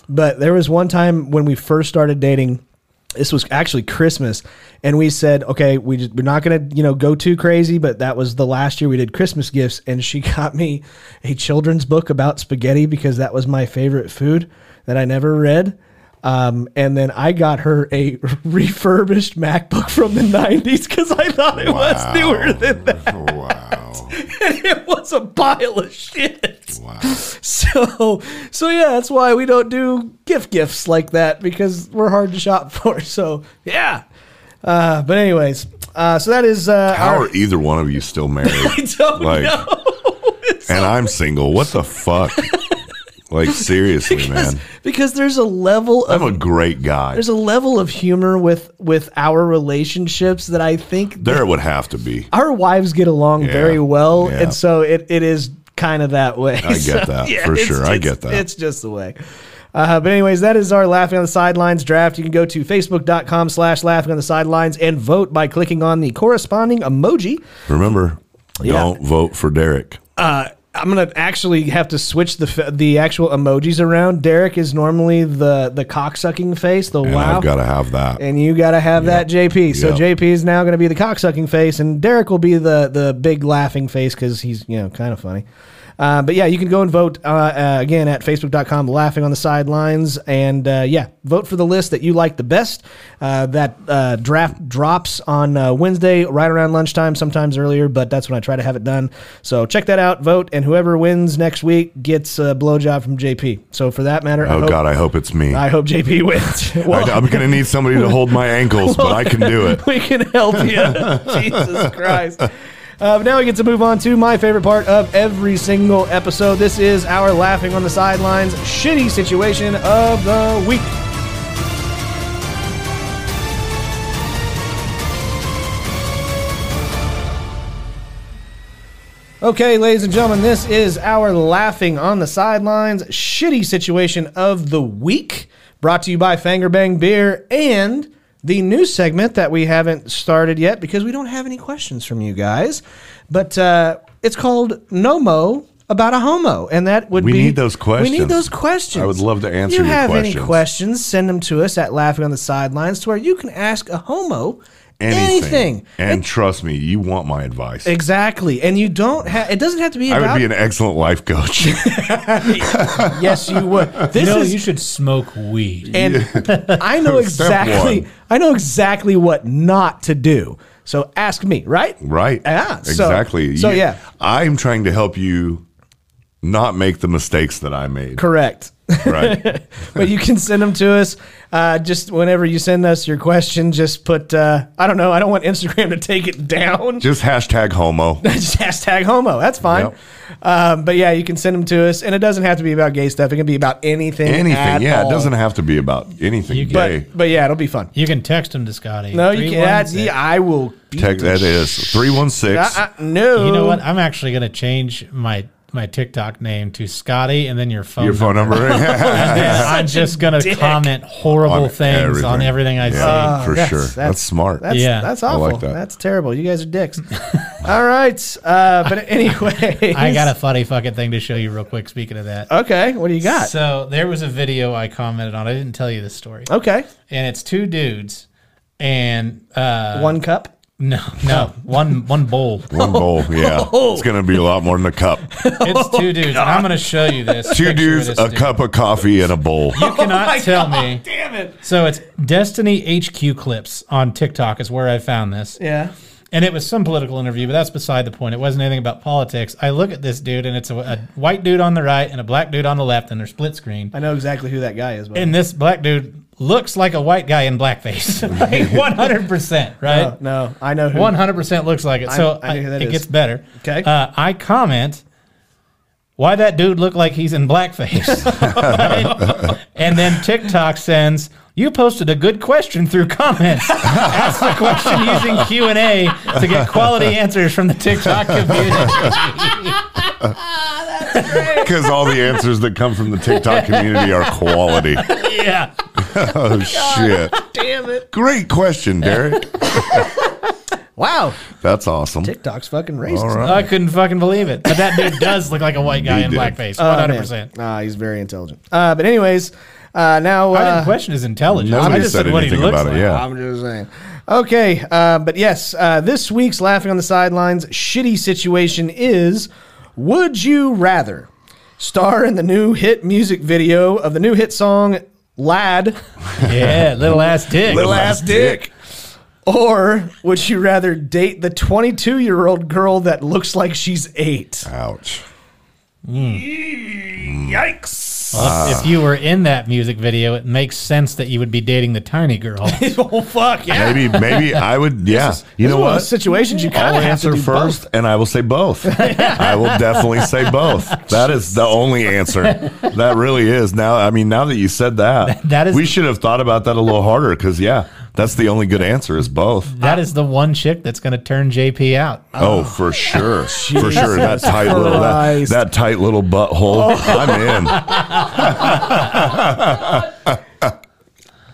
S1: But there was one time when we first started dating. This was actually Christmas, and we said, okay, we just, we're not gonna you know go too crazy, but that was the last year we did Christmas gifts, and she got me a children's book about spaghetti because that was my favorite food that I never read. Um, and then I got her a refurbished MacBook from the 90s because I thought it was newer than that.
S2: Wow.
S1: And it was a pile of shit.
S2: Wow.
S1: So, so yeah, that's why we don't do gift gifts like that because we're hard to shop for. So, yeah. Uh, but anyways, uh, so that is uh,
S2: How
S1: our.
S2: are either one of you still married?
S1: Don't
S2: like-
S1: know. It's
S2: and I'm single. What the fuck? like seriously,
S1: because,
S2: man.
S1: because there's a level of
S2: I'm a great guy.
S1: there's a level of humor with with our relationships that I think
S2: there it would have to be.
S1: our wives get along
S2: Yeah.
S1: very well,
S2: Yeah.
S1: and so it, it is kind of that way. I
S2: get that, for sure. I get that.
S1: It's just the way. Uh, but anyways, that is our laughing on the sidelines draft. You can go to facebook.com slash laughing on the sidelines and vote by clicking on the corresponding emoji.
S2: Remember, don't vote for Derek.
S1: Uh, I'm gonna actually have to switch the f- the actual emojis around. Derek is normally the the cocksucking face, the
S2: And
S1: wow,
S2: I've got to have that.
S1: and you gotta have that JP. So
S2: Yep.
S1: JP is now gonna be the cocksucking face, and Derek will be the the big laughing face because he's you know kind of funny. Uh, but yeah, you can go and vote uh, uh, again at facebook.com laughing on the sidelines. And uh, yeah, vote for the list that you like the best. Uh, that uh, draft drops on uh, Wednesday, right around lunchtime, sometimes earlier, but that's when I try to have it done. So check that out, vote, and whoever wins next week gets a blowjob from JP. So for that matter, I
S2: oh
S1: hope,
S2: God, I hope it's me.
S1: I
S2: I,
S1: hope JP wins. Well-
S2: am gonna need somebody to hold my ankles, but I can do it.
S1: we can help you. Jesus Christ. Uh, but now we get to move on to my favorite part of every single episode. This is our laughing on the sidelines shitty situation of the week. Okay, ladies and gentlemen, this is our laughing on the sidelines shitty situation of the week, brought to you by Fangerbang Beer and the new segment that we haven't started yet because we don't have any questions from you guys. But uh, it's called Nomo about a homo, and that would
S2: We
S1: be
S2: need those
S1: We
S2: questions.
S1: need those questions.
S2: I would love to answer
S1: You
S2: your
S1: have any
S2: questions.
S1: questions? Send them to us at Laughing on the Sidelines, to where you can ask a homo
S2: Anything.
S1: anything.
S2: And, trust me, you want my advice.
S1: Exactly, and you don't have. It doesn't have to be
S2: I
S1: about.
S2: would be an excellent life coach.
S1: yes, you would. This
S3: no,
S1: is
S3: you should smoke weed.
S1: and I know
S2: Step
S1: exactly.
S2: one.
S1: I know exactly what not to do. So ask me, right?
S2: right?
S1: Yeah. so-
S2: Exactly.
S1: So
S2: You-
S1: yeah,
S2: I'm trying to help you not make the mistakes that I made.
S1: correct.
S2: Right.
S1: but you can send them to us. Uh, just whenever you send us your question, just put. Uh, I don't know. I don't want Instagram to take it down.
S2: Just hashtag homo.
S1: just hashtag homo. That's fine.
S2: Yep.
S1: Um, but yeah, you can send them to us, and it doesn't have to be about gay stuff. It can be about anything.
S2: Anything.
S1: at
S2: yeah,
S1: all.
S2: it doesn't have to be about anything
S3: You can-
S2: gay.
S1: But but yeah, it'll be fun.
S3: You can text him to Scotty.
S1: No, you can't. that's-
S3: 316.
S1: yeah, I will. beat
S2: Tech,
S1: the
S2: that
S1: sh-
S2: is 316.
S1: Uh, uh, no.
S3: You know what? I'm actually gonna change my my TikTok name to Scotty and then your phone.
S2: your phone number.
S3: And then I'm just gonna comment horrible
S2: On
S3: things on everything
S2: everything.
S3: I
S2: Yeah.
S3: say.
S2: for
S1: that's-
S2: sure.
S1: that's-
S2: That's, smart.
S1: That's,
S3: Yeah.
S1: that's
S2: I
S1: awful.
S2: like that.
S1: That's terrible. You guys are dicks. All right. Uh, but anyway,
S3: I got a funny fucking thing to show you real quick. Speaking of that,
S1: Okay, what do you got?
S3: so there was a video I commented on. I
S1: Oh.
S3: didn't tell you this story,
S1: okay,
S3: and it's two dudes, and uh,
S1: one cup.
S3: No, no, one one bowl.
S2: One bowl, yeah.
S1: Oh.
S2: It's going to be a lot more than a cup.
S3: It's two dudes. and I'm going to show you this. picture
S2: Two
S3: of
S2: dudes,
S3: this
S2: a
S3: dude.
S2: cup of coffee, and a bowl.
S3: You
S1: Oh
S3: cannot tell me. Damn it. So it's Destiny HQ clips on TikTok is where I found this.
S1: Yeah.
S3: And it was some political interview, but that's beside the point. It wasn't anything about politics. I look at this dude, and it's a, a white dude on the right and a black dude on the left, and they're split screen.
S1: I know exactly who that guy is, but
S3: And this black dude looks like a white guy in blackface, like 100%, right?
S1: no, I know who.
S3: One hundred percent looks like it. So
S1: I know who that
S3: it
S1: is.
S3: gets better.
S1: Okay.
S3: Uh, I comment, why that dude look like he's in blackface? Right? And then TikTok sends, you posted a good question through comments. Ask the question using Q and A to get quality answers from the TikTok community.
S2: Because all the answers that come from the TikTok community are quality.
S3: yeah.
S2: Oh, shit. Damn it. Great question, Derek.
S1: wow,
S2: That's awesome.
S1: TikTok's fucking racist.
S2: All right.
S3: I couldn't fucking believe it. But that dude does look like a white guy
S2: He
S3: in
S2: did.
S3: blackface.
S1: Oh,
S3: One hundred
S1: man.
S3: percent.
S1: Ah, he's very intelligent. Uh, but anyways, uh, now
S3: I didn't
S1: uh,
S3: question his intelligence. I
S2: Nobody
S3: just
S2: said
S3: said what he
S2: anything
S3: looks
S2: about
S3: like.
S2: it. Yeah.
S1: I'm just saying. Okay, uh, but yes, uh, this week's laughing on the sidelines shitty situation is: Would you rather star in the new hit music video of the new hit song "Lad,"
S3: Yeah, little ass dick.
S2: Little ass dick.
S1: or would you rather date the 22-year-old girl that looks like she's eight?
S2: Ouch. Uh,
S3: Well,
S2: Ah.
S3: if you were in that music video, it makes sense that you would be dating the tiny girl.
S1: oh fuck yeah!
S2: Maybe, maybe I would. Yeah. you know
S1: One of
S2: what?
S1: those situations you kind
S2: I'll
S1: of have to
S2: answer
S1: do both.
S2: first, and I will say both. I will definitely say both. That is the only answer. That really is. Now, I mean, now that you said that,
S3: That is-
S2: we should have thought about that a little harder because, yeah, that's the only good answer is both.
S3: that is the one chick that's going to turn JP out.
S2: Oh, for sure, for sure. That tight little that,
S1: Christ. Oh.
S2: that tight little butthole. I'm in.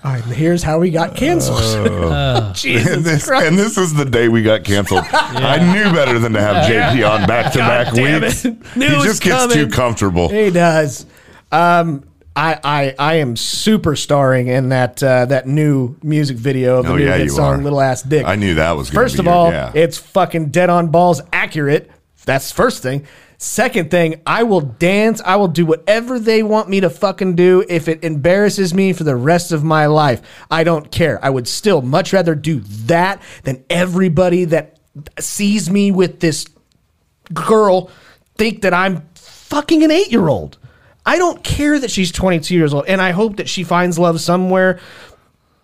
S6: All right, here's how we got canceled.
S2: Uh, and, this, and this is the day we got canceled. I knew better than to have JP on back to back weeks. He
S1: it was
S2: just gets too
S1: coming.
S2: comfortable.
S1: He does. Um, I, I I am super starring in that uh, that new music video of the
S2: Oh,
S1: new
S2: yeah,
S1: hit
S2: you
S1: song
S2: are.
S1: "Little Ass Dick."
S2: I knew that was. gonna
S1: First
S2: be
S1: of
S2: your-
S1: all,
S2: yeah.
S1: it's fucking dead on balls accurate. That's first thing. Second thing, I will dance. I will do whatever they want me to fucking do if it embarrasses me for the rest of my life. I don't care. I would still much rather do that than everybody that sees me with this girl think that I'm fucking an eight year old. I don't care that she's 22 years old, and I hope that she finds love somewhere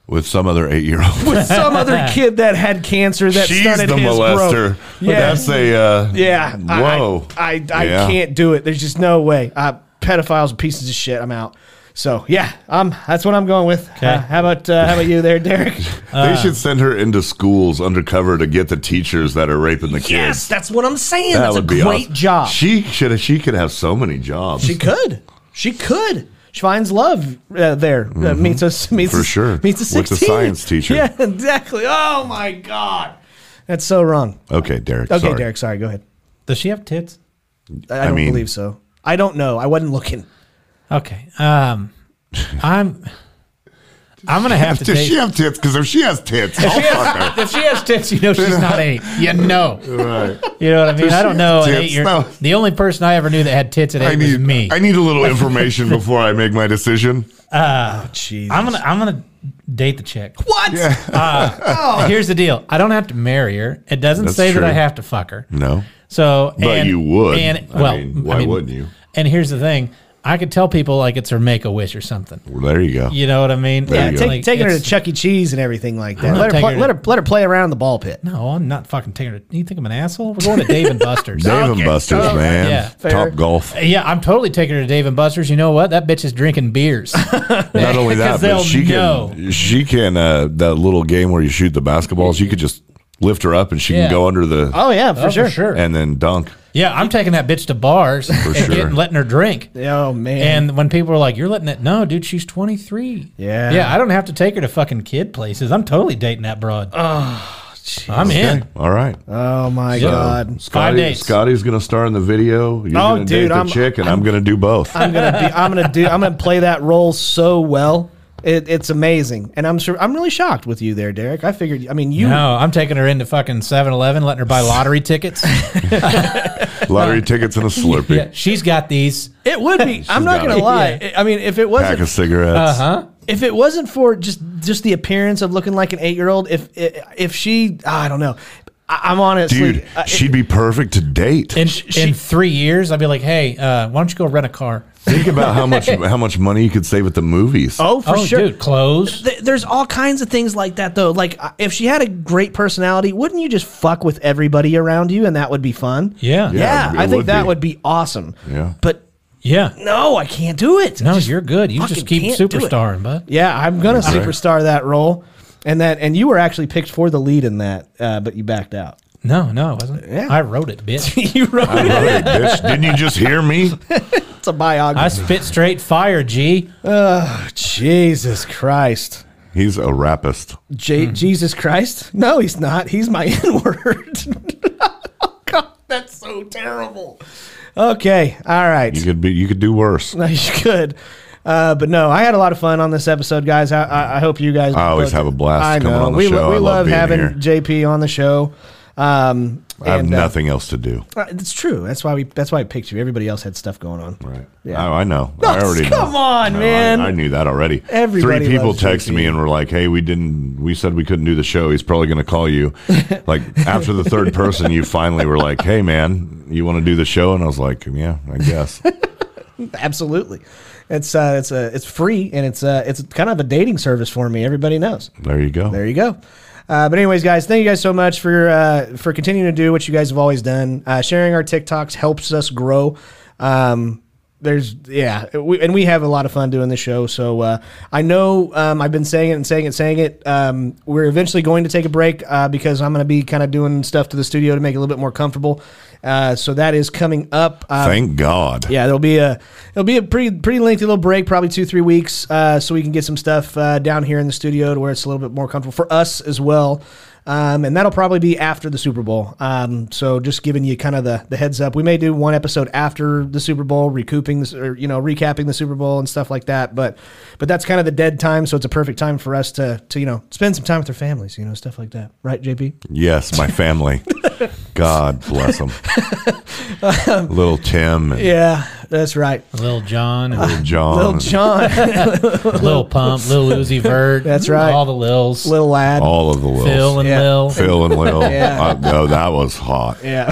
S2: with some other eight year old.
S1: with some other kid that had cancer that
S2: She's
S1: stunted
S2: the
S1: his growth.
S2: molester.
S1: Yeah.
S2: That's a uh,
S1: Yeah. I-
S2: Whoa.
S1: I, I, I
S2: Yeah.
S1: can't do it. There's just no way. Uh, pedophiles are pieces of shit. I'm out. So yeah, um, that's what I'm going with. Uh, how about uh, how about you there, Derek? Uh.
S2: they should send her into schools undercover to get the teachers that are raping the kids.
S1: yes, that's what I'm saying.
S2: that
S1: that's
S2: would
S1: a
S2: be
S1: great
S2: awesome.
S1: job.
S2: She should. She could have so many jobs.
S1: She could. She could. She finds love uh, there. Uh, meets us. Meets
S2: Mm-hmm. For
S1: us-
S2: sure.
S1: Meets a
S2: With the
S1: 16.
S2: science teacher.
S1: Yeah, exactly. Oh my god, that's so wrong.
S2: okay, Derek.
S1: Okay,
S2: sorry.
S1: Derek. Sorry. Go ahead.
S3: Does she have tits?
S1: I, I don't
S2: mean-
S1: believe so. I don't know. I wasn't looking.
S3: Okay. Um, I'm. I'm gonna have to
S2: Does
S3: date.
S2: she have tits? Because if she has tits, I'll fuck her.
S3: if she has tits, you know she's not eight. You know.
S2: Right.
S3: You know what I mean? I don't know. An
S2: tits?
S3: eight year,
S2: No.
S3: The only person I ever knew that had tits at eight
S2: I
S3: was
S2: need
S3: me.
S2: I need a little information before I make my decision.
S1: Jeez.
S3: I'm gonna I'm gonna date the chick.
S1: What?
S3: Here's the deal. I don't have to marry her. It doesn't
S2: That's
S3: say
S2: true.
S3: that I have to fuck her.
S2: No.
S3: So,
S2: But
S3: and-
S2: you would.
S3: And
S2: I
S3: well,
S2: mean, why wouldn't you?
S3: And here's the thing: I could tell people like it's her make a wish or something.
S2: Well, there you go.
S3: You know what I mean?
S2: There
S3: Yeah,
S2: you go.
S1: Take,
S3: like,
S1: taking her to
S3: it's-
S1: Chuck E. Cheese and everything like that.
S3: not
S1: Let her,
S3: taking
S1: play,
S3: her
S1: let
S3: to-
S1: her let her play around the ball pit.
S3: No, I'm not fucking taking her. To, you think I'm an asshole? We're going to Dave and Buster's.
S2: Dave and Buster's, man.
S3: Yeah,
S1: fair.
S2: Top golf.
S3: Yeah, I'm totally taking her to Dave and Buster's. You know what? That bitch is drinking beers.
S2: Not only
S3: Because
S2: that, but
S3: they'll
S2: she can
S3: know.
S2: she can uh, that little game where you shoot the basketballs. You could just lift her up and she
S3: Yeah.
S2: can go under the
S1: Oh yeah, for
S3: Oh,
S1: sure.
S2: and then dunk.
S3: Yeah, I'm taking that bitch to bars and
S2: sure.
S3: getting, letting her drink.
S1: Oh man.
S3: And when people are like, "You're letting it," no, dude, she's 23.
S1: Yeah.
S3: yeah, I don't have to take her to fucking kid places. I'm totally dating that broad. Oh, I'm in.
S2: All right.
S1: oh my
S3: Yeah.
S1: god.
S2: Scotty,
S3: dates.
S2: Scotty's gonna star in the video. You're
S1: Oh,
S2: gonna
S1: dude,
S2: date the
S1: I'm-
S2: chick, and I'm, gonna do both.
S1: I'm gonna be, I'm gonna do I'm gonna play that role so well. It, it's amazing, and I'm sure I'm really shocked with you there, Derek. I figured. I mean, you.
S3: No, I'm taking her into fucking 7-Eleven, letting her buy lottery tickets.
S2: Lottery tickets and a Slurpee.
S3: yeah, she's got these.
S1: It would be. I'm not
S2: got
S1: gonna
S2: it.
S1: lie. I mean, if it
S2: Pack
S1: wasn't
S2: of cigarettes.
S1: if it wasn't for just just the appearance of looking like an eight year old, if if she, I don't know. I, I'm honestly,
S2: Dude,
S1: I-
S2: she'd be perfect to date.
S3: In, in three years, I'd be like, hey, uh, why don't you go rent a car?
S2: Think about how much how much money you could save at the movies.
S1: oh for
S3: oh,
S1: sure.
S3: dude, clothes.
S1: Th- There's all kinds of things like that though. Like I- if she had a great personality, wouldn't you just fuck with everybody around you, and that would be fun?
S3: Yeah.
S1: yeah.
S3: Yeah,
S2: it
S1: I think
S2: would
S1: that
S2: be.
S1: would be awesome.
S2: Yeah.
S1: but
S3: Yeah.
S1: no, I can't do it.
S3: No,
S1: Just-
S3: you're good. You just
S1: fucking can't
S3: keep
S1: do it.
S3: superstarring, bud.
S1: Yeah, I'm gonna
S2: Right.
S1: superstar that role, and that and you were actually picked for the lead in that, uh, but you backed out.
S3: No, no, it wasn't. I wrote it, bitch.
S1: you wrote
S2: I love it, bitch. Didn't you just hear me?
S1: it's a biography.
S3: I spit straight fire, G.
S1: Jesus Christ.
S2: He's a rapist.
S1: J- Jesus Christ? No, he's not. He's my N word. God, that's so terrible. Okay. All right.
S2: You could be. You could do worse.
S1: No, you could. Uh, but no, I had a lot of fun on this episode, guys. I, I, I hope you guys.
S2: I always have a blast
S1: I
S2: coming
S1: know.
S2: on the
S1: we,
S2: show.
S1: We
S2: I love
S1: love,
S2: being
S1: having
S2: here.
S1: JP on the show. Um,
S2: I have
S1: and, uh,
S2: nothing else to do.
S1: uh, it's true. That's why we. That's why I picked you. Everybody else had stuff going on.
S2: Right.
S1: Yeah.
S2: Oh, I know. I already.
S1: come
S2: know.
S1: on,
S2: No, I-
S1: man.
S2: I, knew that already.
S1: Everybody
S2: Three people
S1: loves
S2: texted
S1: JP.
S2: me and were like, "Hey, we didn't. We said we couldn't do the show. He's probably going to call you." like after the third person, you finally were like, "Hey, man, you want to do the show?" And I was like, "Yeah, I guess."
S1: Absolutely. It's uh, it's uh, it's free and it's uh, it's kind of a dating service for me. Everybody knows.
S2: there you go.
S1: There you go. Uh, but anyways, guys, thank you guys so much for uh, for continuing to do what you guys have always done. Uh, sharing our TikToks helps us grow. Um, there's yeah, we, and we have a lot of fun doing this show. So uh, I know um, I've been saying it and saying it, saying it. Um, we're eventually going to take a break uh, because I'm going to be kind of doing stuff to the studio to make it a little bit more comfortable. Uh, so that is coming up. Uh,
S2: Thank God.
S1: yeah, there'll be a it'll be a pretty pretty lengthy little break, probably two three weeks, uh, so we can get some stuff uh, down here in the studio to where it's a little bit more comfortable for us as well. Um, and that'll probably be after the Super Bowl. Um, so just giving you kind of the, the heads up, we may do one episode after the Super Bowl, recouping this, or you know recapping the Super Bowl and stuff like that. But but that's kind of the dead time, so it's a perfect time for us to to you know spend some time with their families, you know stuff like that, right, JP?
S2: Yes, my family. God bless them. Little Tim and
S1: Yeah, that's right.
S3: Lil John, and
S2: John.
S1: Little
S2: and
S1: John,
S3: Lil Pump, Lil Uzi Vert.
S1: That's right.
S3: All the Lils.
S1: little lad.
S2: all of the Lils.
S3: Phil and
S1: Yeah.
S3: Lil.
S2: Phil and Lil. I, no, that was hot.
S1: Yeah.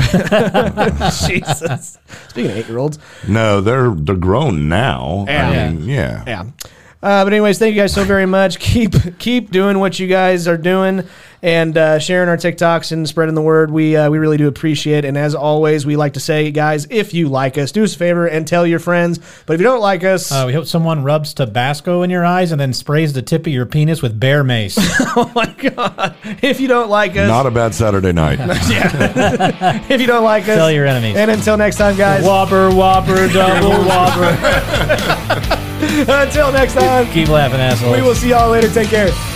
S1: Jesus. Speaking of eight year olds.
S2: No, they're they're grown now.
S1: Yeah.
S2: I mean, yeah.
S1: Yeah. Uh, but anyways, thank you guys so very much. Keep keep doing what you guys are doing and uh, sharing our TikToks and spreading the word. We uh, we really do appreciate. it. And as always, we like to say, guys, if you like us, do us a favor and tell your friends. But if you don't like us,
S3: Uh, we hope someone rubs Tabasco in your eyes and then sprays the tip of your penis with bear mace.
S1: oh my god, if you don't like us,
S2: Not a bad Saturday night.
S1: if you don't like us,
S3: Tell your enemies.
S1: And until next time, guys.
S3: whopper, whopper, double whopper.
S1: until next time,
S3: Keep laughing, assholes.
S1: we will see y'all later. Take care.